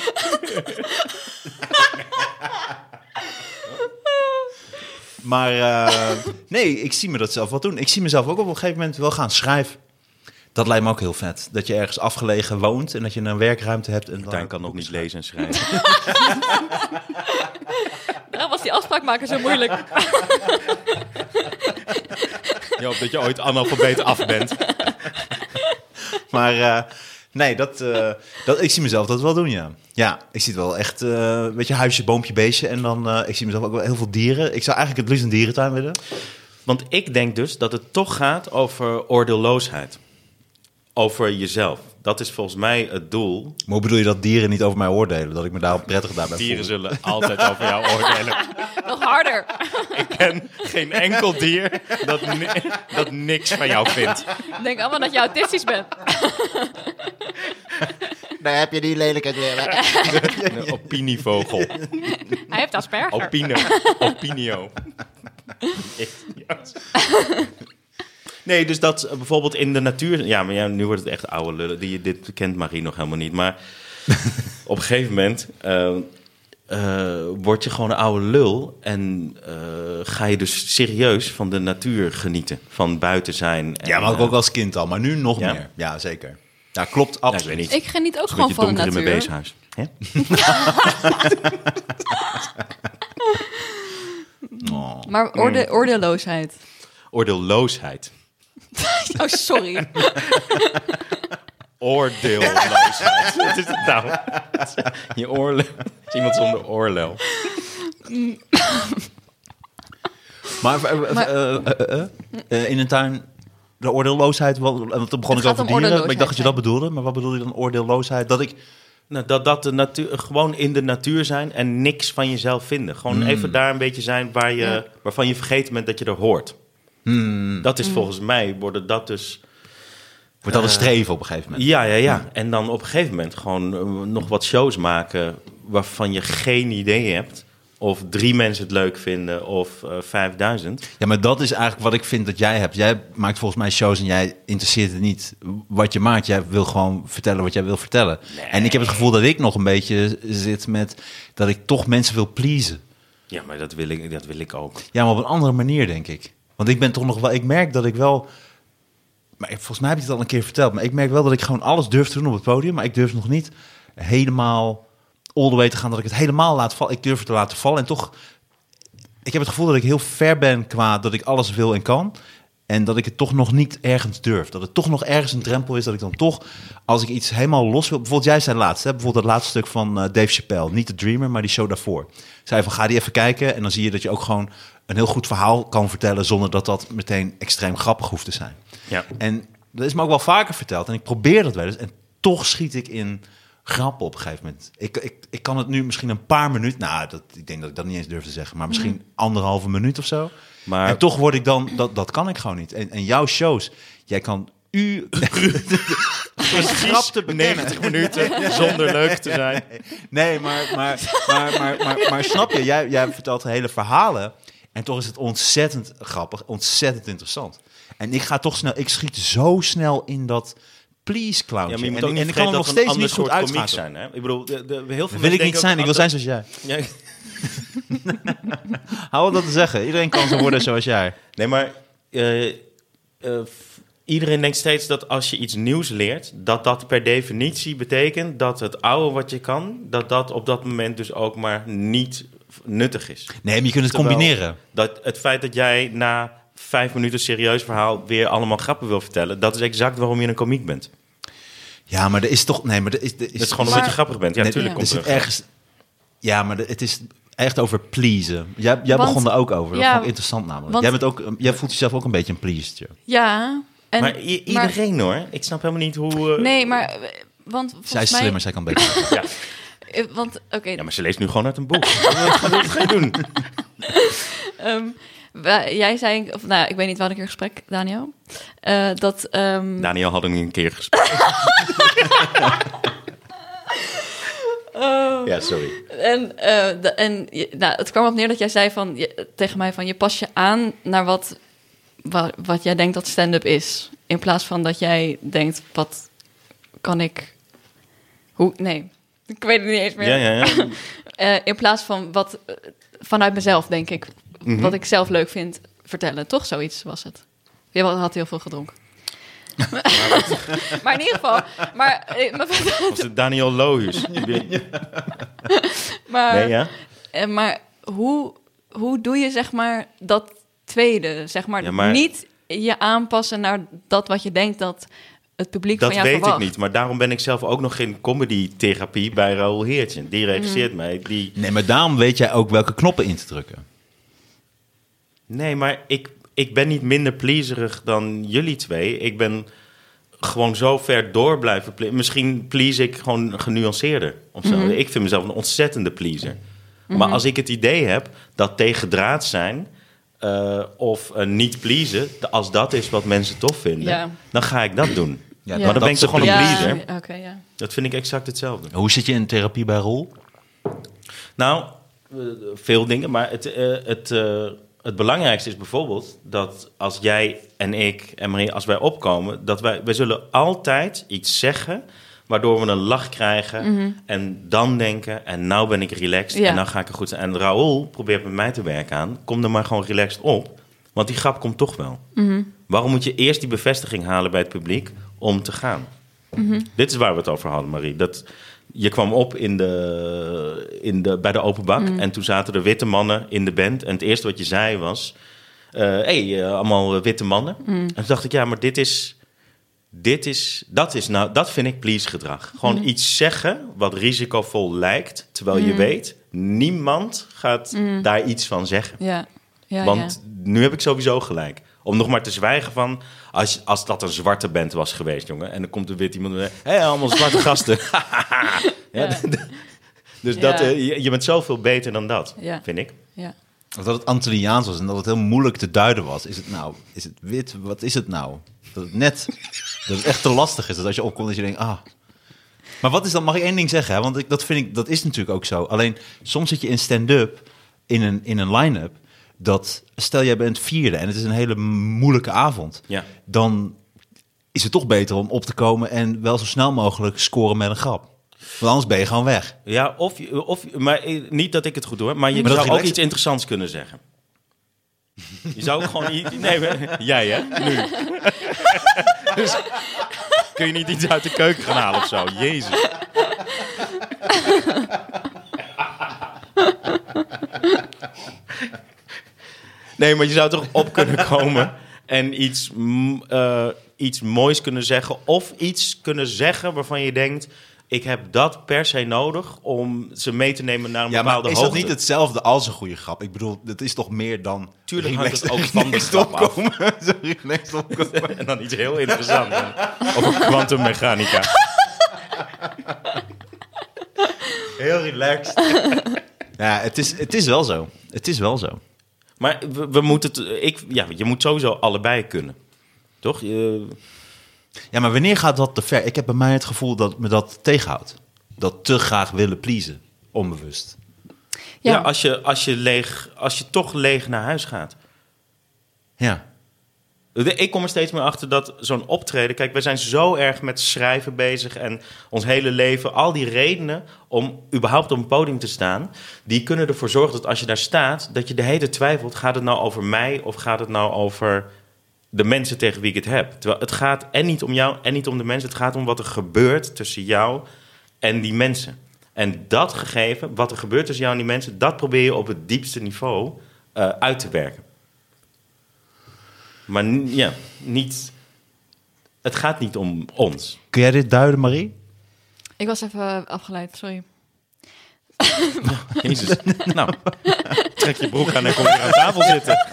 [SPEAKER 2] Maar eh, nee, ik zie me dat zelf wel doen. Ik zie mezelf ook op een gegeven moment wel gaan schrijven. Dat lijkt me ook heel vet. Dat je ergens afgelegen woont en dat je een werkruimte hebt. En
[SPEAKER 3] Martijn kan nog niet lezen en schrijven.
[SPEAKER 1] Daarom Nou, was die afspraak maken zo moeilijk. *laughs*
[SPEAKER 3] ja, of dat je ooit analfabeet af bent.
[SPEAKER 2] Maar eh, nee, dat, eh, dat, ik zie mezelf dat wel doen, ja. Ja, ik zie het wel echt, eh, een beetje huisje, boompje, beestje. En dan, eh, ik zie mezelf ook wel heel veel dieren. Ik zou eigenlijk het liefst een dierentuin willen.
[SPEAKER 3] Want ik denk dus dat het toch gaat over oordeelloosheid. Over jezelf. Dat is volgens mij het doel.
[SPEAKER 2] Maar hoe bedoel je dat dieren niet over mij oordelen? Dat ik me daar prettig daarbij
[SPEAKER 3] Dieren
[SPEAKER 2] voel?
[SPEAKER 3] zullen *laughs* altijd over jou *laughs* oordelen.
[SPEAKER 1] Nog harder.
[SPEAKER 3] Ik ken geen enkel dier *laughs* dat, ni- dat niks van jou vindt.
[SPEAKER 1] Ik denk allemaal dat je autistisch bent.
[SPEAKER 4] Daar heb je die lelijkheid weer. hè?
[SPEAKER 3] Een *laughs* opinievogel.
[SPEAKER 1] Hij heeft Asperger.
[SPEAKER 3] Opino. Opinio. *laughs* Nee, dus dat eh, bijvoorbeeld in de natuur... Ja, maar ja, nu wordt het echt oude lullen. Die, dit kent Marie nog helemaal niet.
[SPEAKER 1] *laughs*
[SPEAKER 3] Maar op een gegeven moment eh, eh, word je gewoon een oude lul. En eh, ga je dus serieus van de natuur genieten. Van buiten zijn. En,
[SPEAKER 2] Ja, maar ook,
[SPEAKER 3] eh,
[SPEAKER 2] ook als kind al. Maar nu nog
[SPEAKER 3] Ja.
[SPEAKER 2] meer. Ja, zeker. Ja, klopt,
[SPEAKER 3] ja, ik
[SPEAKER 2] absoluut.
[SPEAKER 3] weet niet.
[SPEAKER 1] Ik geniet ook
[SPEAKER 3] Het is
[SPEAKER 1] gewoon
[SPEAKER 3] een
[SPEAKER 1] van
[SPEAKER 3] beetje
[SPEAKER 1] de
[SPEAKER 3] donker in mijn
[SPEAKER 1] natuur.
[SPEAKER 3] weeshuis.
[SPEAKER 1] *laughs*
[SPEAKER 3] Hè?
[SPEAKER 2] Oh.
[SPEAKER 1] Maar
[SPEAKER 3] Mm.
[SPEAKER 1] oorde- oordeelloosheid.
[SPEAKER 3] Oordeelloosheid.
[SPEAKER 1] *laughs* Oh, sorry.
[SPEAKER 3] Oordeelloosheid. Wat is het nou? Je oorlel.
[SPEAKER 2] *laughs*
[SPEAKER 3] is iemand zonder oorlel.
[SPEAKER 2] Maar, eh, eh, eh, eh, eh, eh, in eh, een tuin... de oordeelloosheid, wa- want toen begon
[SPEAKER 1] Het
[SPEAKER 2] ik
[SPEAKER 1] gaat
[SPEAKER 2] over
[SPEAKER 1] om
[SPEAKER 2] dieren, maar ik
[SPEAKER 1] oordeelloosheid,
[SPEAKER 2] dacht dat je dat
[SPEAKER 1] hè?
[SPEAKER 2] bedoelde. Maar wat bedoelde je dan oordeelloosheid? Dat ik,
[SPEAKER 3] Nou, dat, dat de natuur, gewoon in de natuur zijn en niks van jezelf vinden. Gewoon even daar een beetje zijn waar je,
[SPEAKER 1] Ja.
[SPEAKER 3] waarvan je vergeten bent dat je er hoort.
[SPEAKER 2] hmm,
[SPEAKER 3] Dat is volgens mij, worden dat dus...
[SPEAKER 2] wordt dat een
[SPEAKER 3] Eh,
[SPEAKER 2] streven op een gegeven moment?
[SPEAKER 3] Ja, ja, ja. En dan op een gegeven moment gewoon eh, nog wat shows maken waarvan je geen idee hebt. Of drie mensen het leuk vinden of eh, 5000.
[SPEAKER 2] Ja, maar dat is eigenlijk wat ik vind dat jij hebt. Jij maakt volgens mij shows en jij interesseert het niet wat je maakt. Jij wil gewoon vertellen wat jij wil vertellen. En ik heb het gevoel dat ik nog een beetje zit met dat ik toch mensen wil pleasen.
[SPEAKER 3] Ja, maar dat wil ik, dat wil ik ook.
[SPEAKER 2] Ja, maar op een andere manier, denk ik. Want ik ben toch nog wel... Ik merk dat ik wel... Maar ik- volgens mij heb ik het al een keer verteld. Maar ik merk wel dat ik gewoon alles durf te doen op het podium. Maar ik durf nog niet helemaal all the way te gaan dat ik het helemaal laat vallen. Ik durf het te laten vallen. En toch... Ik heb het gevoel dat ik heel ver ben qua dat ik alles wil en kan. En dat ik het toch nog niet ergens durf. Dat het toch nog ergens een drempel is. Dat ik dan toch, als ik iets helemaal los wil... Bijvoorbeeld jij zei laatst, hè? bijvoorbeeld dat laatste stuk van eh, Dave Chappelle. Niet The Dreamer, maar die show daarvoor. Zei van, ga die even kijken. En dan zie je dat je ook gewoon een heel goed verhaal kan vertellen... zonder dat dat meteen extreem grappig hoeft te zijn.
[SPEAKER 3] Ja.
[SPEAKER 2] En dat is me ook wel vaker verteld. En ik probeer dat wel eens. En toch schiet ik in grappen op een gegeven moment. Ik, ik, ik kan het nu misschien een paar minuten... Nou, dat, ik denk dat ik dat niet eens durf te zeggen. Maar misschien anderhalve minuut of zo.
[SPEAKER 3] Mhm. Maar-
[SPEAKER 2] En toch word ik dan... Dat, dat kan ik gewoon niet. En, en jouw shows... Jij kan u... grap te bekennen.
[SPEAKER 3] 90 minuten zonder leuk te zijn.
[SPEAKER 2] Nee, maar, maar, maar, maar, maar, maar snap je? Jij, jij vertelt hele verhalen. En toch is het ontzettend grappig, ontzettend interessant. En ik ga toch snel, ik schiet zo snel in dat please clown.
[SPEAKER 3] Ja, maar je moet
[SPEAKER 2] en,
[SPEAKER 3] ook niet
[SPEAKER 2] en ik kan
[SPEAKER 3] vergeten
[SPEAKER 2] het nog
[SPEAKER 3] dat het een
[SPEAKER 2] steeds niet
[SPEAKER 3] ander
[SPEAKER 2] goed
[SPEAKER 3] soort
[SPEAKER 2] uitschakelen.
[SPEAKER 3] komiek zijn. Hè? Ik bedoel, de, de, heel
[SPEAKER 2] Dat
[SPEAKER 3] veel mensen
[SPEAKER 2] wil ik niet
[SPEAKER 3] denken
[SPEAKER 2] zijn, ik
[SPEAKER 3] ook
[SPEAKER 2] wil zijn
[SPEAKER 3] altijd-
[SPEAKER 2] zoals jij.
[SPEAKER 3] Ja,
[SPEAKER 2] Hou dat te zeggen, iedereen kan zo worden zoals jij.
[SPEAKER 3] Nee, maar eh, eh, f- iedereen denkt steeds dat als je iets nieuws leert, dat dat per definitie betekent dat het oude wat je kan, dat dat op dat moment dus ook maar niet f- nuttig is.
[SPEAKER 2] Nee, maar je kunt het
[SPEAKER 3] Terwijl-
[SPEAKER 2] combineren.
[SPEAKER 3] Dat het feit dat jij na vijf minuten serieus verhaal weer allemaal grappen wil vertellen, dat is exact waarom je een komiek bent.
[SPEAKER 2] Ja, maar er is toch... Nee, maar er is, er is,
[SPEAKER 3] Dat is gewoon
[SPEAKER 1] Maar-
[SPEAKER 3] omdat je grappig bent. Ja, Dus
[SPEAKER 2] nee,
[SPEAKER 3] natuurlijk
[SPEAKER 2] er
[SPEAKER 3] komt
[SPEAKER 2] zit
[SPEAKER 3] terug.
[SPEAKER 2] ergens... Ja, maar er- het is echt over pleasen. Jij, jij
[SPEAKER 1] Want-
[SPEAKER 2] begon er ook over. Dat
[SPEAKER 1] ja,
[SPEAKER 2] vond ik interessant namelijk.
[SPEAKER 1] want-
[SPEAKER 2] jij, bent ook, eh, jij voelt jezelf ook een beetje een pleasertje.
[SPEAKER 1] Ja. En,
[SPEAKER 3] maar i- iedereen hoor. Ik snap helemaal niet hoe. eh,
[SPEAKER 1] nee, maar... eh, Want volgens
[SPEAKER 2] Zij is
[SPEAKER 1] mij,
[SPEAKER 2] slimmer, zij kan beter.
[SPEAKER 3] Ja.
[SPEAKER 1] eh, Want, oké,
[SPEAKER 3] ja, maar ze leest nu gewoon uit een boek. Dat wil ik geen *laughs* doen.
[SPEAKER 1] ehm, wij- jij zei... Of, nou, ik weet niet, we hadden een keer een gesprek, Daniel. eh, dat... ehm,
[SPEAKER 3] Daniel had een keer gesprek.
[SPEAKER 1] oh.
[SPEAKER 3] Ja, sorry.
[SPEAKER 1] En, eh, de- en je- nou, het kwam op neer dat jij zei van, je- tegen mij van... je pas je aan naar wat, wa- wat jij denkt dat stand-up is. In plaats van dat jij denkt, wat kan ik... Hoe, nee, ik weet het niet eens meer.
[SPEAKER 3] Ja, ja, ja.
[SPEAKER 1] Eh, in plaats van wat eh, vanuit mezelf, denk ik...
[SPEAKER 3] Mhm.
[SPEAKER 1] wat ik zelf leuk vind vertellen. Toch zoiets was het. Je had heel veel
[SPEAKER 3] *laughs*
[SPEAKER 1] gedronken. maar in ieder geval... Maar, eh, maar,
[SPEAKER 3] Of is het Daniel Lohuus?
[SPEAKER 1] maar-
[SPEAKER 3] Nee, ja?
[SPEAKER 1] En Eh, maar hoe, hoe doe je zeg maar dat tweede? Zeg maar,
[SPEAKER 3] Ja, maar-
[SPEAKER 1] niet je aanpassen naar dat wat je denkt dat het publiek
[SPEAKER 3] Dat
[SPEAKER 1] van jou
[SPEAKER 3] weet
[SPEAKER 1] verwacht.
[SPEAKER 3] ik niet. Maar daarom ben ik zelf ook nog in comedy-therapie bij Raoul Heertje. Die regisseert
[SPEAKER 1] Mm.
[SPEAKER 3] mij. Die...
[SPEAKER 2] Nee, maar daarom weet jij ook welke knoppen in te drukken.
[SPEAKER 3] Nee, maar ik, ik ben niet minder pleaserig dan jullie twee. Ik ben gewoon zo ver door blijven ple- Misschien please ik gewoon genuanceerder. Of
[SPEAKER 1] Mm-hmm.
[SPEAKER 3] zo. Ik vind mezelf een ontzettende pleaser. Maar als ik het idee heb dat tegendraad zijn... eh, of eh, niet pleasen, als dat is wat mensen tof vinden,
[SPEAKER 1] Ja.
[SPEAKER 3] dan ga ik dat doen.
[SPEAKER 2] Ja,
[SPEAKER 1] Maar dan
[SPEAKER 3] ben ik toch gewoon een
[SPEAKER 1] ja,
[SPEAKER 3] pleaser.
[SPEAKER 1] Oké, ja.
[SPEAKER 3] Dat vind ik exact hetzelfde.
[SPEAKER 2] Hoe zit je in therapie bij Roel?
[SPEAKER 3] Nou, eh, veel dingen, maar het, eh, het, eh, het belangrijkste is bijvoorbeeld dat als jij en ik en Marie, als wij opkomen, dat wij, wij zullen altijd iets zeggen waardoor we een lach krijgen en dan denken en nou ben ik relaxed
[SPEAKER 1] Ja.
[SPEAKER 3] en nou ga ik er goed zijn. En Raoul probeert met mij te werken aan, kom er maar gewoon relaxed op, want die grap komt toch wel. Waarom moet je eerst die bevestiging halen bij het publiek om te gaan? Dit is waar we het over hadden, Marie. Dat, je kwam op in de, in de, bij de open bak en toen zaten er witte mannen in de band. En het eerste wat je zei was, hé, hey, eh, allemaal eh, witte mannen. En toen dacht ik, ja, maar dit is, dit is, dat is nou, dat vind ik please gedrag. Gewoon iets zeggen wat risicovol lijkt, terwijl je weet, Mm. niemand gaat daar iets van zeggen.
[SPEAKER 1] Oh, ja. ja,
[SPEAKER 3] Want nu heb ik sowieso gelijk. Om nog maar te zwijgen van, als, als dat een zwarte band was geweest, jongen. En dan komt er wit iemand en zegt, hé, allemaal zwarte *laughs* gasten. ja,
[SPEAKER 1] Ja.
[SPEAKER 3] dus dat,
[SPEAKER 1] Ja.
[SPEAKER 3] eh, je, je bent zoveel beter dan dat,
[SPEAKER 1] Ja.
[SPEAKER 3] vind ik.
[SPEAKER 1] Ja.
[SPEAKER 2] Want dat het Antilliaans was en dat het heel moeilijk te duiden was. Is het nou, is het wit? Wat is het nou? Dat het net, *laughs* dat het echt te lastig is. Dat als je opkomt dat je denkt, ah. Maar wat is dat? Mag ik één ding zeggen? Hè? Want ik, dat vind ik, dat is natuurlijk ook zo. Alleen soms zit je in stand-up, in een, in een line-up, dat stel jij bent vierde en het is een hele moeilijke avond.
[SPEAKER 3] Ja.
[SPEAKER 2] Dan is het toch beter om op te komen en wel zo snel mogelijk scoren met een grap. Want anders ben je gewoon weg.
[SPEAKER 3] Ja, of, je- of, je- maar eh, niet dat ik het goed hoor, maar je
[SPEAKER 2] Maar dat
[SPEAKER 3] zou ook
[SPEAKER 2] relaxed-
[SPEAKER 3] iets interessants kunnen zeggen. Je zou ook gewoon i- Nee, maar- jij hè? *laughs* Nu. Dus kun je niet iets uit de keuken gaan halen of zo? Jezus. Nee, maar je zou toch op kunnen komen en iets, m- eh, iets moois kunnen zeggen. Of iets kunnen zeggen waarvan je denkt... ik heb dat per se nodig om ze mee te nemen naar een
[SPEAKER 2] Ja, maar
[SPEAKER 3] bepaalde
[SPEAKER 2] is dat
[SPEAKER 3] hoogte.
[SPEAKER 2] niet hetzelfde als een goede grap? Ik bedoel, dat is toch meer dan...
[SPEAKER 3] Tuurlijk hangt het
[SPEAKER 2] relaxed-
[SPEAKER 3] ook *laughs* van de
[SPEAKER 2] relaxed
[SPEAKER 3] grap af. *laughs*
[SPEAKER 2] opkomen. Sorry, relaxed opkomen.
[SPEAKER 3] En dan iets heel interessants. Over kwantummechanica.
[SPEAKER 2] Heel relaxed. ja, het is, het is wel zo. Het is wel zo.
[SPEAKER 3] Maar we, we moeten... het- Ik, ja, je moet sowieso allebei kunnen. Toch? Je,
[SPEAKER 2] Ja, maar wanneer gaat dat te ver? Ik heb bij mij het gevoel dat me dat tegenhoudt. Dat te graag willen pleasen, onbewust.
[SPEAKER 3] ja.
[SPEAKER 1] Ja.
[SPEAKER 3] als, je, als, je leeg, als je toch leeg naar huis gaat.
[SPEAKER 2] Ja.
[SPEAKER 3] De- Ik kom er steeds meer achter dat zo'n optreden... Kijk, wij zijn zo erg met schrijven bezig en ons hele leven. Al die redenen om überhaupt op een podium te staan... die kunnen ervoor zorgen dat als je daar staat... dat je de hele tijd twijfelt, gaat het nou over mij... of gaat het nou over de mensen tegen wie ik het heb? Terwijl het gaat en niet om jou en niet om de mensen. Het gaat om wat er gebeurt tussen jou en die mensen. En dat gegeven, wat er gebeurt tussen jou en die mensen... dat probeer je op het diepste niveau eh, uit te werken. Maar n- ja, niet. Het gaat niet om ons.
[SPEAKER 2] Kun jij dit duiden, Marie?
[SPEAKER 1] Ik was even eh, afgeleid, sorry.
[SPEAKER 3] Jezus. nou, trek je broek aan en kom weer aan tafel zitten.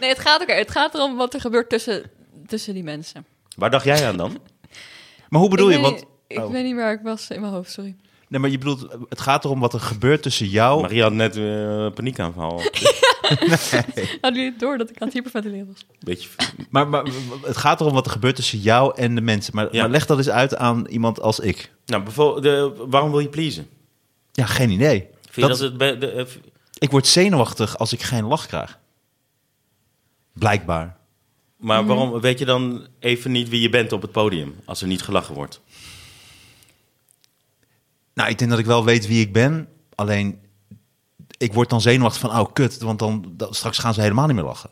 [SPEAKER 1] Nee, het gaat, ook, er- het gaat erom wat er gebeurt tussen, tussen die mensen.
[SPEAKER 3] Waar dacht jij aan dan?
[SPEAKER 2] Maar hoe bedoel
[SPEAKER 1] ik
[SPEAKER 2] je?
[SPEAKER 1] weet
[SPEAKER 2] Want,
[SPEAKER 1] niet- Ik
[SPEAKER 2] oh.
[SPEAKER 1] weet niet waar ik was in mijn hoofd, sorry.
[SPEAKER 2] nee, maar je bedoelt, het gaat erom wat er gebeurt tussen jou...
[SPEAKER 3] Maria had net eh paniekaanval.
[SPEAKER 1] Hadden jullie het door dat ik aan het hyperventileren was?
[SPEAKER 3] Beetje.
[SPEAKER 2] Maar, maar het gaat erom wat er gebeurt tussen jou en de mensen. Maar,
[SPEAKER 3] Ja.
[SPEAKER 2] maar leg dat eens uit aan iemand als ik.
[SPEAKER 3] Nou, bijvoorbeeld, de, waarom wil je pleasen?
[SPEAKER 2] Ja, geen idee.
[SPEAKER 3] Vind je dat, het. be- de- eh, v-
[SPEAKER 2] Ik word zenuwachtig als ik geen lach krijg. Blijkbaar.
[SPEAKER 3] maar waarom weet je dan even niet wie je bent op het podium als er niet gelachen wordt?
[SPEAKER 2] Nou, ik denk dat ik wel weet wie ik ben. Alleen, ik word dan zenuwachtig van, oh kut, want dan, dan- straks gaan ze helemaal niet meer lachen.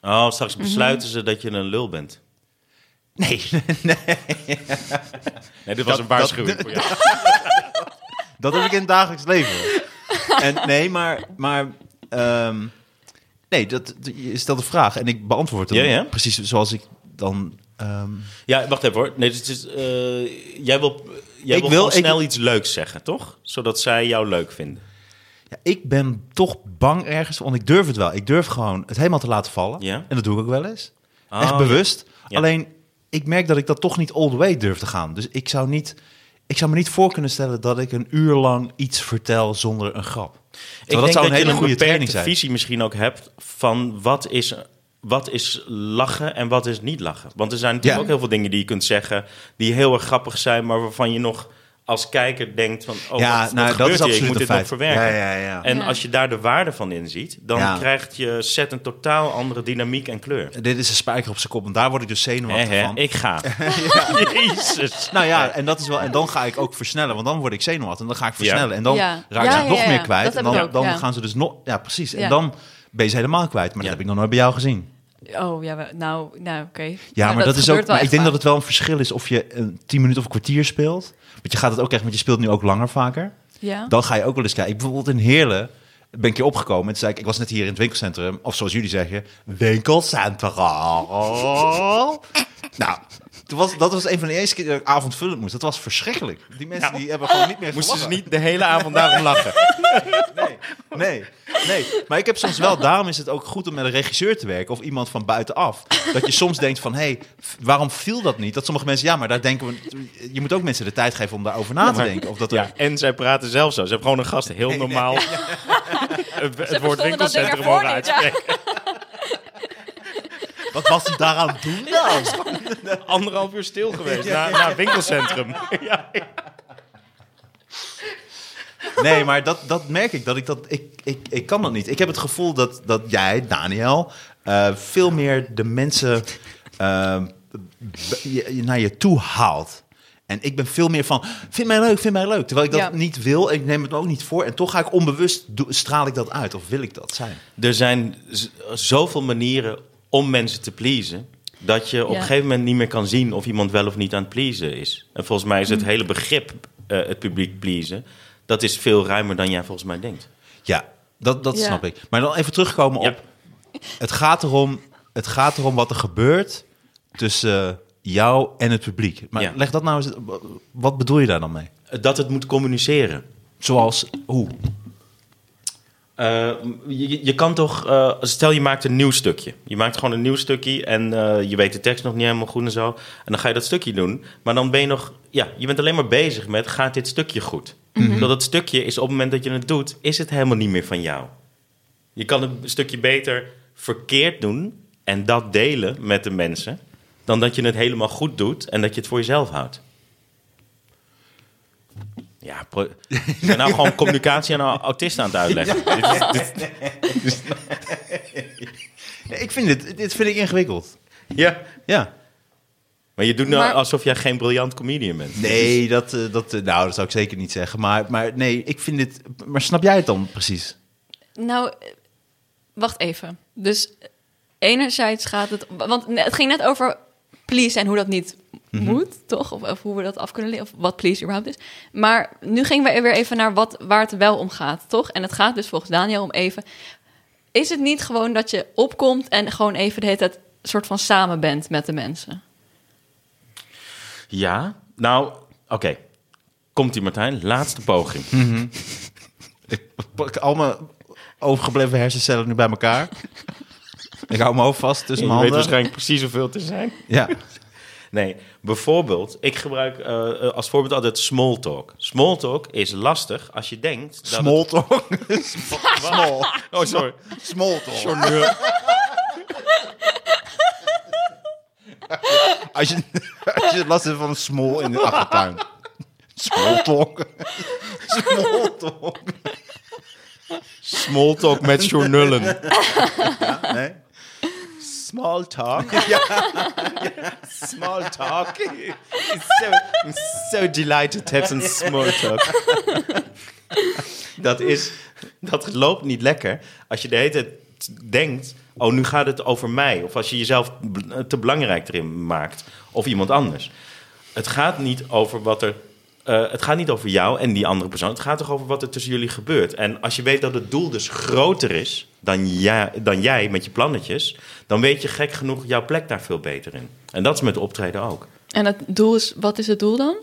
[SPEAKER 3] Oh, straks besluiten ze dat je een lul bent.
[SPEAKER 2] Nee,
[SPEAKER 3] Nee, dit
[SPEAKER 2] was een waarschuwing
[SPEAKER 3] voor jou.
[SPEAKER 2] *laughs* dat heb ik in het dagelijks leven. En, nee, maar, maar ehm, nee, dat, je stelt een vraag en ik beantwoord hem
[SPEAKER 3] Ja, ja.
[SPEAKER 2] precies zoals ik dan... ehm,
[SPEAKER 3] Ja, wacht even hoor. Nee, dit is, eh, jij wil, jij
[SPEAKER 2] Ik wil-
[SPEAKER 3] wil, gewoon
[SPEAKER 2] ik-
[SPEAKER 3] snel iets leuks zeggen, toch? Zodat zij jou leuk vinden.
[SPEAKER 2] ja, ik ben toch bang ergens, want ik durf het wel. Ik durf gewoon het helemaal te laten vallen.
[SPEAKER 3] Ja.
[SPEAKER 2] En dat doe ik ook wel eens.
[SPEAKER 3] Ah,
[SPEAKER 2] Echt bewust.
[SPEAKER 3] Ja.
[SPEAKER 2] Alleen, ik merk dat ik dat toch niet all the way durf te gaan. Dus ik zou, niet, ik zou me niet voor kunnen stellen dat ik een uur lang iets vertel zonder een grap.
[SPEAKER 3] Ik denk
[SPEAKER 2] Terwijl dat zou een hele
[SPEAKER 3] je
[SPEAKER 2] goede
[SPEAKER 3] beperkte
[SPEAKER 2] training zijn.
[SPEAKER 3] visie misschien ook hebt van wat is, wat is lachen en wat is niet lachen. Want er zijn natuurlijk
[SPEAKER 2] Ja.
[SPEAKER 3] ook heel veel dingen die je kunt zeggen die heel erg grappig zijn, maar waarvan je nog als kijker denkt van oh,
[SPEAKER 2] ja,
[SPEAKER 3] wat,
[SPEAKER 2] nou,
[SPEAKER 3] wat
[SPEAKER 2] dat
[SPEAKER 3] gebeurt
[SPEAKER 2] is
[SPEAKER 3] hier?
[SPEAKER 2] absoluut
[SPEAKER 3] Ik moet
[SPEAKER 2] een
[SPEAKER 3] dit
[SPEAKER 2] feit.
[SPEAKER 3] nog verwerken.
[SPEAKER 2] Ja, ja, ja.
[SPEAKER 3] En
[SPEAKER 1] Ja.
[SPEAKER 3] als je daar de waarde van inziet, dan
[SPEAKER 2] Ja.
[SPEAKER 3] krijgt je set een totaal andere dynamiek en kleur.
[SPEAKER 2] Dit is een spijker op zijn kop, en daar word ik dus zenuwachtig
[SPEAKER 3] Hè, hè?
[SPEAKER 2] van.
[SPEAKER 3] ik
[SPEAKER 2] *laughs*
[SPEAKER 3] ga. Jezus.
[SPEAKER 2] Nou ja, en, dat is wel, en dan ga ik ook versnellen, want dan word ik zenuwachtig. En dan ga ik versnellen. En dan
[SPEAKER 1] Ja.
[SPEAKER 2] raak ik
[SPEAKER 1] Ja,
[SPEAKER 2] ze
[SPEAKER 1] ja,
[SPEAKER 2] nog
[SPEAKER 1] ja.
[SPEAKER 2] meer kwijt.
[SPEAKER 1] Dat
[SPEAKER 2] en
[SPEAKER 1] heb
[SPEAKER 2] dan,
[SPEAKER 1] ik ook,
[SPEAKER 2] dan
[SPEAKER 1] ja.
[SPEAKER 2] gaan ze dus nog... Ja, precies. En
[SPEAKER 1] Ja.
[SPEAKER 2] dan ben je ze helemaal kwijt. Maar
[SPEAKER 3] Ja.
[SPEAKER 2] dat heb ik nog nooit bij jou gezien.
[SPEAKER 1] Oh, ja, we- nou, nou oké.
[SPEAKER 2] Ja, maar dat, is ook.
[SPEAKER 1] gebeurt wel
[SPEAKER 2] Maar ik
[SPEAKER 1] echt
[SPEAKER 2] denk dat
[SPEAKER 1] vaak.
[SPEAKER 2] het wel een verschil is of je een 10 minuten of een kwartier speelt. Want je gaat het ook echt, want je speelt nu ook langer vaker.
[SPEAKER 1] Ja?
[SPEAKER 2] Dan ga je ook wel eens kijken. Ik Bijvoorbeeld in Heerlen ben ik hier opgekomen. En toen zei ik, ik was net hier in het winkelcentrum. Of zoals jullie zeggen, winkelcentrum. nou, toen was, dat was een van de eerste keer dat ik avondvullend moest. Dat was verschrikkelijk. Die mensen
[SPEAKER 3] Ja.
[SPEAKER 2] die hebben gewoon niet meer
[SPEAKER 3] Moesten ze
[SPEAKER 2] gelachen.
[SPEAKER 3] niet de hele avond daarom lachen?
[SPEAKER 2] Nee, nee. Nee, maar ik heb soms wel, daarom is het ook goed om met een regisseur te werken of iemand van buitenaf. Dat je soms denkt van, hé, hey, f- waarom viel dat niet? Dat sommige mensen, ja, maar daar denken we, je moet ook mensen de tijd geven om daarover na te
[SPEAKER 3] maar-
[SPEAKER 2] denken. Of dat er-
[SPEAKER 3] Ja, en zij praten zelf zo. Ze hebben gewoon een gast heel normaal het, het woord
[SPEAKER 1] verstonden dat ding
[SPEAKER 3] winkelcentrum
[SPEAKER 1] ervoor
[SPEAKER 3] horen
[SPEAKER 1] niet, ja.
[SPEAKER 3] uitspreken.
[SPEAKER 2] Wat was hij daaraan doen nou?
[SPEAKER 3] Anderhalf uur stil geweest na, na
[SPEAKER 1] *laughs*
[SPEAKER 3] het winkelcentrum. Ja.
[SPEAKER 2] Nee, maar dat, dat merk ik, dat ik dat, ik, ik, ik kan dat niet. Ik heb het gevoel dat, dat jij, Daniel, eh, veel meer de mensen eh, b- je- je- naar je toe haalt. En ik ben veel meer van, vind mij leuk, vind mij leuk. Terwijl ik dat
[SPEAKER 1] Ja.
[SPEAKER 2] niet wil, ik neem het me ook niet voor. En toch ga ik onbewust, doe- straal ik dat uit. Of wil ik dat zijn?
[SPEAKER 3] Er zijn z- zoveel manieren om mensen te pleasen... dat je op
[SPEAKER 1] Ja.
[SPEAKER 3] een gegeven moment niet meer kan zien... of iemand wel of niet aan het pleasen is. En volgens mij is het hele begrip eh, het publiek pleasen... dat is veel ruimer dan jij volgens mij denkt.
[SPEAKER 2] Ja, dat, dat
[SPEAKER 1] Ja.
[SPEAKER 2] snap ik. Maar dan even terugkomen
[SPEAKER 3] Ja.
[SPEAKER 2] op... Het gaat, erom, het gaat erom wat er gebeurt tussen jou en het publiek. Maar
[SPEAKER 3] Ja.
[SPEAKER 2] leg dat nou eens... Wat bedoel je daar dan mee?
[SPEAKER 3] Dat het moet communiceren.
[SPEAKER 2] Zoals hoe?
[SPEAKER 3] Eh, je, je kan toch, eh, stel je maakt een nieuw stukje. Je maakt gewoon een nieuw stukje en eh, je weet de tekst nog niet helemaal goed en zo. En dan ga je dat stukje doen. Maar dan ben je nog, ja, je bent alleen maar bezig met gaat dit stukje goed? Dat dat stukje is op het moment dat je het doet, is het helemaal niet meer van jou. Je kan het stukje beter verkeerd doen en dat delen met de mensen. Dan dat je het helemaal goed doet en dat je het voor jezelf houdt. Ja, pro- ik ben nou gewoon communicatie aan een autist aan het uitleggen. Dit is-
[SPEAKER 2] Nee, ik vind dit, dit vind ik ingewikkeld.
[SPEAKER 3] *laughs* Ja,
[SPEAKER 2] Ja.
[SPEAKER 3] maar je doet nou
[SPEAKER 1] Maar-
[SPEAKER 3] alsof jij geen briljant comedian bent.
[SPEAKER 2] Nee, dat, eh, dat, eh, nou, dat zou ik zeker niet zeggen. Maar, maar nee, ik vind dit... Maar snap jij het dan precies?
[SPEAKER 1] Nou, eh, wacht even. Dus enerzijds gaat het... Want ne- het ging net over please en hoe dat niet moet, toch? Of, of hoe we dat af kunnen leren, of wat please überhaupt is. Maar nu gingen we weer even naar wat, waar het wel om gaat, toch? En het gaat dus volgens Daniel om even... Is het niet gewoon dat je opkomt en gewoon even de hele tijd soort van samen bent met de mensen?
[SPEAKER 3] Ja? Nou, oké. Komt ie Martijn, laatste poging.
[SPEAKER 2] Ik pak al mijn overgebleven hersencellen nu bij elkaar. ik hou mijn hoofd vast tussen mijn handen.
[SPEAKER 3] precies hoeveel te zijn.
[SPEAKER 2] Ja.
[SPEAKER 3] Nee, bijvoorbeeld, ik gebruik eh, eh, als voorbeeld altijd small talk. Small talk is lastig als je denkt... Dat
[SPEAKER 2] Small
[SPEAKER 3] *laughs*
[SPEAKER 2] talk.
[SPEAKER 3] Het... Small. Oh, sorry.
[SPEAKER 2] Small talk. Als je, als je last hebt van een smol in de achtertuin. Small talk. Small talk.
[SPEAKER 3] Small talk met *laughs* journullen.
[SPEAKER 2] Nee?
[SPEAKER 3] Small *laughs* talk. Small talk. So, so delighted to have some small *laughs* talk. Dat is, *laughs* dat loopt niet lekker als je de hele tijd denkt, oh nu gaat het over mij. Of als je jezelf b- te belangrijk erin maakt. Of iemand anders. Het gaat niet over wat er, eh, het gaat niet over jou en die andere persoon. Het gaat toch over wat er tussen jullie gebeurt. En als je weet dat het doel dus groter is dan, ja, dan jij met je plannetjes, dan weet je gek genoeg jouw plek daar veel beter in. En dat is met optreden ook.
[SPEAKER 1] En het doel is... Wat is het doel dan?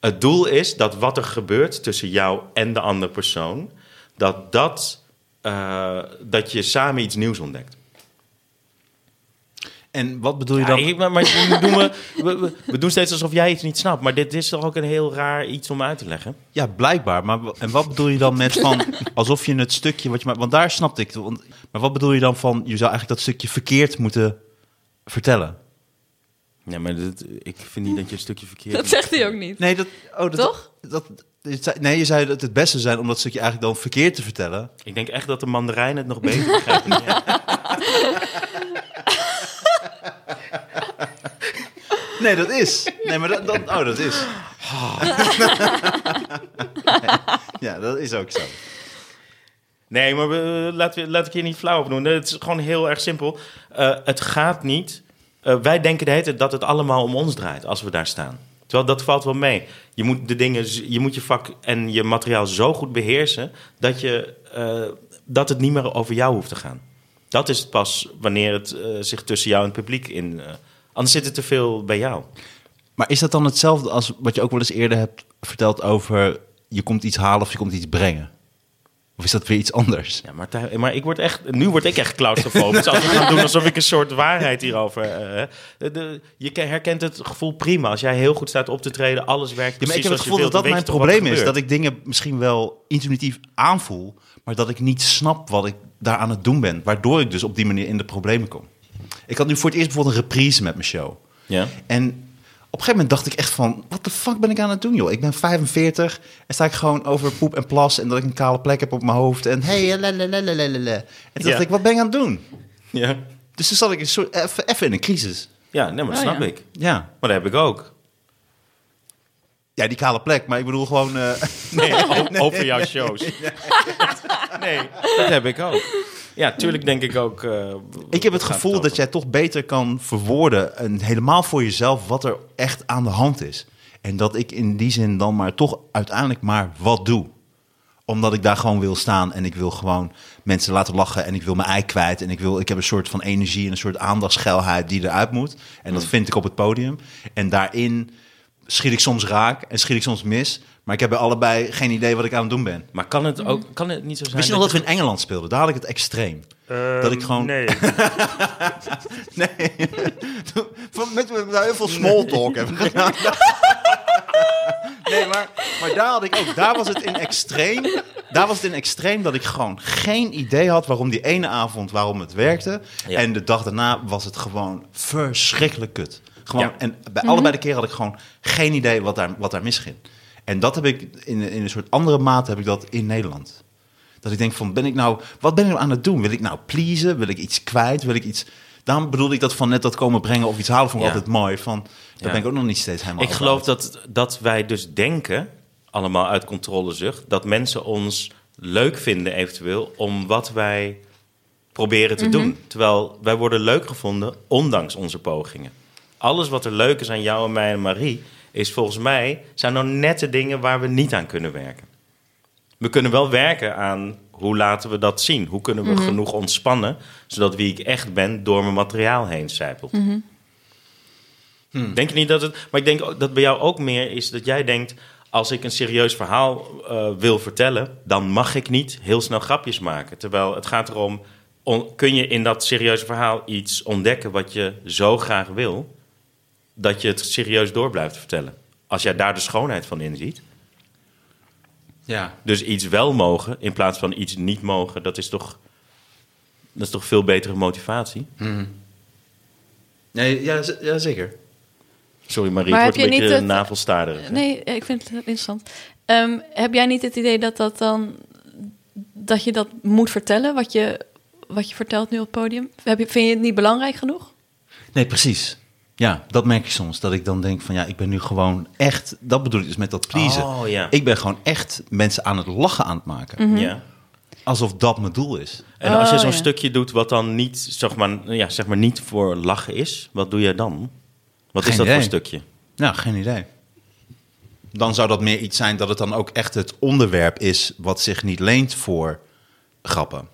[SPEAKER 3] Het doel is dat wat er gebeurt tussen jou en de andere persoon, dat, dat, eh, dat je samen iets nieuws ontdekt.
[SPEAKER 2] En wat bedoel je
[SPEAKER 3] Ja,
[SPEAKER 2] dan?
[SPEAKER 3] ik- maar maar we, doen we, we- we- we doen steeds alsof jij iets niet snapt, maar dit is toch ook een heel raar iets om uit te leggen.
[SPEAKER 2] Ja, blijkbaar. Maar w- en wat bedoel je dan met van alsof je het stukje wat je maakt? Want daar snapte ik. het, Want, maar wat bedoel je dan van je zou eigenlijk dat stukje verkeerd moeten vertellen?
[SPEAKER 3] Nee, maar dit- ik vind niet dat je een stukje verkeerd
[SPEAKER 1] Dat zegt hij ook niet.
[SPEAKER 2] Nee, dat. Oh, dat
[SPEAKER 1] Toch?
[SPEAKER 2] Dat, je zei- nee, je zei dat het beste zou zijn om dat stukje eigenlijk dan verkeerd te vertellen.
[SPEAKER 3] Ik denk echt dat de mandarijn het nog beter begrijpt. *laughs* dan jij.
[SPEAKER 2] Nee, dat is. Nee, maar dat. dat oh, dat is. Ja, dat is ook zo.
[SPEAKER 3] Nee, maar we, laat, laat ik hier niet flauw op doen. Nee, Het is gewoon heel erg simpel. Eh, het gaat niet... eh, wij denken de hele tijd dat het allemaal om ons draait als we daar staan. Terwijl dat valt wel mee. Je moet, de dingen, z- je, moet je vak en je materiaal zo goed beheersen... Dat, je, eh, dat het niet meer over jou hoeft te gaan. Dat is het pas wanneer het eh, zich tussen jou en het publiek in... eh, anders zit het te veel bij jou.
[SPEAKER 2] Maar is dat dan hetzelfde als wat je ook wel eens eerder hebt verteld over je komt iets halen of je komt iets brengen? Of is dat weer iets anders?
[SPEAKER 3] Ja, Martijn, maar ik word echt, nu word ik echt claustrofoob. Dus als we gaan doen alsof ik een soort waarheid hierover... eh, de, de- je ke- herkent het gevoel prima. Als jij heel goed staat op te treden, alles werkt
[SPEAKER 2] Ja, maar
[SPEAKER 3] precies
[SPEAKER 2] ik heb het
[SPEAKER 3] zoals
[SPEAKER 2] gevoel
[SPEAKER 3] je
[SPEAKER 2] dat dat
[SPEAKER 3] wilt, dan
[SPEAKER 2] mijn
[SPEAKER 3] weet je
[SPEAKER 2] probleem
[SPEAKER 3] toch wat er
[SPEAKER 2] is.
[SPEAKER 3] gebeurt.
[SPEAKER 2] Dat ik dingen misschien wel intuïtief aanvoel, maar dat ik niet snap wat ik daar aan het doen ben. Waardoor ik dus op die manier in de problemen kom. Ik had nu voor het eerst bijvoorbeeld een reprise met mijn show.
[SPEAKER 3] Ja.
[SPEAKER 2] En op een gegeven moment dacht ik echt van, wat de fuck ben ik aan het doen joh? Ik ben 45 en sta ik gewoon over poep en plas en dat ik een kale plek heb op mijn hoofd. En hey, eh, lalalalalalala. En toen dacht
[SPEAKER 3] Ja.
[SPEAKER 2] ik, wat ben ik aan het doen?
[SPEAKER 3] Ja,
[SPEAKER 2] Dus toen zat ik een soort, even, even in een crisis.
[SPEAKER 3] ja nee, maar dat
[SPEAKER 1] Ja,
[SPEAKER 3] snap
[SPEAKER 1] ja.
[SPEAKER 3] ik.
[SPEAKER 2] Ah, Ja.
[SPEAKER 3] Maar dat heb ik ook.
[SPEAKER 2] Ja, die kale plek, maar ik bedoel gewoon... eh, *laughs*
[SPEAKER 3] Nee, o- over jouw shows. Nee, dat heb ik ook. Ja, tuurlijk denk ik ook... eh,
[SPEAKER 2] Ik heb het
[SPEAKER 3] we gaan
[SPEAKER 2] gevoel
[SPEAKER 3] over-
[SPEAKER 2] dat jij toch beter kan verwoorden en helemaal voor jezelf wat er echt aan de hand is. En dat ik in die zin dan maar toch uiteindelijk maar wat doe. Omdat ik daar gewoon wil staan en ik wil gewoon mensen laten lachen en ik wil mijn ei kwijt. En ik, wil, ik heb een soort van energie en een soort aandachtsgeilheid die eruit moet. En
[SPEAKER 3] Hmm.
[SPEAKER 2] dat vind ik op het podium. En daarin schiet ik soms raak en schiet ik soms mis. Maar ik heb bij allebei geen idee wat ik aan het doen ben.
[SPEAKER 3] Maar kan het, ook, kan het niet zo zijn...
[SPEAKER 2] Wist je nog dat we in Engeland speelden? Daar had ik het extreem. dat ik gewoon...
[SPEAKER 3] Ehm,
[SPEAKER 2] *laughs*
[SPEAKER 3] Nee.
[SPEAKER 2] Van, met, met daar heel veel small talk hebben we gedaan. *laughs* Nee, maar, maar daar had ik ook. Daar was het in extreem. Daar was het in extreem dat ik gewoon geen idee had waarom die ene avond waarom het werkte.
[SPEAKER 3] Ja.
[SPEAKER 2] En de dag daarna was het gewoon verschrikkelijk kut. Gewoon,
[SPEAKER 3] Ja. Mhm.
[SPEAKER 2] En bij allebei de keren had ik gewoon geen idee wat daar, wat daar misging. En dat heb ik in, in een soort andere mate heb ik dat in Nederland. Dat ik denk van, ben ik nou, wat ben ik nou aan het doen? Wil ik nou pleasen? Wil ik iets kwijt? Wil ik iets... Daarom bedoelde ik dat van net dat komen brengen of iets halen vond ik
[SPEAKER 3] Ja.
[SPEAKER 2] altijd mooi. Van, daar
[SPEAKER 3] Ja.
[SPEAKER 2] ben ik ook nog niet steeds helemaal
[SPEAKER 3] Ik
[SPEAKER 2] uit.
[SPEAKER 3] geloof dat, dat wij dus denken, allemaal uit controlezucht, dat mensen ons leuk vinden eventueel om wat wij proberen te doen. Terwijl wij worden leuk gevonden ondanks onze pogingen. Alles wat er leuk is aan jou en mij en Marie, is volgens mij, zijn nou net de dingen waar we niet aan kunnen werken. We kunnen wel werken aan hoe laten we dat zien. Hoe kunnen we genoeg ontspannen, zodat wie ik echt ben door mijn materiaal heen sijpelt. Denk je niet dat het. Maar ik denk ook dat bij jou ook meer is dat jij denkt. Als ik een serieus verhaal eh, wil vertellen, dan mag ik niet heel snel grapjes maken. Terwijl het gaat erom: on- kun je in dat serieuze verhaal iets ontdekken wat je zo graag wil, dat je het serieus door blijft vertellen? Als jij daar de schoonheid van inziet.
[SPEAKER 2] Ja.
[SPEAKER 3] Dus iets wel mogen in plaats van iets niet mogen, dat is toch, dat is toch veel betere motivatie?
[SPEAKER 2] Nee, ja, z- ja, zeker.
[SPEAKER 3] Sorry, Marie,
[SPEAKER 1] Maar
[SPEAKER 3] het
[SPEAKER 1] heb
[SPEAKER 3] wordt een
[SPEAKER 1] je
[SPEAKER 3] beetje
[SPEAKER 1] niet het-
[SPEAKER 3] navelstaarderig. hè?
[SPEAKER 1] Nee, eh, ik vind het heel interessant. Ehm, heb jij niet het idee dat dat dan dat je dat moet vertellen wat je wat je vertelt nu op het podium? Heb je, vind je het niet belangrijk genoeg?
[SPEAKER 2] Nee, precies. Ja, dat merk je soms. Dat ik dan denk van ja, ik ben nu gewoon echt... Dat bedoel ik dus met dat pleasen.
[SPEAKER 3] Oh, ja.
[SPEAKER 2] Ik ben gewoon echt mensen aan het lachen aan het maken.
[SPEAKER 1] Mhm.
[SPEAKER 3] Ja.
[SPEAKER 2] Alsof dat mijn doel is.
[SPEAKER 3] En als je
[SPEAKER 1] Oh,
[SPEAKER 3] zo'n
[SPEAKER 1] ja.
[SPEAKER 3] stukje doet wat dan niet, zeg maar, ja, zeg maar niet voor lachen is, wat doe jij dan? Wat
[SPEAKER 2] Geen
[SPEAKER 3] is dat
[SPEAKER 2] idee.
[SPEAKER 3] voor stukje?
[SPEAKER 2] Nou, geen idee. Dan zou dat meer iets zijn dat het dan ook echt het onderwerp is... wat zich niet leent voor grappen.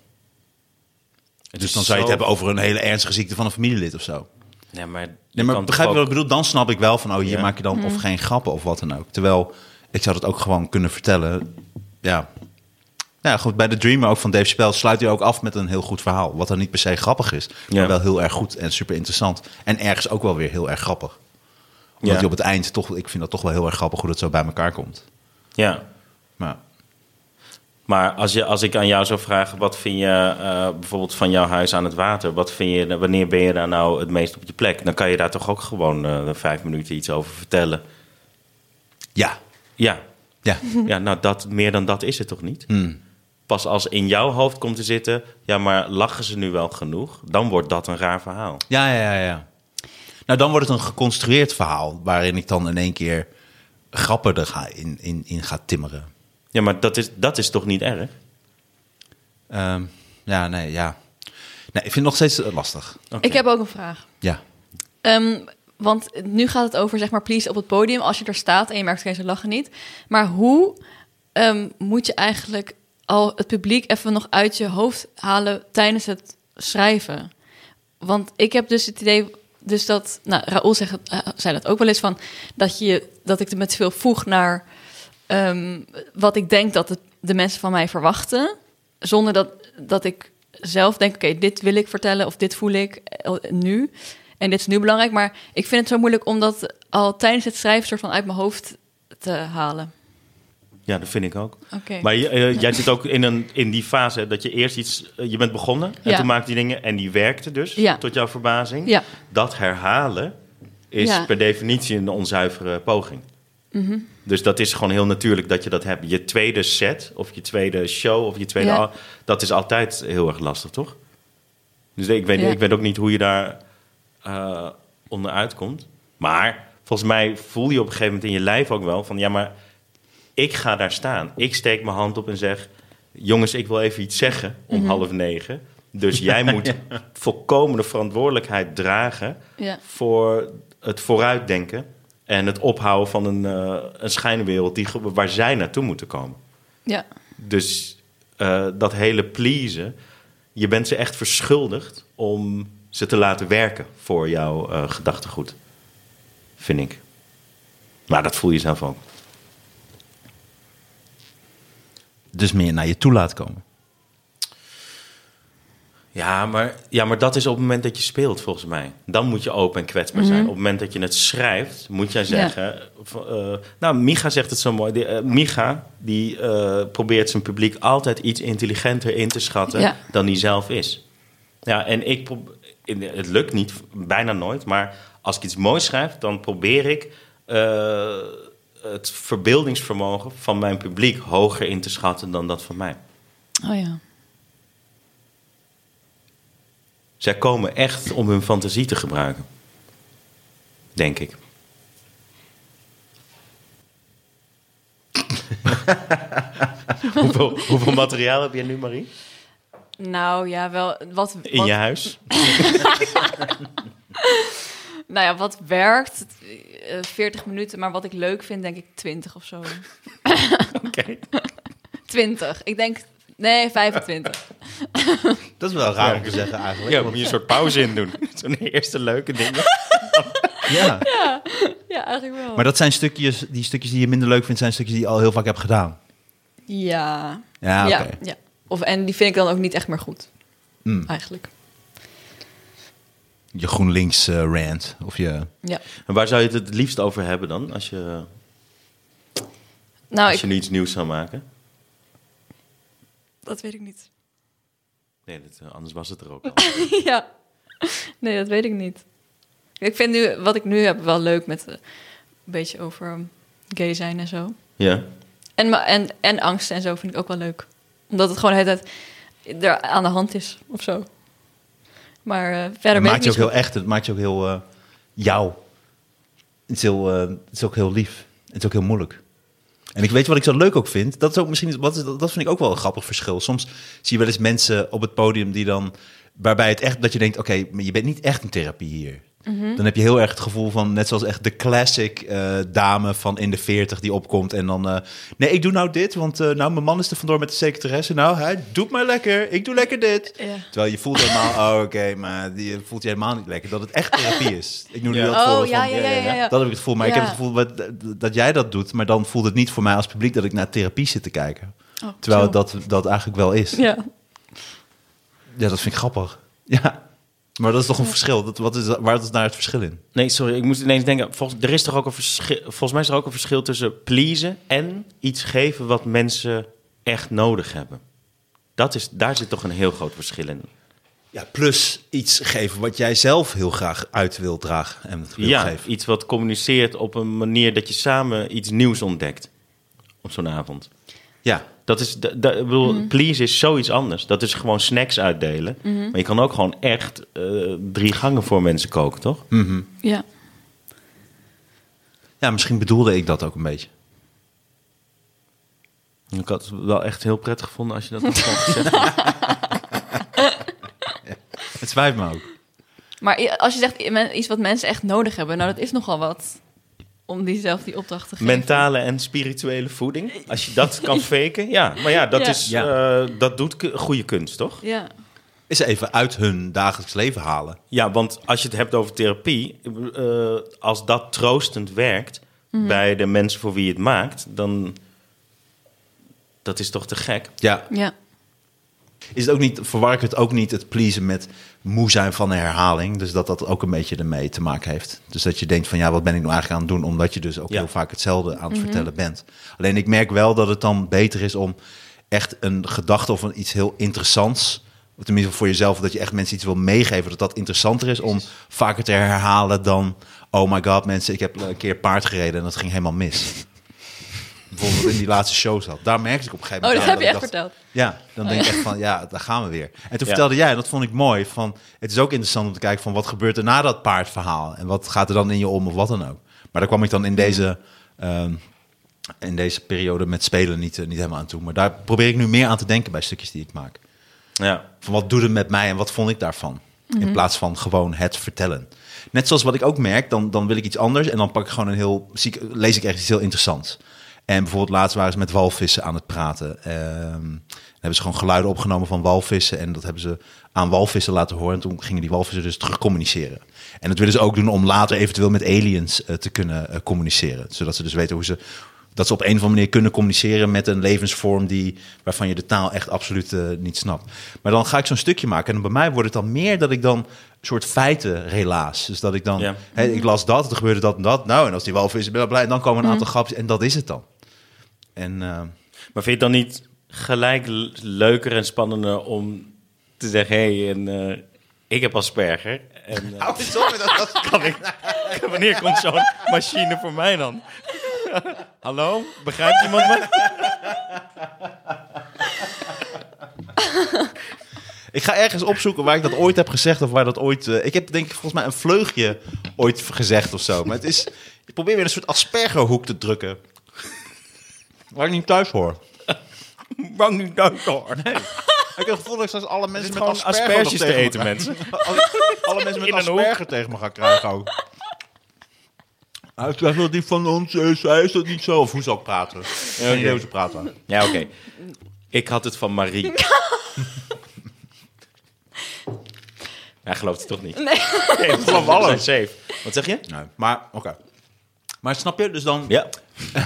[SPEAKER 2] Dus dan zou je het hebben over een hele ernstige ziekte van een familielid of zo.
[SPEAKER 3] Nee, maar, je
[SPEAKER 2] Nee, maar
[SPEAKER 3] kan
[SPEAKER 2] begrijp je
[SPEAKER 3] toch
[SPEAKER 2] wat
[SPEAKER 3] ook-
[SPEAKER 2] ik bedoel? Dan snap ik wel van, oh, hier
[SPEAKER 3] Ja.
[SPEAKER 2] maak je dan of geen grappen of wat dan ook. Terwijl, ik zou dat ook gewoon kunnen vertellen. Ja, ja goed, bij de Dreamer ook van Dave Spel sluit hij ook af met een heel goed verhaal. Wat dan niet per se grappig is,
[SPEAKER 3] Ja.
[SPEAKER 2] maar wel heel erg goed en super interessant. En ergens ook wel weer heel erg grappig. Omdat
[SPEAKER 3] Ja.
[SPEAKER 2] hij op het eind toch, ik vind dat toch wel heel erg grappig hoe dat zo bij elkaar komt.
[SPEAKER 3] Ja.
[SPEAKER 2] Maar
[SPEAKER 3] Maar als, je, als ik aan jou zou vragen, wat vind je eh, bijvoorbeeld van jouw huis aan het water? Wat vind je, wanneer ben je daar nou het meest op je plek? Dan kan je daar toch ook gewoon eh, vijf minuten iets over vertellen.
[SPEAKER 2] ja,
[SPEAKER 3] Ja,
[SPEAKER 2] *laughs* ja.
[SPEAKER 3] ja nou dat, meer dan dat is het toch niet?
[SPEAKER 2] Hmm.
[SPEAKER 3] Pas als in jouw hoofd komt te zitten, ja, maar lachen ze nu wel genoeg? Dan wordt dat een raar verhaal.
[SPEAKER 2] Ja, ja, ja, ja. Nou, dan wordt het een geconstrueerd verhaal... waarin ik dan in één keer grappen er ga in, in, in ga timmeren.
[SPEAKER 3] Ja, maar dat is, dat is toch niet erg?
[SPEAKER 2] Ehm, ja, nee, ja. Nee, ik vind het nog steeds eh, lastig.
[SPEAKER 3] Oké.
[SPEAKER 1] Ik heb ook een vraag.
[SPEAKER 2] Ja.
[SPEAKER 1] Ehm, want nu gaat het over, zeg maar, please op het podium. Als je er staat en je merkt oké, ze lachen niet. Maar hoe ehm, moet je eigenlijk al het publiek even nog uit je hoofd halen tijdens het schrijven? Want ik heb dus het idee, dus dat, nou, Raoul zegt, het- eh, zei dat ook wel eens van, dat, je, dat ik er met veel voeg naar ehm, wat ik denk dat het- de mensen van mij verwachten. zonder dat, dat ik zelf denk, oké, dit wil ik vertellen of dit voel ik eh, nu. En dit is nu belangrijk, maar ik vind het zo moeilijk om dat al tijdens het schrijven soort van uit mijn hoofd te halen.
[SPEAKER 3] Ja, dat vind ik ook.
[SPEAKER 1] Oké.
[SPEAKER 3] Maar je- eh, jij zit ook in, een, in die fase dat je eerst iets... eh, je bent begonnen en
[SPEAKER 1] Ja.
[SPEAKER 3] toen maakte je dingen en die werkte dus,
[SPEAKER 1] Ja.
[SPEAKER 3] tot jouw verbazing.
[SPEAKER 1] Ja.
[SPEAKER 3] Dat herhalen is
[SPEAKER 1] Ja. Mhm.
[SPEAKER 3] per definitie een onzuivere poging. Dus dat is gewoon heel natuurlijk dat je dat hebt. Je tweede set of je tweede show of je tweede...
[SPEAKER 1] Ja.
[SPEAKER 3] al- Dat is altijd heel erg lastig, toch? Dus ik weet,
[SPEAKER 1] Ja.
[SPEAKER 3] ik weet ook niet hoe je daar eh, onderuit komt. Maar volgens mij voel je op een gegeven moment in je lijf ook wel van... ja, maar ik ga daar staan. Ik steek mijn hand op en zeg... jongens, ik wil even iets zeggen om half negen. Dus jij moet volkomen de verantwoordelijkheid dragen...
[SPEAKER 1] Ja.
[SPEAKER 3] voor het vooruitdenken en het ophouden van een, eh, een schijnwereld... Die, ge- waar zij naartoe moeten komen.
[SPEAKER 1] Ja.
[SPEAKER 3] Dus eh, dat hele pleasen, je bent ze echt verschuldigd om ze te laten werken voor jouw eh, gedachtegoed. Vind ik. Maar dat voel je zelf ook.
[SPEAKER 2] Dus meer naar je toe laat komen.
[SPEAKER 3] Ja maar, ja, maar dat is op het moment dat je speelt, volgens mij. Dan moet je open en kwetsbaar zijn. Op het moment dat je het schrijft, moet jij zeggen... van, eh, nou, Micha zegt het zo mooi. Die, eh, Micha die, eh, probeert zijn publiek altijd iets intelligenter in te schatten...
[SPEAKER 1] Ja.
[SPEAKER 3] dan die zelf is. Ja, en ik... prob- in- Het lukt niet, bijna nooit. Maar als ik iets moois schrijf, dan probeer ik... eh, het verbeeldingsvermogen van mijn publiek hoger in te schatten dan dat van mij.
[SPEAKER 1] Oh ja.
[SPEAKER 3] Zij komen echt om hun fantasie te gebruiken. Denk ik. *laughs* hoeveel, hoeveel materiaal heb jij nu, Marie?
[SPEAKER 1] Nou ja, wel wat,
[SPEAKER 3] In
[SPEAKER 1] wat-
[SPEAKER 3] je huis?
[SPEAKER 1] nou ja, wat werkt, eh, 40 minuten, maar wat ik leuk vind, denk ik 20 of zo.
[SPEAKER 3] Oké.
[SPEAKER 1] 20. Ik denk, nee, 25.
[SPEAKER 2] Dat is wel raar om te zeggen eigenlijk.
[SPEAKER 3] Ja, moet je een soort pauze in doen. Zo'n eerste leuke dingen.
[SPEAKER 2] Ja.
[SPEAKER 1] Ja, eigenlijk wel.
[SPEAKER 2] *laughs* Maar dat zijn stukjes, die stukjes die je minder leuk vindt, zijn stukjes die je al heel vaak hebt gedaan.
[SPEAKER 1] Ja.
[SPEAKER 2] Ja, Ah, oké.
[SPEAKER 1] ja, ja. Of, en die vind ik dan ook niet echt meer goed,
[SPEAKER 2] Mm.
[SPEAKER 1] eigenlijk.
[SPEAKER 2] Je GroenLinks eh, rant. Of je...
[SPEAKER 1] Ja.
[SPEAKER 3] En waar zou je het het liefst over hebben dan? Als je,
[SPEAKER 1] Nou,
[SPEAKER 3] als
[SPEAKER 1] ik,
[SPEAKER 3] je nu iets nieuws zou maken?
[SPEAKER 1] dat weet ik niet.
[SPEAKER 3] Nee, dat, eh, anders was het er ook al.
[SPEAKER 1] *laughs* ja. Nee, dat weet ik niet. Ik vind nu, wat ik nu heb wel leuk met eh, een beetje over ehm, gay zijn en zo.
[SPEAKER 3] Ja.
[SPEAKER 1] En, ma- en, en angst en zo vind ik ook wel leuk. Omdat het gewoon de hele tijd er aan de hand is of zo. Maar eh, verder
[SPEAKER 2] het
[SPEAKER 1] weet ik
[SPEAKER 2] maakt je ook
[SPEAKER 1] niet
[SPEAKER 2] heel
[SPEAKER 1] zo-
[SPEAKER 2] echt. Het maakt je ook heel eh, jou. Het is, heel, eh, het is ook heel lief. Het is ook heel moeilijk. En ik weet wat ik zo leuk ook vind. Dat, is ook misschien, wat, is- dat vind ik ook wel een grappig verschil. Soms zie je wel eens mensen op het podium die dan... waarbij het echt dat je denkt, oké, maar je bent niet echt in therapie hier.
[SPEAKER 1] Mhm.
[SPEAKER 2] Dan heb je heel erg het gevoel van, net zoals echt de classic eh, dame van in de 40 die opkomt en dan... eh, nee, ik doe nou dit, want eh, nou, mijn man is er vandoor met de secretaresse. Nou, hij doet maar lekker, ik doe lekker dit.
[SPEAKER 1] Ja.
[SPEAKER 2] Terwijl je voelt helemaal, oh, oké, maar die voelt je helemaal niet lekker. Dat het echt therapie is. Ik noem nu
[SPEAKER 3] Ja.
[SPEAKER 2] wel het
[SPEAKER 1] Oh,
[SPEAKER 2] voorbeeld
[SPEAKER 1] ja,
[SPEAKER 2] van-
[SPEAKER 1] ja, ja, ja, ja.
[SPEAKER 2] Dat heb ik het gevoel, maar ik
[SPEAKER 1] Ja.
[SPEAKER 2] heb het gevoel dat, dat jij dat doet. Maar dan voelt het niet voor mij als publiek dat ik naar therapie zit te kijken.
[SPEAKER 1] Oh,
[SPEAKER 2] Terwijl
[SPEAKER 1] chill.
[SPEAKER 2] dat, dat eigenlijk wel is. Ja.
[SPEAKER 1] Ja.
[SPEAKER 2] dat vind ik grappig. Ja, maar dat is toch een verschil. Dat, wat is, dat- waar is daar het verschil in?
[SPEAKER 3] Nee, sorry, ik moest ineens denken. Volgens, er is toch ook een verschil, volgens mij is er ook een verschil tussen pleasen en iets geven wat mensen echt nodig hebben. Dat is, daar zit toch een heel groot verschil in.
[SPEAKER 2] Ja, plus iets geven wat jij zelf heel graag uit wil dragen en wil
[SPEAKER 3] ja,
[SPEAKER 2] geven.
[SPEAKER 3] iets wat communiceert op een manier dat je samen iets nieuws ontdekt op zo'n avond.
[SPEAKER 2] Ja,
[SPEAKER 3] Dat is, da- da- ik bedoel, please is zoiets anders. Dat is gewoon snacks uitdelen. Maar je kan ook gewoon echt eh, drie gangen voor mensen koken, toch?
[SPEAKER 1] ja.
[SPEAKER 2] ja, misschien bedoelde ik dat ook een beetje.
[SPEAKER 3] Ik had het wel echt heel prettig gevonden als je dat had gezegd. had.
[SPEAKER 2] Het spijt me ook.
[SPEAKER 1] Maar i- als je zegt i- men- iets wat mensen echt nodig hebben, nou dat is nogal wat. Om die zelf die opdracht te geven.
[SPEAKER 3] mentale en spirituele voeding. Als je dat kan faken, ja. Maar ja, dat,
[SPEAKER 1] Ja.
[SPEAKER 3] Is, eh, dat doet ku- goede kunst, toch?
[SPEAKER 1] Ja.
[SPEAKER 2] Is even uit hun dagelijks leven halen.
[SPEAKER 3] Ja, want als je het hebt over therapie, eh, als dat troostend werkt
[SPEAKER 1] Mhm.
[SPEAKER 3] bij de mensen voor wie je het maakt, dan dat is toch te gek.
[SPEAKER 2] Ja,
[SPEAKER 1] Ja.
[SPEAKER 2] Is het ook niet, verwar ik het ook niet, het pleasen met moe zijn van de herhaling. Dus dat dat ook een beetje ermee te maken heeft. Dus dat je denkt van ja, wat ben ik nou eigenlijk aan het doen? Omdat je dus ook
[SPEAKER 3] Ja.
[SPEAKER 2] heel vaak hetzelfde aan het
[SPEAKER 1] Mhm.
[SPEAKER 2] vertellen bent. Alleen ik merk wel dat het dan beter is om echt een gedachte of een, iets heel interessants... of Tenminste voor jezelf, dat je echt mensen iets wil meegeven. Dat dat interessanter is om vaker te herhalen dan... Oh my god, mensen, ik heb een keer paard gereden en dat ging helemaal mis. Bijvoorbeeld in die laatste show zat. Daar merkte ik op een gegeven
[SPEAKER 1] Oh,
[SPEAKER 2] moment
[SPEAKER 1] dat
[SPEAKER 2] aan
[SPEAKER 1] heb je
[SPEAKER 2] ik
[SPEAKER 1] echt
[SPEAKER 2] dacht,
[SPEAKER 1] verteld.
[SPEAKER 2] ja, dan denk ik echt van, ja, daar gaan we weer. En toen
[SPEAKER 3] Ja.
[SPEAKER 2] vertelde jij, en dat vond ik mooi, van het is ook interessant om te kijken van wat gebeurt er na dat paardverhaal en wat gaat er dan in je om of wat dan ook. Maar daar kwam ik dan in deze, ehm, in deze periode met spelen niet, eh, niet helemaal aan toe. Maar daar probeer ik nu meer aan te denken bij stukjes die ik maak.
[SPEAKER 3] Ja.
[SPEAKER 2] Van wat doet het met mij en wat vond ik daarvan? In plaats van gewoon het vertellen. Net zoals wat ik ook merk, dan, dan wil ik iets anders en dan pak ik gewoon een heel ziek, lees ik echt iets heel interessants. En bijvoorbeeld laatst waren ze met walvissen aan het praten. Ehm, dan hebben ze gewoon geluiden opgenomen van walvissen en dat hebben ze aan walvissen laten horen. En toen gingen die walvissen dus terug communiceren. En dat willen ze ook doen om later eventueel met aliens eh, te kunnen eh, communiceren. Zodat ze dus weten hoe ze dat ze op een of andere manier kunnen communiceren met een levensvorm die, waarvan je de taal echt absoluut eh, niet snapt. Maar dan ga ik zo'n stukje maken. En bij mij wordt het dan meer dat ik dan een soort feiten relaas. Dus dat ik dan,
[SPEAKER 3] Ja.
[SPEAKER 2] hè, ik las dat, er gebeurde dat en dat. Nou, en als die walvis is, ben ik blij. En dan komen een aantal grapjes en dat is het dan. En eh,
[SPEAKER 3] Maar vind je het dan niet gelijk l- leuker en spannender om te zeggen... hé, hey, en, eh, ik heb Asperger. En, eh,
[SPEAKER 2] hou eens op met dat. dat-
[SPEAKER 3] kan ik, wanneer komt zo'n machine voor mij dan? Hallo? Begrijpt iemand me?
[SPEAKER 2] *laughs* Ik ga ergens opzoeken waar ik dat ooit heb gezegd of waar dat ooit. eh, ik heb denk ik volgens mij een vleugje ooit gezegd of zo. Maar het is. Ik probeer weer een soort aspergerhoek te drukken. *laughs* Waar ik niet thuis hoor.
[SPEAKER 3] Bang nu dank hoor.
[SPEAKER 2] Ik heb het gevoel dat ik straks alle mensen met
[SPEAKER 3] gewoon
[SPEAKER 2] asperger
[SPEAKER 3] asperges
[SPEAKER 2] nog
[SPEAKER 3] te
[SPEAKER 2] tegen
[SPEAKER 3] eten,
[SPEAKER 2] me-
[SPEAKER 3] mensen.
[SPEAKER 2] Alle- alle mensen met
[SPEAKER 3] In een hoek.
[SPEAKER 2] asperger tegen me gaan krijgen ook. Hij zegt dat die van ons is, hij is dat niet zo. Of hoe zou ik praten? Ja,
[SPEAKER 3] oké.
[SPEAKER 2] ze praten.
[SPEAKER 3] Ja, oké. Ik had het van Marie. Hij gelooft het toch niet?
[SPEAKER 1] Nee.
[SPEAKER 3] Nee, *laughs* ik geloof alles. Safe. Wat zeg je?
[SPEAKER 2] Nee, maar oké. Maar snap je? Dus dan,
[SPEAKER 3] Ja.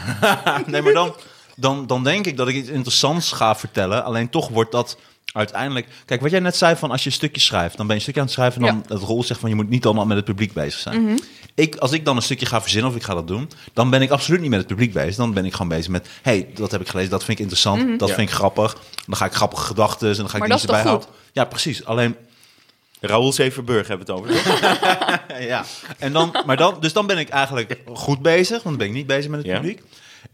[SPEAKER 2] *laughs* nee, maar dan, dan, dan denk ik dat ik iets interessants ga vertellen. Alleen toch wordt dat uiteindelijk... Kijk, wat jij net zei van als je stukjes schrijft... dan ben je een stukje aan het schrijven... en dan het rol zegt van je moet niet allemaal met het publiek bezig zijn.
[SPEAKER 1] Mhm.
[SPEAKER 2] ik, als ik dan een stukje ga verzinnen of ik ga dat doen... dan ben ik absoluut niet met het publiek bezig. Dan ben ik gewoon bezig met... hey, dat heb ik gelezen, dat vind ik interessant, dat
[SPEAKER 3] Ja.
[SPEAKER 2] vind ik grappig. Dan ga ik grappige gedachten en dan ga ik
[SPEAKER 1] Mhm. Maar
[SPEAKER 2] dingen
[SPEAKER 1] dat is
[SPEAKER 2] erbij
[SPEAKER 1] toch
[SPEAKER 2] houden. Ja, precies. Alleen
[SPEAKER 3] Raoul Zevenburg hebben we het over.
[SPEAKER 2] *laughs* ja. En dan, maar dan, dus dan ben ik eigenlijk goed bezig, want dan ben ik niet bezig met het
[SPEAKER 3] Ja.
[SPEAKER 2] publiek.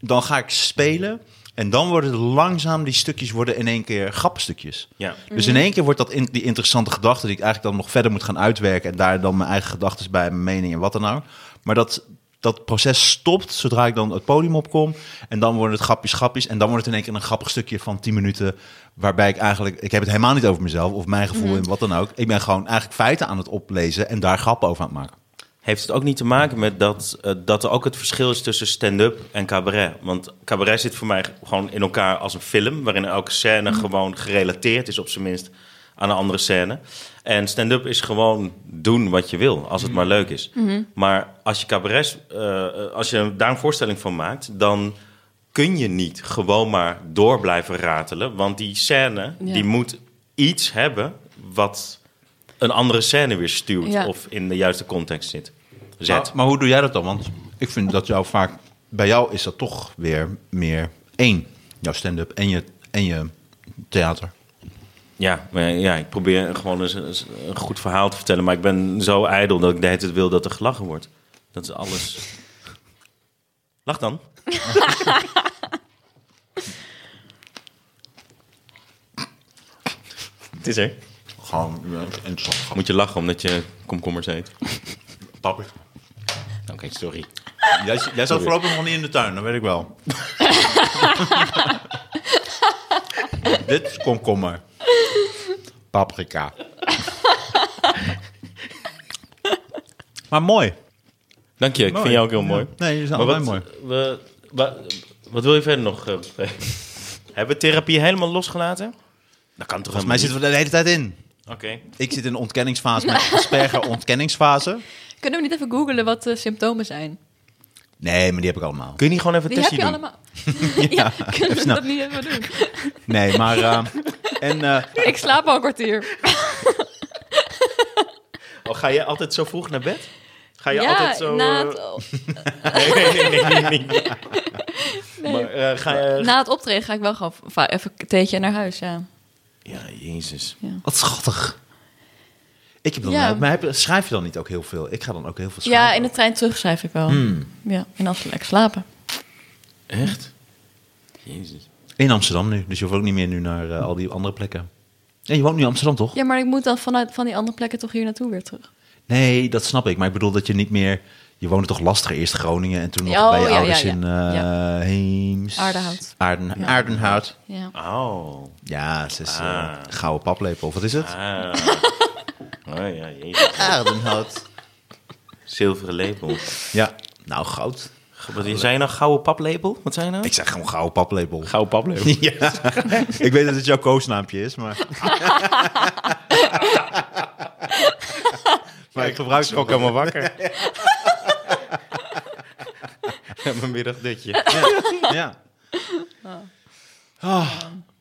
[SPEAKER 2] Dan ga ik spelen en dan worden het langzaam die stukjes worden in één keer grappenstukjes.
[SPEAKER 3] Ja.
[SPEAKER 2] Dus in één keer wordt dat in, die interessante gedachte die ik eigenlijk dan nog verder moet gaan uitwerken en daar dan mijn eigen gedachten bij, mijn mening en wat dan ook. Maar dat, dat proces stopt zodra ik dan het podium opkom en dan worden het grapjes, grapjes en dan wordt het in één keer een grappig stukje van 10 minuten waarbij ik eigenlijk, ik heb het helemaal niet over mezelf of mijn gevoel en wat dan ook. Ik ben gewoon eigenlijk feiten aan het oplezen en daar grappen over aan het maken.
[SPEAKER 3] Heeft het ook niet te maken met dat, eh, dat er ook het verschil is tussen stand-up en cabaret? Want cabaret zit voor mij gewoon in elkaar als een film, waarin elke scène gewoon gerelateerd is, op zijn minst, aan een andere scène. En stand-up is gewoon doen wat je wil, als het maar leuk is. Maar als je cabaret, eh, eh, als je daar een voorstelling van maakt, dan kun je niet gewoon maar door blijven ratelen. Want die scène,
[SPEAKER 1] Ja.
[SPEAKER 3] die moet iets hebben wat een andere scène weer stuurt
[SPEAKER 1] Ja.
[SPEAKER 3] of in de juiste context zit. Zet.
[SPEAKER 2] Maar, maar hoe doe jij dat dan? Want ik vind dat jou vaak, bij jou is dat toch weer meer één. Jouw stand-up en je, en je theater.
[SPEAKER 3] Ja, maar ja, ik probeer gewoon eens, eens een goed verhaal te vertellen. Maar ik ben zo ijdel dat ik de hele tijd wil dat er gelachen wordt. Dat is alles. Lach dan. *laughs* Het is er.
[SPEAKER 2] Gewoon ja, interessant.
[SPEAKER 3] Moet je lachen omdat je komkommers eet.
[SPEAKER 2] Pappig.
[SPEAKER 3] Oké, sorry.
[SPEAKER 2] Jij, jij zat voorlopig nog niet in de tuin, dat weet ik
[SPEAKER 3] *laughs*
[SPEAKER 2] wel. Dit is komkommer. Paprika. maar mooi.
[SPEAKER 3] Dank je, ik vind jou ook heel
[SPEAKER 2] Ja.
[SPEAKER 3] mooi.
[SPEAKER 2] Nee, je zijn
[SPEAKER 3] Nou, Maar
[SPEAKER 2] allebei
[SPEAKER 3] wat,
[SPEAKER 2] mooi.
[SPEAKER 3] we- wa- wat wil je verder nog eh, *laughs* bespreken? Hebben we therapie helemaal losgelaten? Dat kan toch
[SPEAKER 2] Volgens mij zitten we er de hele tijd in.
[SPEAKER 3] Oké.
[SPEAKER 2] Ik zit in een ontkenningsfase, mijn
[SPEAKER 3] *laughs*
[SPEAKER 2] Asperger ontkenningsfase.
[SPEAKER 1] Kunnen we niet even googlen wat de symptomen zijn?
[SPEAKER 2] Nee, maar die heb ik allemaal.
[SPEAKER 3] Kun je niet gewoon even een
[SPEAKER 1] *laughs* Die
[SPEAKER 2] *laughs*
[SPEAKER 1] heb
[SPEAKER 3] testje
[SPEAKER 1] je
[SPEAKER 3] doen?
[SPEAKER 1] allemaal. ja, kunnen we
[SPEAKER 2] snel.
[SPEAKER 1] dat niet even doen?
[SPEAKER 2] Nee, maar eh, En eh,
[SPEAKER 1] Ik slaap al een kwartier.
[SPEAKER 3] Oh, ga je altijd zo vroeg naar bed? Ga je
[SPEAKER 1] ja,
[SPEAKER 3] altijd zo...
[SPEAKER 1] na,
[SPEAKER 3] eh,
[SPEAKER 1] het,
[SPEAKER 3] *laughs* nee, nee, nee, nee, nee, nee. Maar eh, ga je...
[SPEAKER 1] *laughs* na het optreden ga ik wel gewoon va- even een theetje naar huis, ja.
[SPEAKER 3] Ja, jezus.
[SPEAKER 2] wat schattig. Ik heb dan, nou-
[SPEAKER 1] Ja.
[SPEAKER 2] maar heb- schrijf je dan niet ook heel veel? Ik ga dan ook heel veel schrijven.
[SPEAKER 1] Ja, in de trein terug schrijf ik wel.
[SPEAKER 2] Hmm.
[SPEAKER 1] Ja, en dan lekker slapen.
[SPEAKER 3] Echt? Jezus.
[SPEAKER 2] In Amsterdam nu, dus je hoeft ook niet meer nu naar eh, al die andere plekken. Nee, je woont nu in Amsterdam, toch?
[SPEAKER 1] Ja, maar ik moet dan vanuit van die andere plekken toch hier naartoe weer terug.
[SPEAKER 2] Nee, dat snap ik. Maar ik bedoel dat je niet meer... Je woonde toch lastig eerst Groningen en toen nog
[SPEAKER 1] Oh,
[SPEAKER 2] bij je
[SPEAKER 1] ja,
[SPEAKER 2] ouders
[SPEAKER 1] ja, ja.
[SPEAKER 2] in eh, Heems...
[SPEAKER 1] Aardenhout.
[SPEAKER 2] Aarden,
[SPEAKER 1] Ja.
[SPEAKER 2] Aardenhout.
[SPEAKER 1] Ja.
[SPEAKER 3] Oh.
[SPEAKER 2] Ja, ze is eh,
[SPEAKER 3] Ah.
[SPEAKER 2] gouden paplepel. Wat is het?
[SPEAKER 3] Ah. Oh ja, jezus.
[SPEAKER 2] Aardenhout.
[SPEAKER 3] Zilveren lepel.
[SPEAKER 2] Ja, nou goud.
[SPEAKER 3] Wat, zijn je nou gouden paplepel? Wat zijn je nou?
[SPEAKER 2] Ik zeg gewoon gouden paplepel.
[SPEAKER 3] Gouden *laughs* paplepel. Eh,
[SPEAKER 2] Ja, *laughs* ik weet dat het jouw koosnaampje is,
[SPEAKER 1] *laughs*
[SPEAKER 2] maar... maar ik gebruik het ook helemaal
[SPEAKER 3] *laughs*
[SPEAKER 2] wakker.
[SPEAKER 3] Mijn middagdutje.
[SPEAKER 2] Ja. Ah,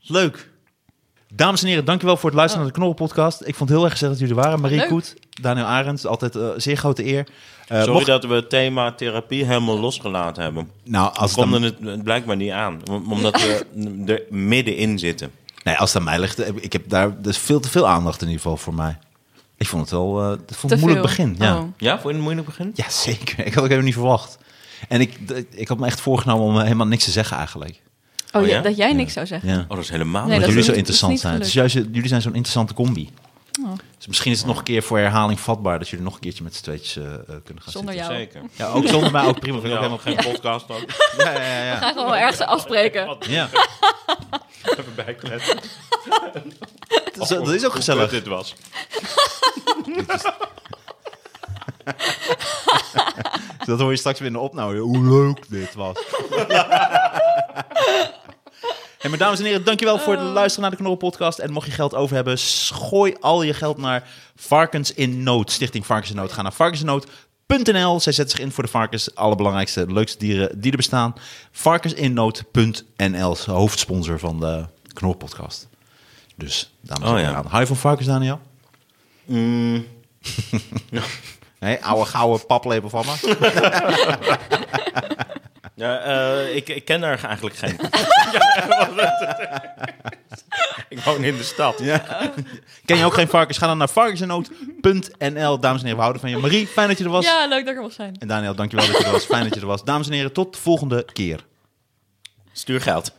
[SPEAKER 2] leuk. Dames en heren, dankjewel voor het luisteren naar de Knorrelpodcast. Ik vond het heel erg gezellig dat jullie er waren. Marie
[SPEAKER 1] Leuk.
[SPEAKER 2] Koet, Daniel Arends, altijd eh, zeer grote eer. Eh,
[SPEAKER 3] Sorry
[SPEAKER 2] mocht-
[SPEAKER 3] dat we het thema therapie helemaal losgelaten hebben.
[SPEAKER 2] nou, als
[SPEAKER 3] We
[SPEAKER 2] het, aan,
[SPEAKER 3] konden het blijkbaar niet aan, om- omdat we er middenin zitten.
[SPEAKER 2] nee, als het aan mij ligt, eh, ik heb daar dus veel te veel aandacht in ieder geval voor mij. Ik vond het wel eh, ik vond het
[SPEAKER 1] Te
[SPEAKER 2] een moeilijk
[SPEAKER 1] veel.
[SPEAKER 2] begin. Ja.
[SPEAKER 1] Oh.
[SPEAKER 3] Ja, vond je het een moeilijk begin?
[SPEAKER 2] Ja, zeker. Ik had ook helemaal niet verwacht. En ik, d- ik had me echt voorgenomen om eh, helemaal niks te zeggen eigenlijk.
[SPEAKER 1] Oh,
[SPEAKER 3] Oh,
[SPEAKER 1] ja?
[SPEAKER 3] ja?
[SPEAKER 1] dat jij niks zou zeggen.
[SPEAKER 2] Ja.
[SPEAKER 3] Oh, dat is helemaal
[SPEAKER 1] Nee,
[SPEAKER 3] niet
[SPEAKER 2] dat
[SPEAKER 1] is
[SPEAKER 2] jullie
[SPEAKER 1] niet- Oh.
[SPEAKER 2] zo
[SPEAKER 1] dat is
[SPEAKER 2] interessant
[SPEAKER 1] niet
[SPEAKER 2] zijn. Het is juist, jullie zijn zo'n interessante combi. Dus misschien is het nog een keer voor herhaling vatbaar... dat jullie nog een keertje met z'n tweetjes eh, eh, kunnen gaan
[SPEAKER 1] Zonder jou.
[SPEAKER 3] Zeker.
[SPEAKER 2] zitten. Ja, ook zonder mij, ook prima. Vind ik
[SPEAKER 3] Ja,
[SPEAKER 2] ook helemaal
[SPEAKER 3] geen podcast dan.
[SPEAKER 2] Ja, ja, ja.
[SPEAKER 1] We gaan gewoon ergens afspreken.
[SPEAKER 2] ja.
[SPEAKER 3] *laughs* Even bijkletsen.
[SPEAKER 2] Dat, is, dat is ook gezellig.
[SPEAKER 3] dit was.
[SPEAKER 2] Dat hoor je straks weer in de opname. Hoe leuk dit was. *laughs* Hey, maar dames en heren, dankjewel voor het luisteren naar de Knorren Podcast. En mocht je geld over hebben, gooi al je geld naar Varkens in Nood. Stichting Varkens in Nood. Ga naar varkensinnood.nl. Zij zet zich in voor de varkens. Alle belangrijkste, leukste dieren die er bestaan. Varkensinnood.nl. is de Hoofdsponsor van de Knorren Podcast. Dus, dames en
[SPEAKER 3] Oh,
[SPEAKER 2] heren.
[SPEAKER 3] ja. Mm.
[SPEAKER 2] Hou je van varkens, Daniel? *laughs* Nee, ouwe gouden paplepel van me.
[SPEAKER 3] Ja, eh, ik, ik ken daar eigenlijk geen. ik woon in de stad.
[SPEAKER 2] Ken je ook geen varkens? Ga dan naar varkensenoot.nl. Dames en heren, we houden van je. Marie, fijn dat je er was.
[SPEAKER 1] Ja, leuk dat ik er mocht zijn.
[SPEAKER 2] En Daniel, dankjewel dat je er was. Fijn dat je er was. Dames en heren, tot de volgende keer.
[SPEAKER 3] Stuur geld.